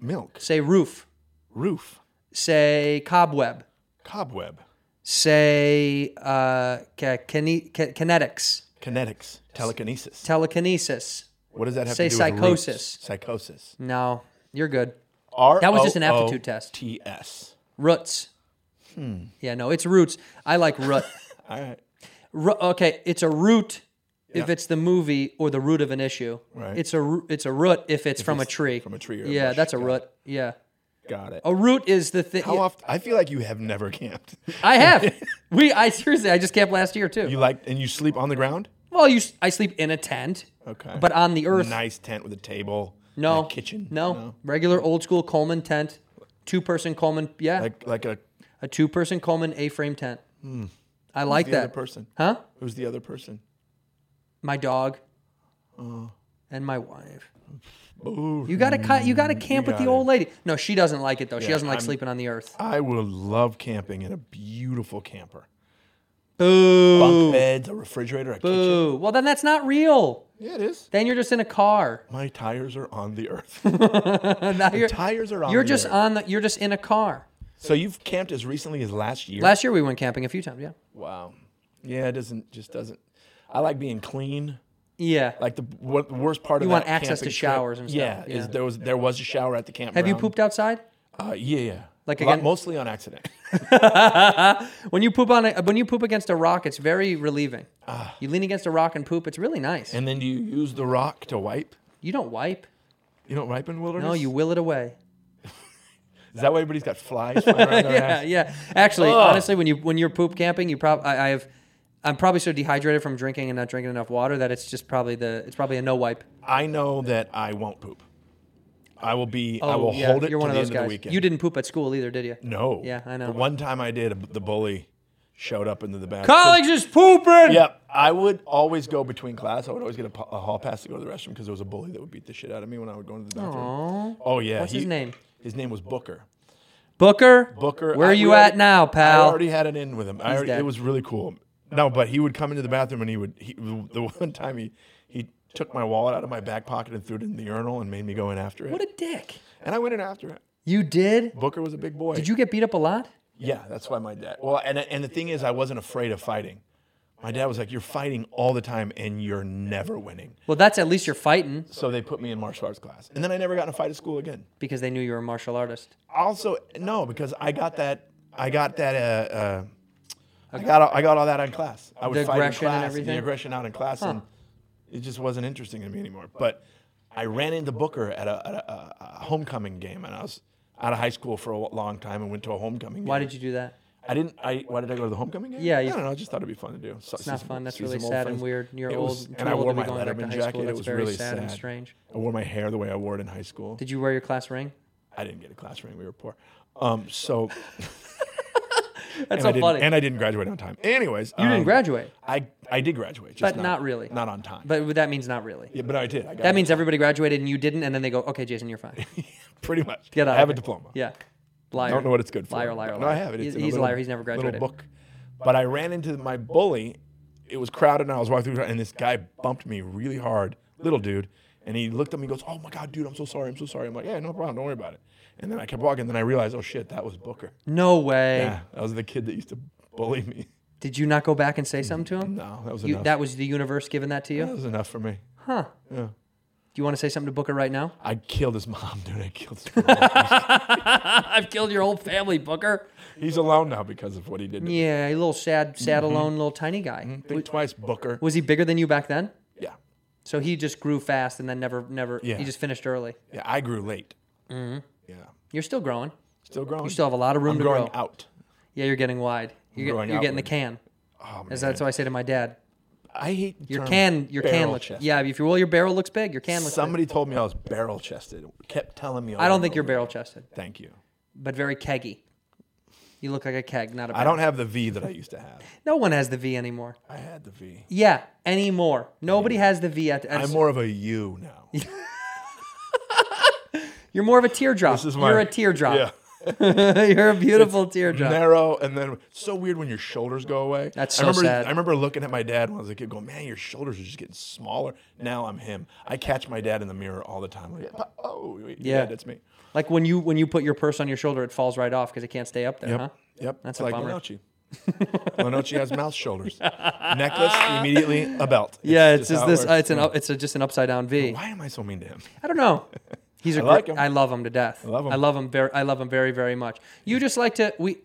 S8: milk.
S1: Say roof.
S8: Roof.
S1: Say cobweb.
S8: Cobweb.
S1: Say uh, ca- kine- ca- kinetics.
S8: Kinetics. Telekinesis.
S1: Telekinesis.
S8: what does that have
S1: say
S8: to do
S1: psychosis.
S8: with roots? Psychosis.
S1: No, you're good.
S8: R.
S1: That was just an aptitude test.
S8: T S.
S1: Roots.
S8: Hmm.
S1: Yeah, no, it's roots. I like root.
S8: All right.
S1: Ru- okay, it's a root if it's the movie or the root of an issue.
S8: Right.
S1: It's a ru- it's a root if it's from a
S8: it's
S1: tree.
S8: from a tree or a
S1: yeah,
S8: bush,
S1: that's a
S8: yeah.
S1: root. Yeah.
S8: Got it.
S1: A root is the thing.
S8: How often? I feel like you have never camped.
S1: I have. we I seriously I just camped last year too.
S8: You like and you sleep on the ground.
S1: well, you s- I sleep in a tent.
S8: Okay.
S1: But on the earth.
S8: Nice tent with a table. and
S1: no
S8: a kitchen.
S1: No, Regular old school Coleman tent. Two person Coleman. Yeah.
S8: Like like a
S1: a two person Coleman A-frame tent. I like
S8: the
S1: that.
S8: other person.
S1: Huh?
S8: Who's the other person?
S1: my dog,
S8: Oh.
S1: and my wife. You gotta cut. You gotta camp with the
S8: Hmm. got
S1: old lady. No, she doesn't like it though. she
S8: Yeah,
S1: doesn't like
S8: I'm-
S1: sleeping on the earth.
S8: I would love camping in a beautiful camper.
S1: Boo.
S8: Bunk beds, a refrigerator, a kitchen.
S1: Boo. Well, then that's not real.
S8: Yeah, it is.
S1: Then you're just in a car.
S8: My tires are on the earth.
S1: Now you're,
S8: tires are on
S1: you're
S8: the
S1: just
S8: earth.
S1: on the. You're just in a car.
S8: so you've camped as recently as last year.
S1: Last year we went camping a few times. Yeah.
S8: wow. Yeah, it doesn't just doesn't. I like being clean.
S1: Yeah.
S8: Like the what, the worst part
S1: You
S8: of
S1: want
S8: that
S1: access to
S8: camping trip-
S1: showers and stuff.
S8: Yeah,
S1: Yeah.
S8: Is there was there was a shower at the campground.
S1: Have you pooped outside?
S8: Uh, yeah, yeah.
S1: Like
S8: A lot-
S1: again-
S8: mostly on accident.
S1: When you poop on a, when you poop against a rock, it's very relieving. you lean against a rock and poop. It's really nice.
S8: Ah. and then do you use the rock to wipe?
S1: you don't wipe.
S8: You don't wipe in wilderness.
S1: No, you will it away.
S8: Is that why everybody's got flies flying around their
S1: yeah,
S8: ass?
S1: yeah. Actually,
S8: Ugh.
S1: honestly, when you when you're poop camping, you probably I, I have I'm probably so dehydrated from drinking and not drinking enough water that it's just probably the it's probably a no wipe.
S8: I know that I won't poop. I will be. I
S1: Oh,
S8: will
S1: yeah,
S8: hold it
S1: You're
S8: to
S1: one
S8: the
S1: of those
S8: end
S1: guys.
S8: of the weekend.
S1: You didn't poop at school either, did you?
S8: No.
S1: Yeah, I know.
S8: The one time I did, the bully showed up into the bathroom.
S1: College is pooping.
S8: Yep. I would always go between class. I would always get a, pa- a hall pass to go to the restroom because there was a bully that would beat the shit out of me when I would go into the bathroom. Oh yeah.
S1: What's his name?
S8: His name was Booker.
S1: Booker.
S8: Booker.
S1: Where
S8: I-
S1: are you
S8: we
S1: at
S8: already-
S1: now, pal?
S8: I already had it in with him. I already,
S1: dead.
S8: it was really cool. No, but he would come into the bathroom and he would. He, the one time he he took my wallet out of my back pocket and threw it in the urinal and made me go in after it.
S1: what a dick.
S8: and I went in after it.
S1: You did?
S8: Booker was a big boy.
S1: Did you get beat up a lot?
S8: Yeah, that's why my dad. Well, and and the thing is, I wasn't afraid of fighting. My dad was like, "You're fighting all the time, and you're never winning."
S1: Well, that's at least you're fighting
S8: So they put me in martial arts class, and then I never got in a fight at school again.
S1: because they knew you were a martial artist.
S8: Also, no, because I got that, I got that, uh, uh, I got, I got all that on class. I would
S1: The
S8: fight in
S1: aggression and
S8: class,
S1: everything?
S8: the aggression out in class, and it just wasn't interesting to me anymore. But I ran into Booker at a, at a, a a homecoming game, and I was out of high school for a long time and went to a homecoming. game.
S1: Why did you do that?
S8: I didn't. I why did I go to the homecoming game?
S1: Yeah, you-
S8: I don't know. I just thought it'd be fun to do. So, it's
S1: not fun. That's really sad and weird. You're old- too
S8: and I
S1: old to
S8: wore
S1: be
S8: my
S1: going back to
S8: Letterman
S1: high school.
S8: jacket.
S1: That's
S8: It was
S1: very
S8: really
S1: sad and strange.
S8: I wore my hair the way I wore it in high school.
S1: Did you wear your class ring?
S8: I didn't get a class ring. We were poor. Um. So
S1: That's
S8: and I
S1: so
S8: didn't-
S1: funny.
S8: And I didn't graduate on time. Anyways, um,
S1: you didn't graduate,
S8: I I did graduate, just
S1: but not, really.
S8: Not on time.
S1: But that means not really.
S8: yeah, but I did. I got
S1: That
S8: it.
S1: means everybody graduated and you didn't, and then they go, "Okay, Jason, you're fine."
S8: pretty much.
S1: Get out.
S8: I
S1: of
S8: have a
S1: here.
S8: diploma.
S1: Yeah, liar.
S8: I don't know what it's good for.
S1: Liar, liar, liar.
S8: No, I have it. It's
S1: He's,
S8: in
S1: he's a
S8: little-
S1: liar. He's never graduated.
S8: Little book. But I ran into my bully. It was crowded, and I was walking through, and this guy bumped me really hard, little dude. And he looked at me and goes, "Oh my god, dude, I'm so sorry. I'm so sorry." I'm like, "Yeah, no problem. Don't worry about it." And then I kept walking. And then I realized, "Oh shit, that was Booker.
S1: No way.
S8: Yeah, that was the kid that used to bully me.
S1: Did you not go back and say something to him?
S8: No, that was
S1: You,
S8: enough.
S1: that was the universe giving that to you.
S8: That was enough for me.
S1: Do you want to say something to Booker right now?
S8: I killed his mom, dude. I killed his mom.
S1: I've killed your whole family, Booker.
S8: He's alone now because of what he did. To me.
S1: Yeah, a little sad, sad
S8: Mm-hmm.
S1: alone, little tiny guy.
S8: Think twice, Booker.
S1: Was he bigger than you back then?
S8: Yeah,
S1: So he just grew fast and then never, never.
S8: Yeah.
S1: He just finished early.
S8: yeah. I grew late. Mm-hmm. Yeah,
S1: You're still growing.
S8: still growing.
S1: You still have a lot of room
S8: I'm
S1: to
S8: growing
S1: grow.
S8: out.
S1: Yeah, you're getting wide. You're, get-
S8: growing
S1: you're getting the
S8: outward.
S1: can. As that's what I say to my dad.
S8: I hate the
S1: Your
S8: term
S1: can, your can
S8: barrel
S1: looks.
S8: chested.
S1: Yeah, if you well, your barrel looks big. Your can looks.
S8: Somebody told me I was barrel chested. Kept telling me.
S1: big. I
S8: over
S1: don't
S8: and
S1: think you're
S8: over.
S1: barrel chested,
S8: Thank you.
S1: but very keggy. You look like a keg, not a.
S8: I
S1: Barrel.
S8: don't have the V that I used to have.
S1: No one has the V anymore.
S8: I had the V.
S1: Yeah, anymore. Nobody has the V at. at
S8: I'm more of a U now.
S1: you're more of a teardrop.
S8: This is my.
S1: you're a teardrop.
S8: Yeah.
S1: You're a beautiful teardrop.
S8: Narrow and then it's so weird when your shoulders go away.
S1: That's
S8: I
S1: so
S8: remember,
S1: sad.
S8: I remember looking at my dad when I was a kid, going, "Man, your shoulders are just getting smaller." Now I'm him. I catch my dad in the mirror all the time. Like, oh, wait, yeah.
S1: Yeah.
S8: that's me.
S1: Like when you when you put your purse on your shoulder, it falls right off because it can't stay up there,
S8: Yep.
S1: huh?
S8: Yep.
S1: Uh-huh. That's
S8: That's
S1: a
S8: like
S1: bummer.
S8: Lenoci. Lenoci has mouse shoulders. Necklace immediately a belt.
S1: Yeah, it's just
S8: how it
S1: this. uh,
S8: works.
S1: it's an. up- It's a, just an upside down V.
S8: Why am I so mean to him?
S1: I don't know. He's a
S8: I like
S1: great-
S8: him.
S1: I love him to death. I
S8: love him.
S1: I love him very. I love him very very much. You just like to we.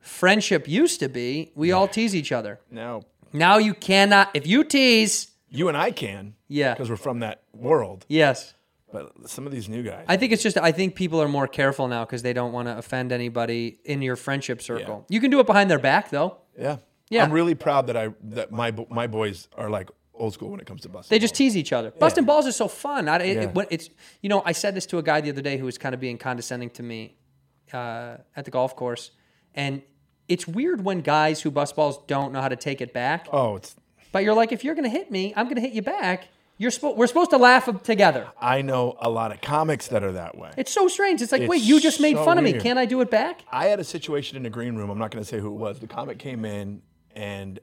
S1: Friendship used to be we all tease each other.
S8: No.
S1: Now you cannot. If you tease,
S8: You and I can.
S1: Yeah.
S8: Because we're from that world.
S1: yes.
S8: But some of these new guys.
S1: I think it's just I think people are more careful now because they don't want to offend anybody in your friendship circle. You can do it behind their back though.
S8: yeah.
S1: Yeah.
S8: I'm really proud that I that my bo- my boys are like old school when it comes to busting.
S1: They just tease each other. Busting balls is so fun. I, it,
S8: Yeah.
S1: it- when it's you know I said this to a guy the other day who was kind of being condescending to me uh, at the golf course, and it's weird when guys who bust balls don't know how to take it back.
S8: Oh, it's.
S1: But you're like, if you're gonna hit me, I'm gonna hit you back. You're spo- we're supposed to laugh together.
S8: I know a lot of comics that are that way.
S1: It's so strange. It's like,
S8: It's
S1: wait, you just made
S8: so
S1: fun of me.
S8: weird.
S1: Can't I do it back?
S8: I had a situation in a green room. I'm not going to say who it was. The comic came in, and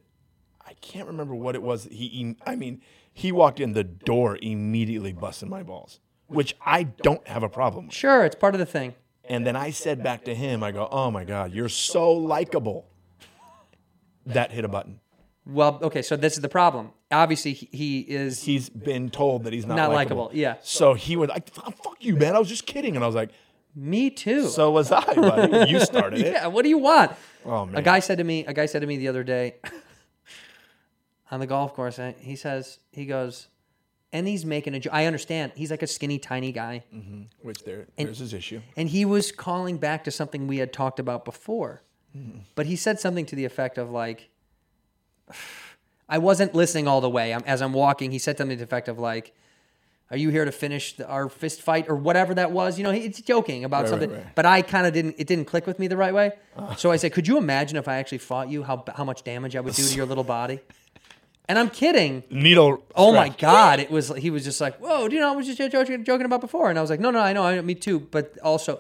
S8: I can't remember what it was. that He, he- I mean, he walked in the door immediately, busting my balls, which I don't have a problem with.
S1: Sure, it's part of the thing.
S8: And then I said back to him, I go, "Oh my god, you're so likable." That hit a button.
S1: Well, okay, so this is the problem. Obviously, he, he is.
S8: He's been told that he's not,
S1: Not
S8: likable.
S1: likable, yeah.
S8: So he was like, "Oh, "Fuck you, man! I was just kidding." And I was like,
S1: me too.
S8: "So was I, buddy. You started it."
S1: yeah, what do you want?
S8: Oh man.
S1: A guy said to me, a guy said to me the other day on the golf course, and he says, he goes, and he's making a jo- I understand. He's like a skinny, tiny guy.
S8: Which there, there's his issue.
S1: And he was calling back to something we had talked about before. But he said something to the effect of, like, I wasn't listening all the way. I'm, as I'm walking, he said something to the effect of, like, Are you here to finish the, our fist fight or whatever that was? You know, he's joking about
S8: Right, right,
S1: something,
S8: right. Uh.
S1: but I kind of didn't. It didn't click with me the right way. So I said, "Could you imagine if I actually fought you? How how much damage I would do to your little body?" And I'm kidding.
S8: Needle.
S1: Oh my
S8: scratch.
S1: God! It was he was just like, "Whoa, dude! I was just joking, joking about before," and I was like, "No, no, I know, I, me too." But also,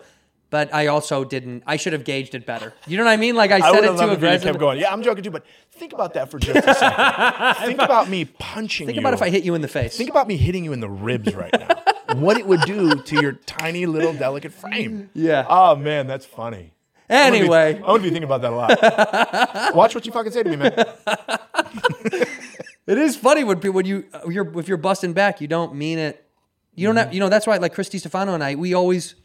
S1: but I also didn't. I should have gauged it better. You know what I mean? Like I
S8: I
S1: said
S8: would
S1: it
S8: have
S1: too
S8: loved if you just
S1: aggressively.
S8: kept going. Yeah, I'm joking too, but think about that for just a second. think about me punching
S1: Think
S8: you.
S1: about if I hit you in the face.
S8: Think about me hitting you in the ribs right now. what it would do to your tiny little delicate frame.
S1: Yeah.
S8: Oh man, that's funny. I'm gonna be- Oh,
S1: anyway,
S8: I'm gonna be thinking about that a lot. Watch what you fucking say to me, man.
S1: it is funny when people when you uh, you're if you're busting back, you don't mean it. You
S8: Mm-hmm.
S1: don't have you know that's why like Christy Stefano and I we always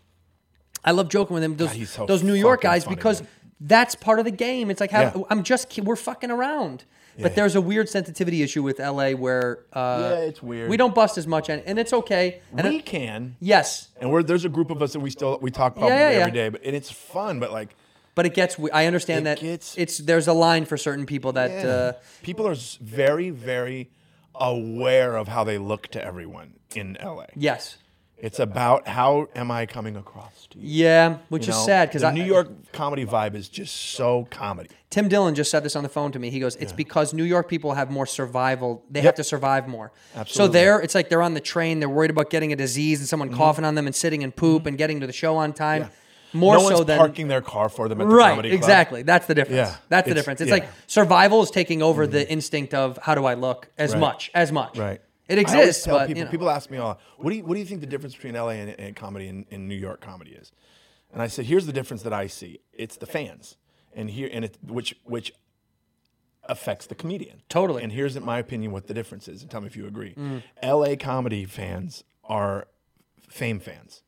S1: I love joking with him those
S8: he's so
S1: those New York
S8: fucking
S1: guys
S8: funny,
S1: because
S8: man.
S1: that's part of the game. It's like how,
S8: Yeah.
S1: I'm just ki- we're fucking around. But
S8: Yeah.
S1: there's a weird sensitivity issue with LA where uh,
S8: Yeah, it's weird.
S1: We don't bust as much, and, and it's okay. And
S8: we
S1: it-
S8: can.
S1: yes,
S8: And we're there's a group of us that we still we talk probably
S1: yeah, yeah.
S8: every day, but and it's fun, but like
S1: but it gets. we- I understand
S8: It
S1: that
S8: gets-
S1: it's there's a line for certain people that
S8: Yeah.
S1: uh,
S8: people are s- very, very aware of how they look to everyone in LA.
S1: yes,
S8: It's about how am I coming across to you?
S1: yeah, which
S8: you
S1: is
S8: know?
S1: sad because
S8: The New York comedy vibe is just so comedy.
S1: Tim Dillon just said this on the phone to me. He goes, "It's because New York people have more survival. They have
S8: Yep.
S1: to survive more. So
S8: Absolutely. Mm-hmm.
S1: they're it's like they're on the train. They're worried about getting a disease and someone coughing on them and sitting in poop and getting to the show on time. More
S8: no
S1: so
S8: one's
S1: than
S8: parking their car for them at the
S1: right.
S8: comedy club.
S1: Exactly. That's the difference.
S8: Yeah.
S1: That's the
S8: It's-
S1: difference. It's
S8: yeah. Mm-hmm.
S1: like survival is taking over the instinct of how do I look as
S8: Right.
S1: much as much.
S8: Right.
S1: It
S8: I always
S1: exists,
S8: tell
S1: but
S8: people,
S1: you know.
S8: people ask me all, what do you what do you think the difference between LA and, and comedy and, and New York comedy is? And I said, here's the difference that I see. It's the fans, and here and it which which affects the comedian
S1: Totally. Mm.
S8: And here's in my opinion what the difference is, and tell me if you agree. LA comedy fans are fame fans.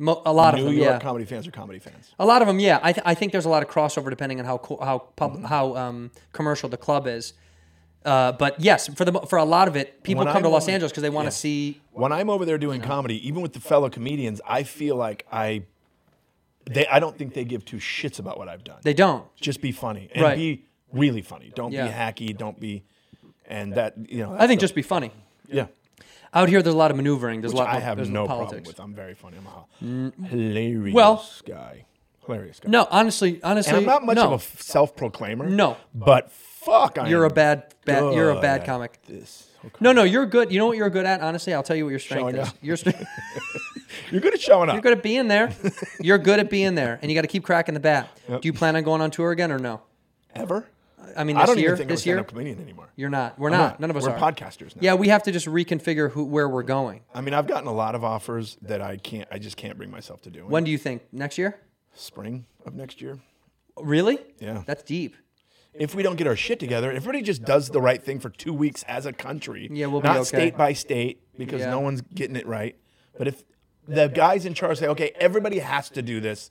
S1: Mo- a lot
S8: New
S1: of them.
S8: York
S1: yeah.
S8: comedy fans are comedy fans.
S1: A lot of them, yeah. I, th- I think there's a lot of crossover depending on how co- how pub-
S8: Mm-hmm.
S1: how um, commercial the club is. Uh, but yes, for the mo- for a lot of it, people
S8: When
S1: come to
S8: I'm
S1: Los
S8: over-
S1: Angeles because they want to
S8: yeah.
S1: see.
S8: when I'm over there doing comedy, even with the fellow comedians, I feel like I they I don't think they give two shits about what I've done.
S1: They don't.
S8: just be funny and
S1: Right.
S8: be really funny. Don't
S1: Yeah.
S8: be hacky. Don't be and that you know.
S1: I think just be funny.
S8: yeah.
S1: Out here, there's a lot of maneuvering. There's
S8: Which
S1: a lot.
S8: I
S1: more-
S8: have
S1: there's
S8: no problem
S1: politics. Mm.
S8: with. I'm very funny. I'm a hilarious
S1: Well-
S8: guy. Hilarious guy.
S1: No, honestly, honestly,
S8: and I'm not much
S1: no.
S8: of a self-proclaimer.
S1: No.
S8: but fuck, I
S1: You're
S8: am
S1: a bad- bad- you're a
S8: good
S1: bad
S8: at
S1: comic.
S8: This. Okay.
S1: no, no, you're good. You know what you're good at? Honestly, I'll tell you what your strength
S8: Showing
S1: is.
S8: up.
S1: Your strength.
S8: you're good at showing up.
S1: you're good at being there. You're good at being there, and you got to keep cracking the bat. Do you plan on going on tour again or no?
S8: ever.
S1: I mean,
S8: I
S1: this
S8: don't
S1: year,
S8: even think
S1: this
S8: I'm a
S1: year,
S8: stand-up comedian anymore.
S1: You're not. We're
S8: I'm
S1: not.
S8: not.
S1: None of us
S8: We're
S1: are.
S8: podcasters now.
S1: Yeah, we have to just reconfigure who where we're going.
S8: I mean, I've gotten a lot of offers that I can't. I just can't bring myself to do.
S1: When do you think? Next year?
S8: spring of next year?
S1: Really?
S8: Yeah.
S1: That's deep.
S8: if we don't get our shit together, if everybody just does the right thing for two weeks as a country,
S1: Yeah, we'll be
S8: not
S1: okay.
S8: state by state because
S1: Yeah.
S8: no one's getting it right. But if the guys in charge say, okay, everybody has to do this,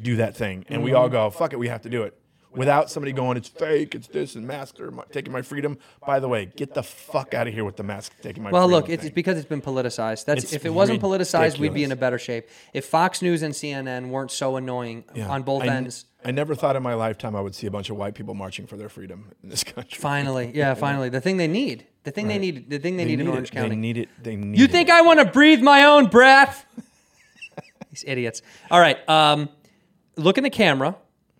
S8: do that thing, and we
S1: Mm-hmm.
S8: all go, fuck it, we have to do it. Without somebody going, it's fake, it's this, and masks are my, taking my freedom. By the way, get the fuck out of here with the mask taking my
S1: Well,
S8: freedom.
S1: look, it's
S8: thing.
S1: it's because it's been politicized. That's
S8: It's
S1: if it wasn't politicized, we'd be
S8: ridiculous.
S1: in a better shape. If Fox News and CNN weren't so annoying
S8: Yeah.
S1: on both
S8: I n-
S1: ends.
S8: I never thought in my lifetime I would see a bunch of white people marching for their freedom in this country.
S1: Finally, yeah, finally, the thing they need, the thing they need, the thing they, need, in
S8: it.
S1: Orange County.
S8: They need it. They need
S1: You
S8: it.
S1: think I want to breathe my own breath? These idiots. All right. Um, look in the camera.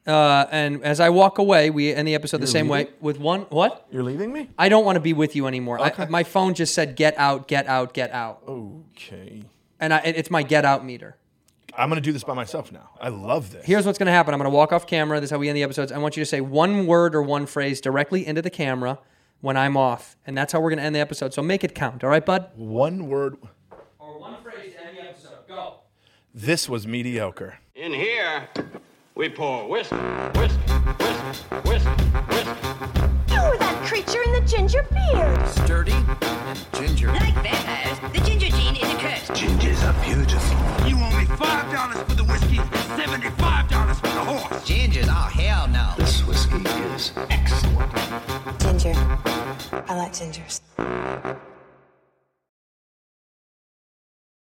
S1: Uh, and as I walk away, we end the episode the same way
S8: leaving?
S1: with one. What?
S8: You're leaving me?
S1: I don't want to be with you anymore. I, my phone just said, get out, get out, get out.
S8: Okay.
S1: And I, it- it's my get out meter.
S8: I'm gonna do this by myself now. I love this.
S1: Here's what's going to happen I'm going to walk off camera. This is how we end the episodes. I want you to say one word or one phrase directly into the camera when I'm off. And that's how we're going to end the episode. So make it count. All right, bud?
S8: one word.
S1: Or one phrase to end the episode. Go.
S8: This was mediocre.
S2: In here, we pour whiskey, whiskey, whiskey, whiskey, whiskey.
S3: You were that creature in the ginger beard.
S4: Sturdy. Ginger.
S5: Like vampires, the ginger gene is a curse.
S4: Gingers are pugilists.
S6: You owe me five dollars for the whiskey and seventy-five dollars for the horse.
S5: Gingers, oh hell no.
S4: This whiskey is excellent.
S7: Ginger. I like gingers.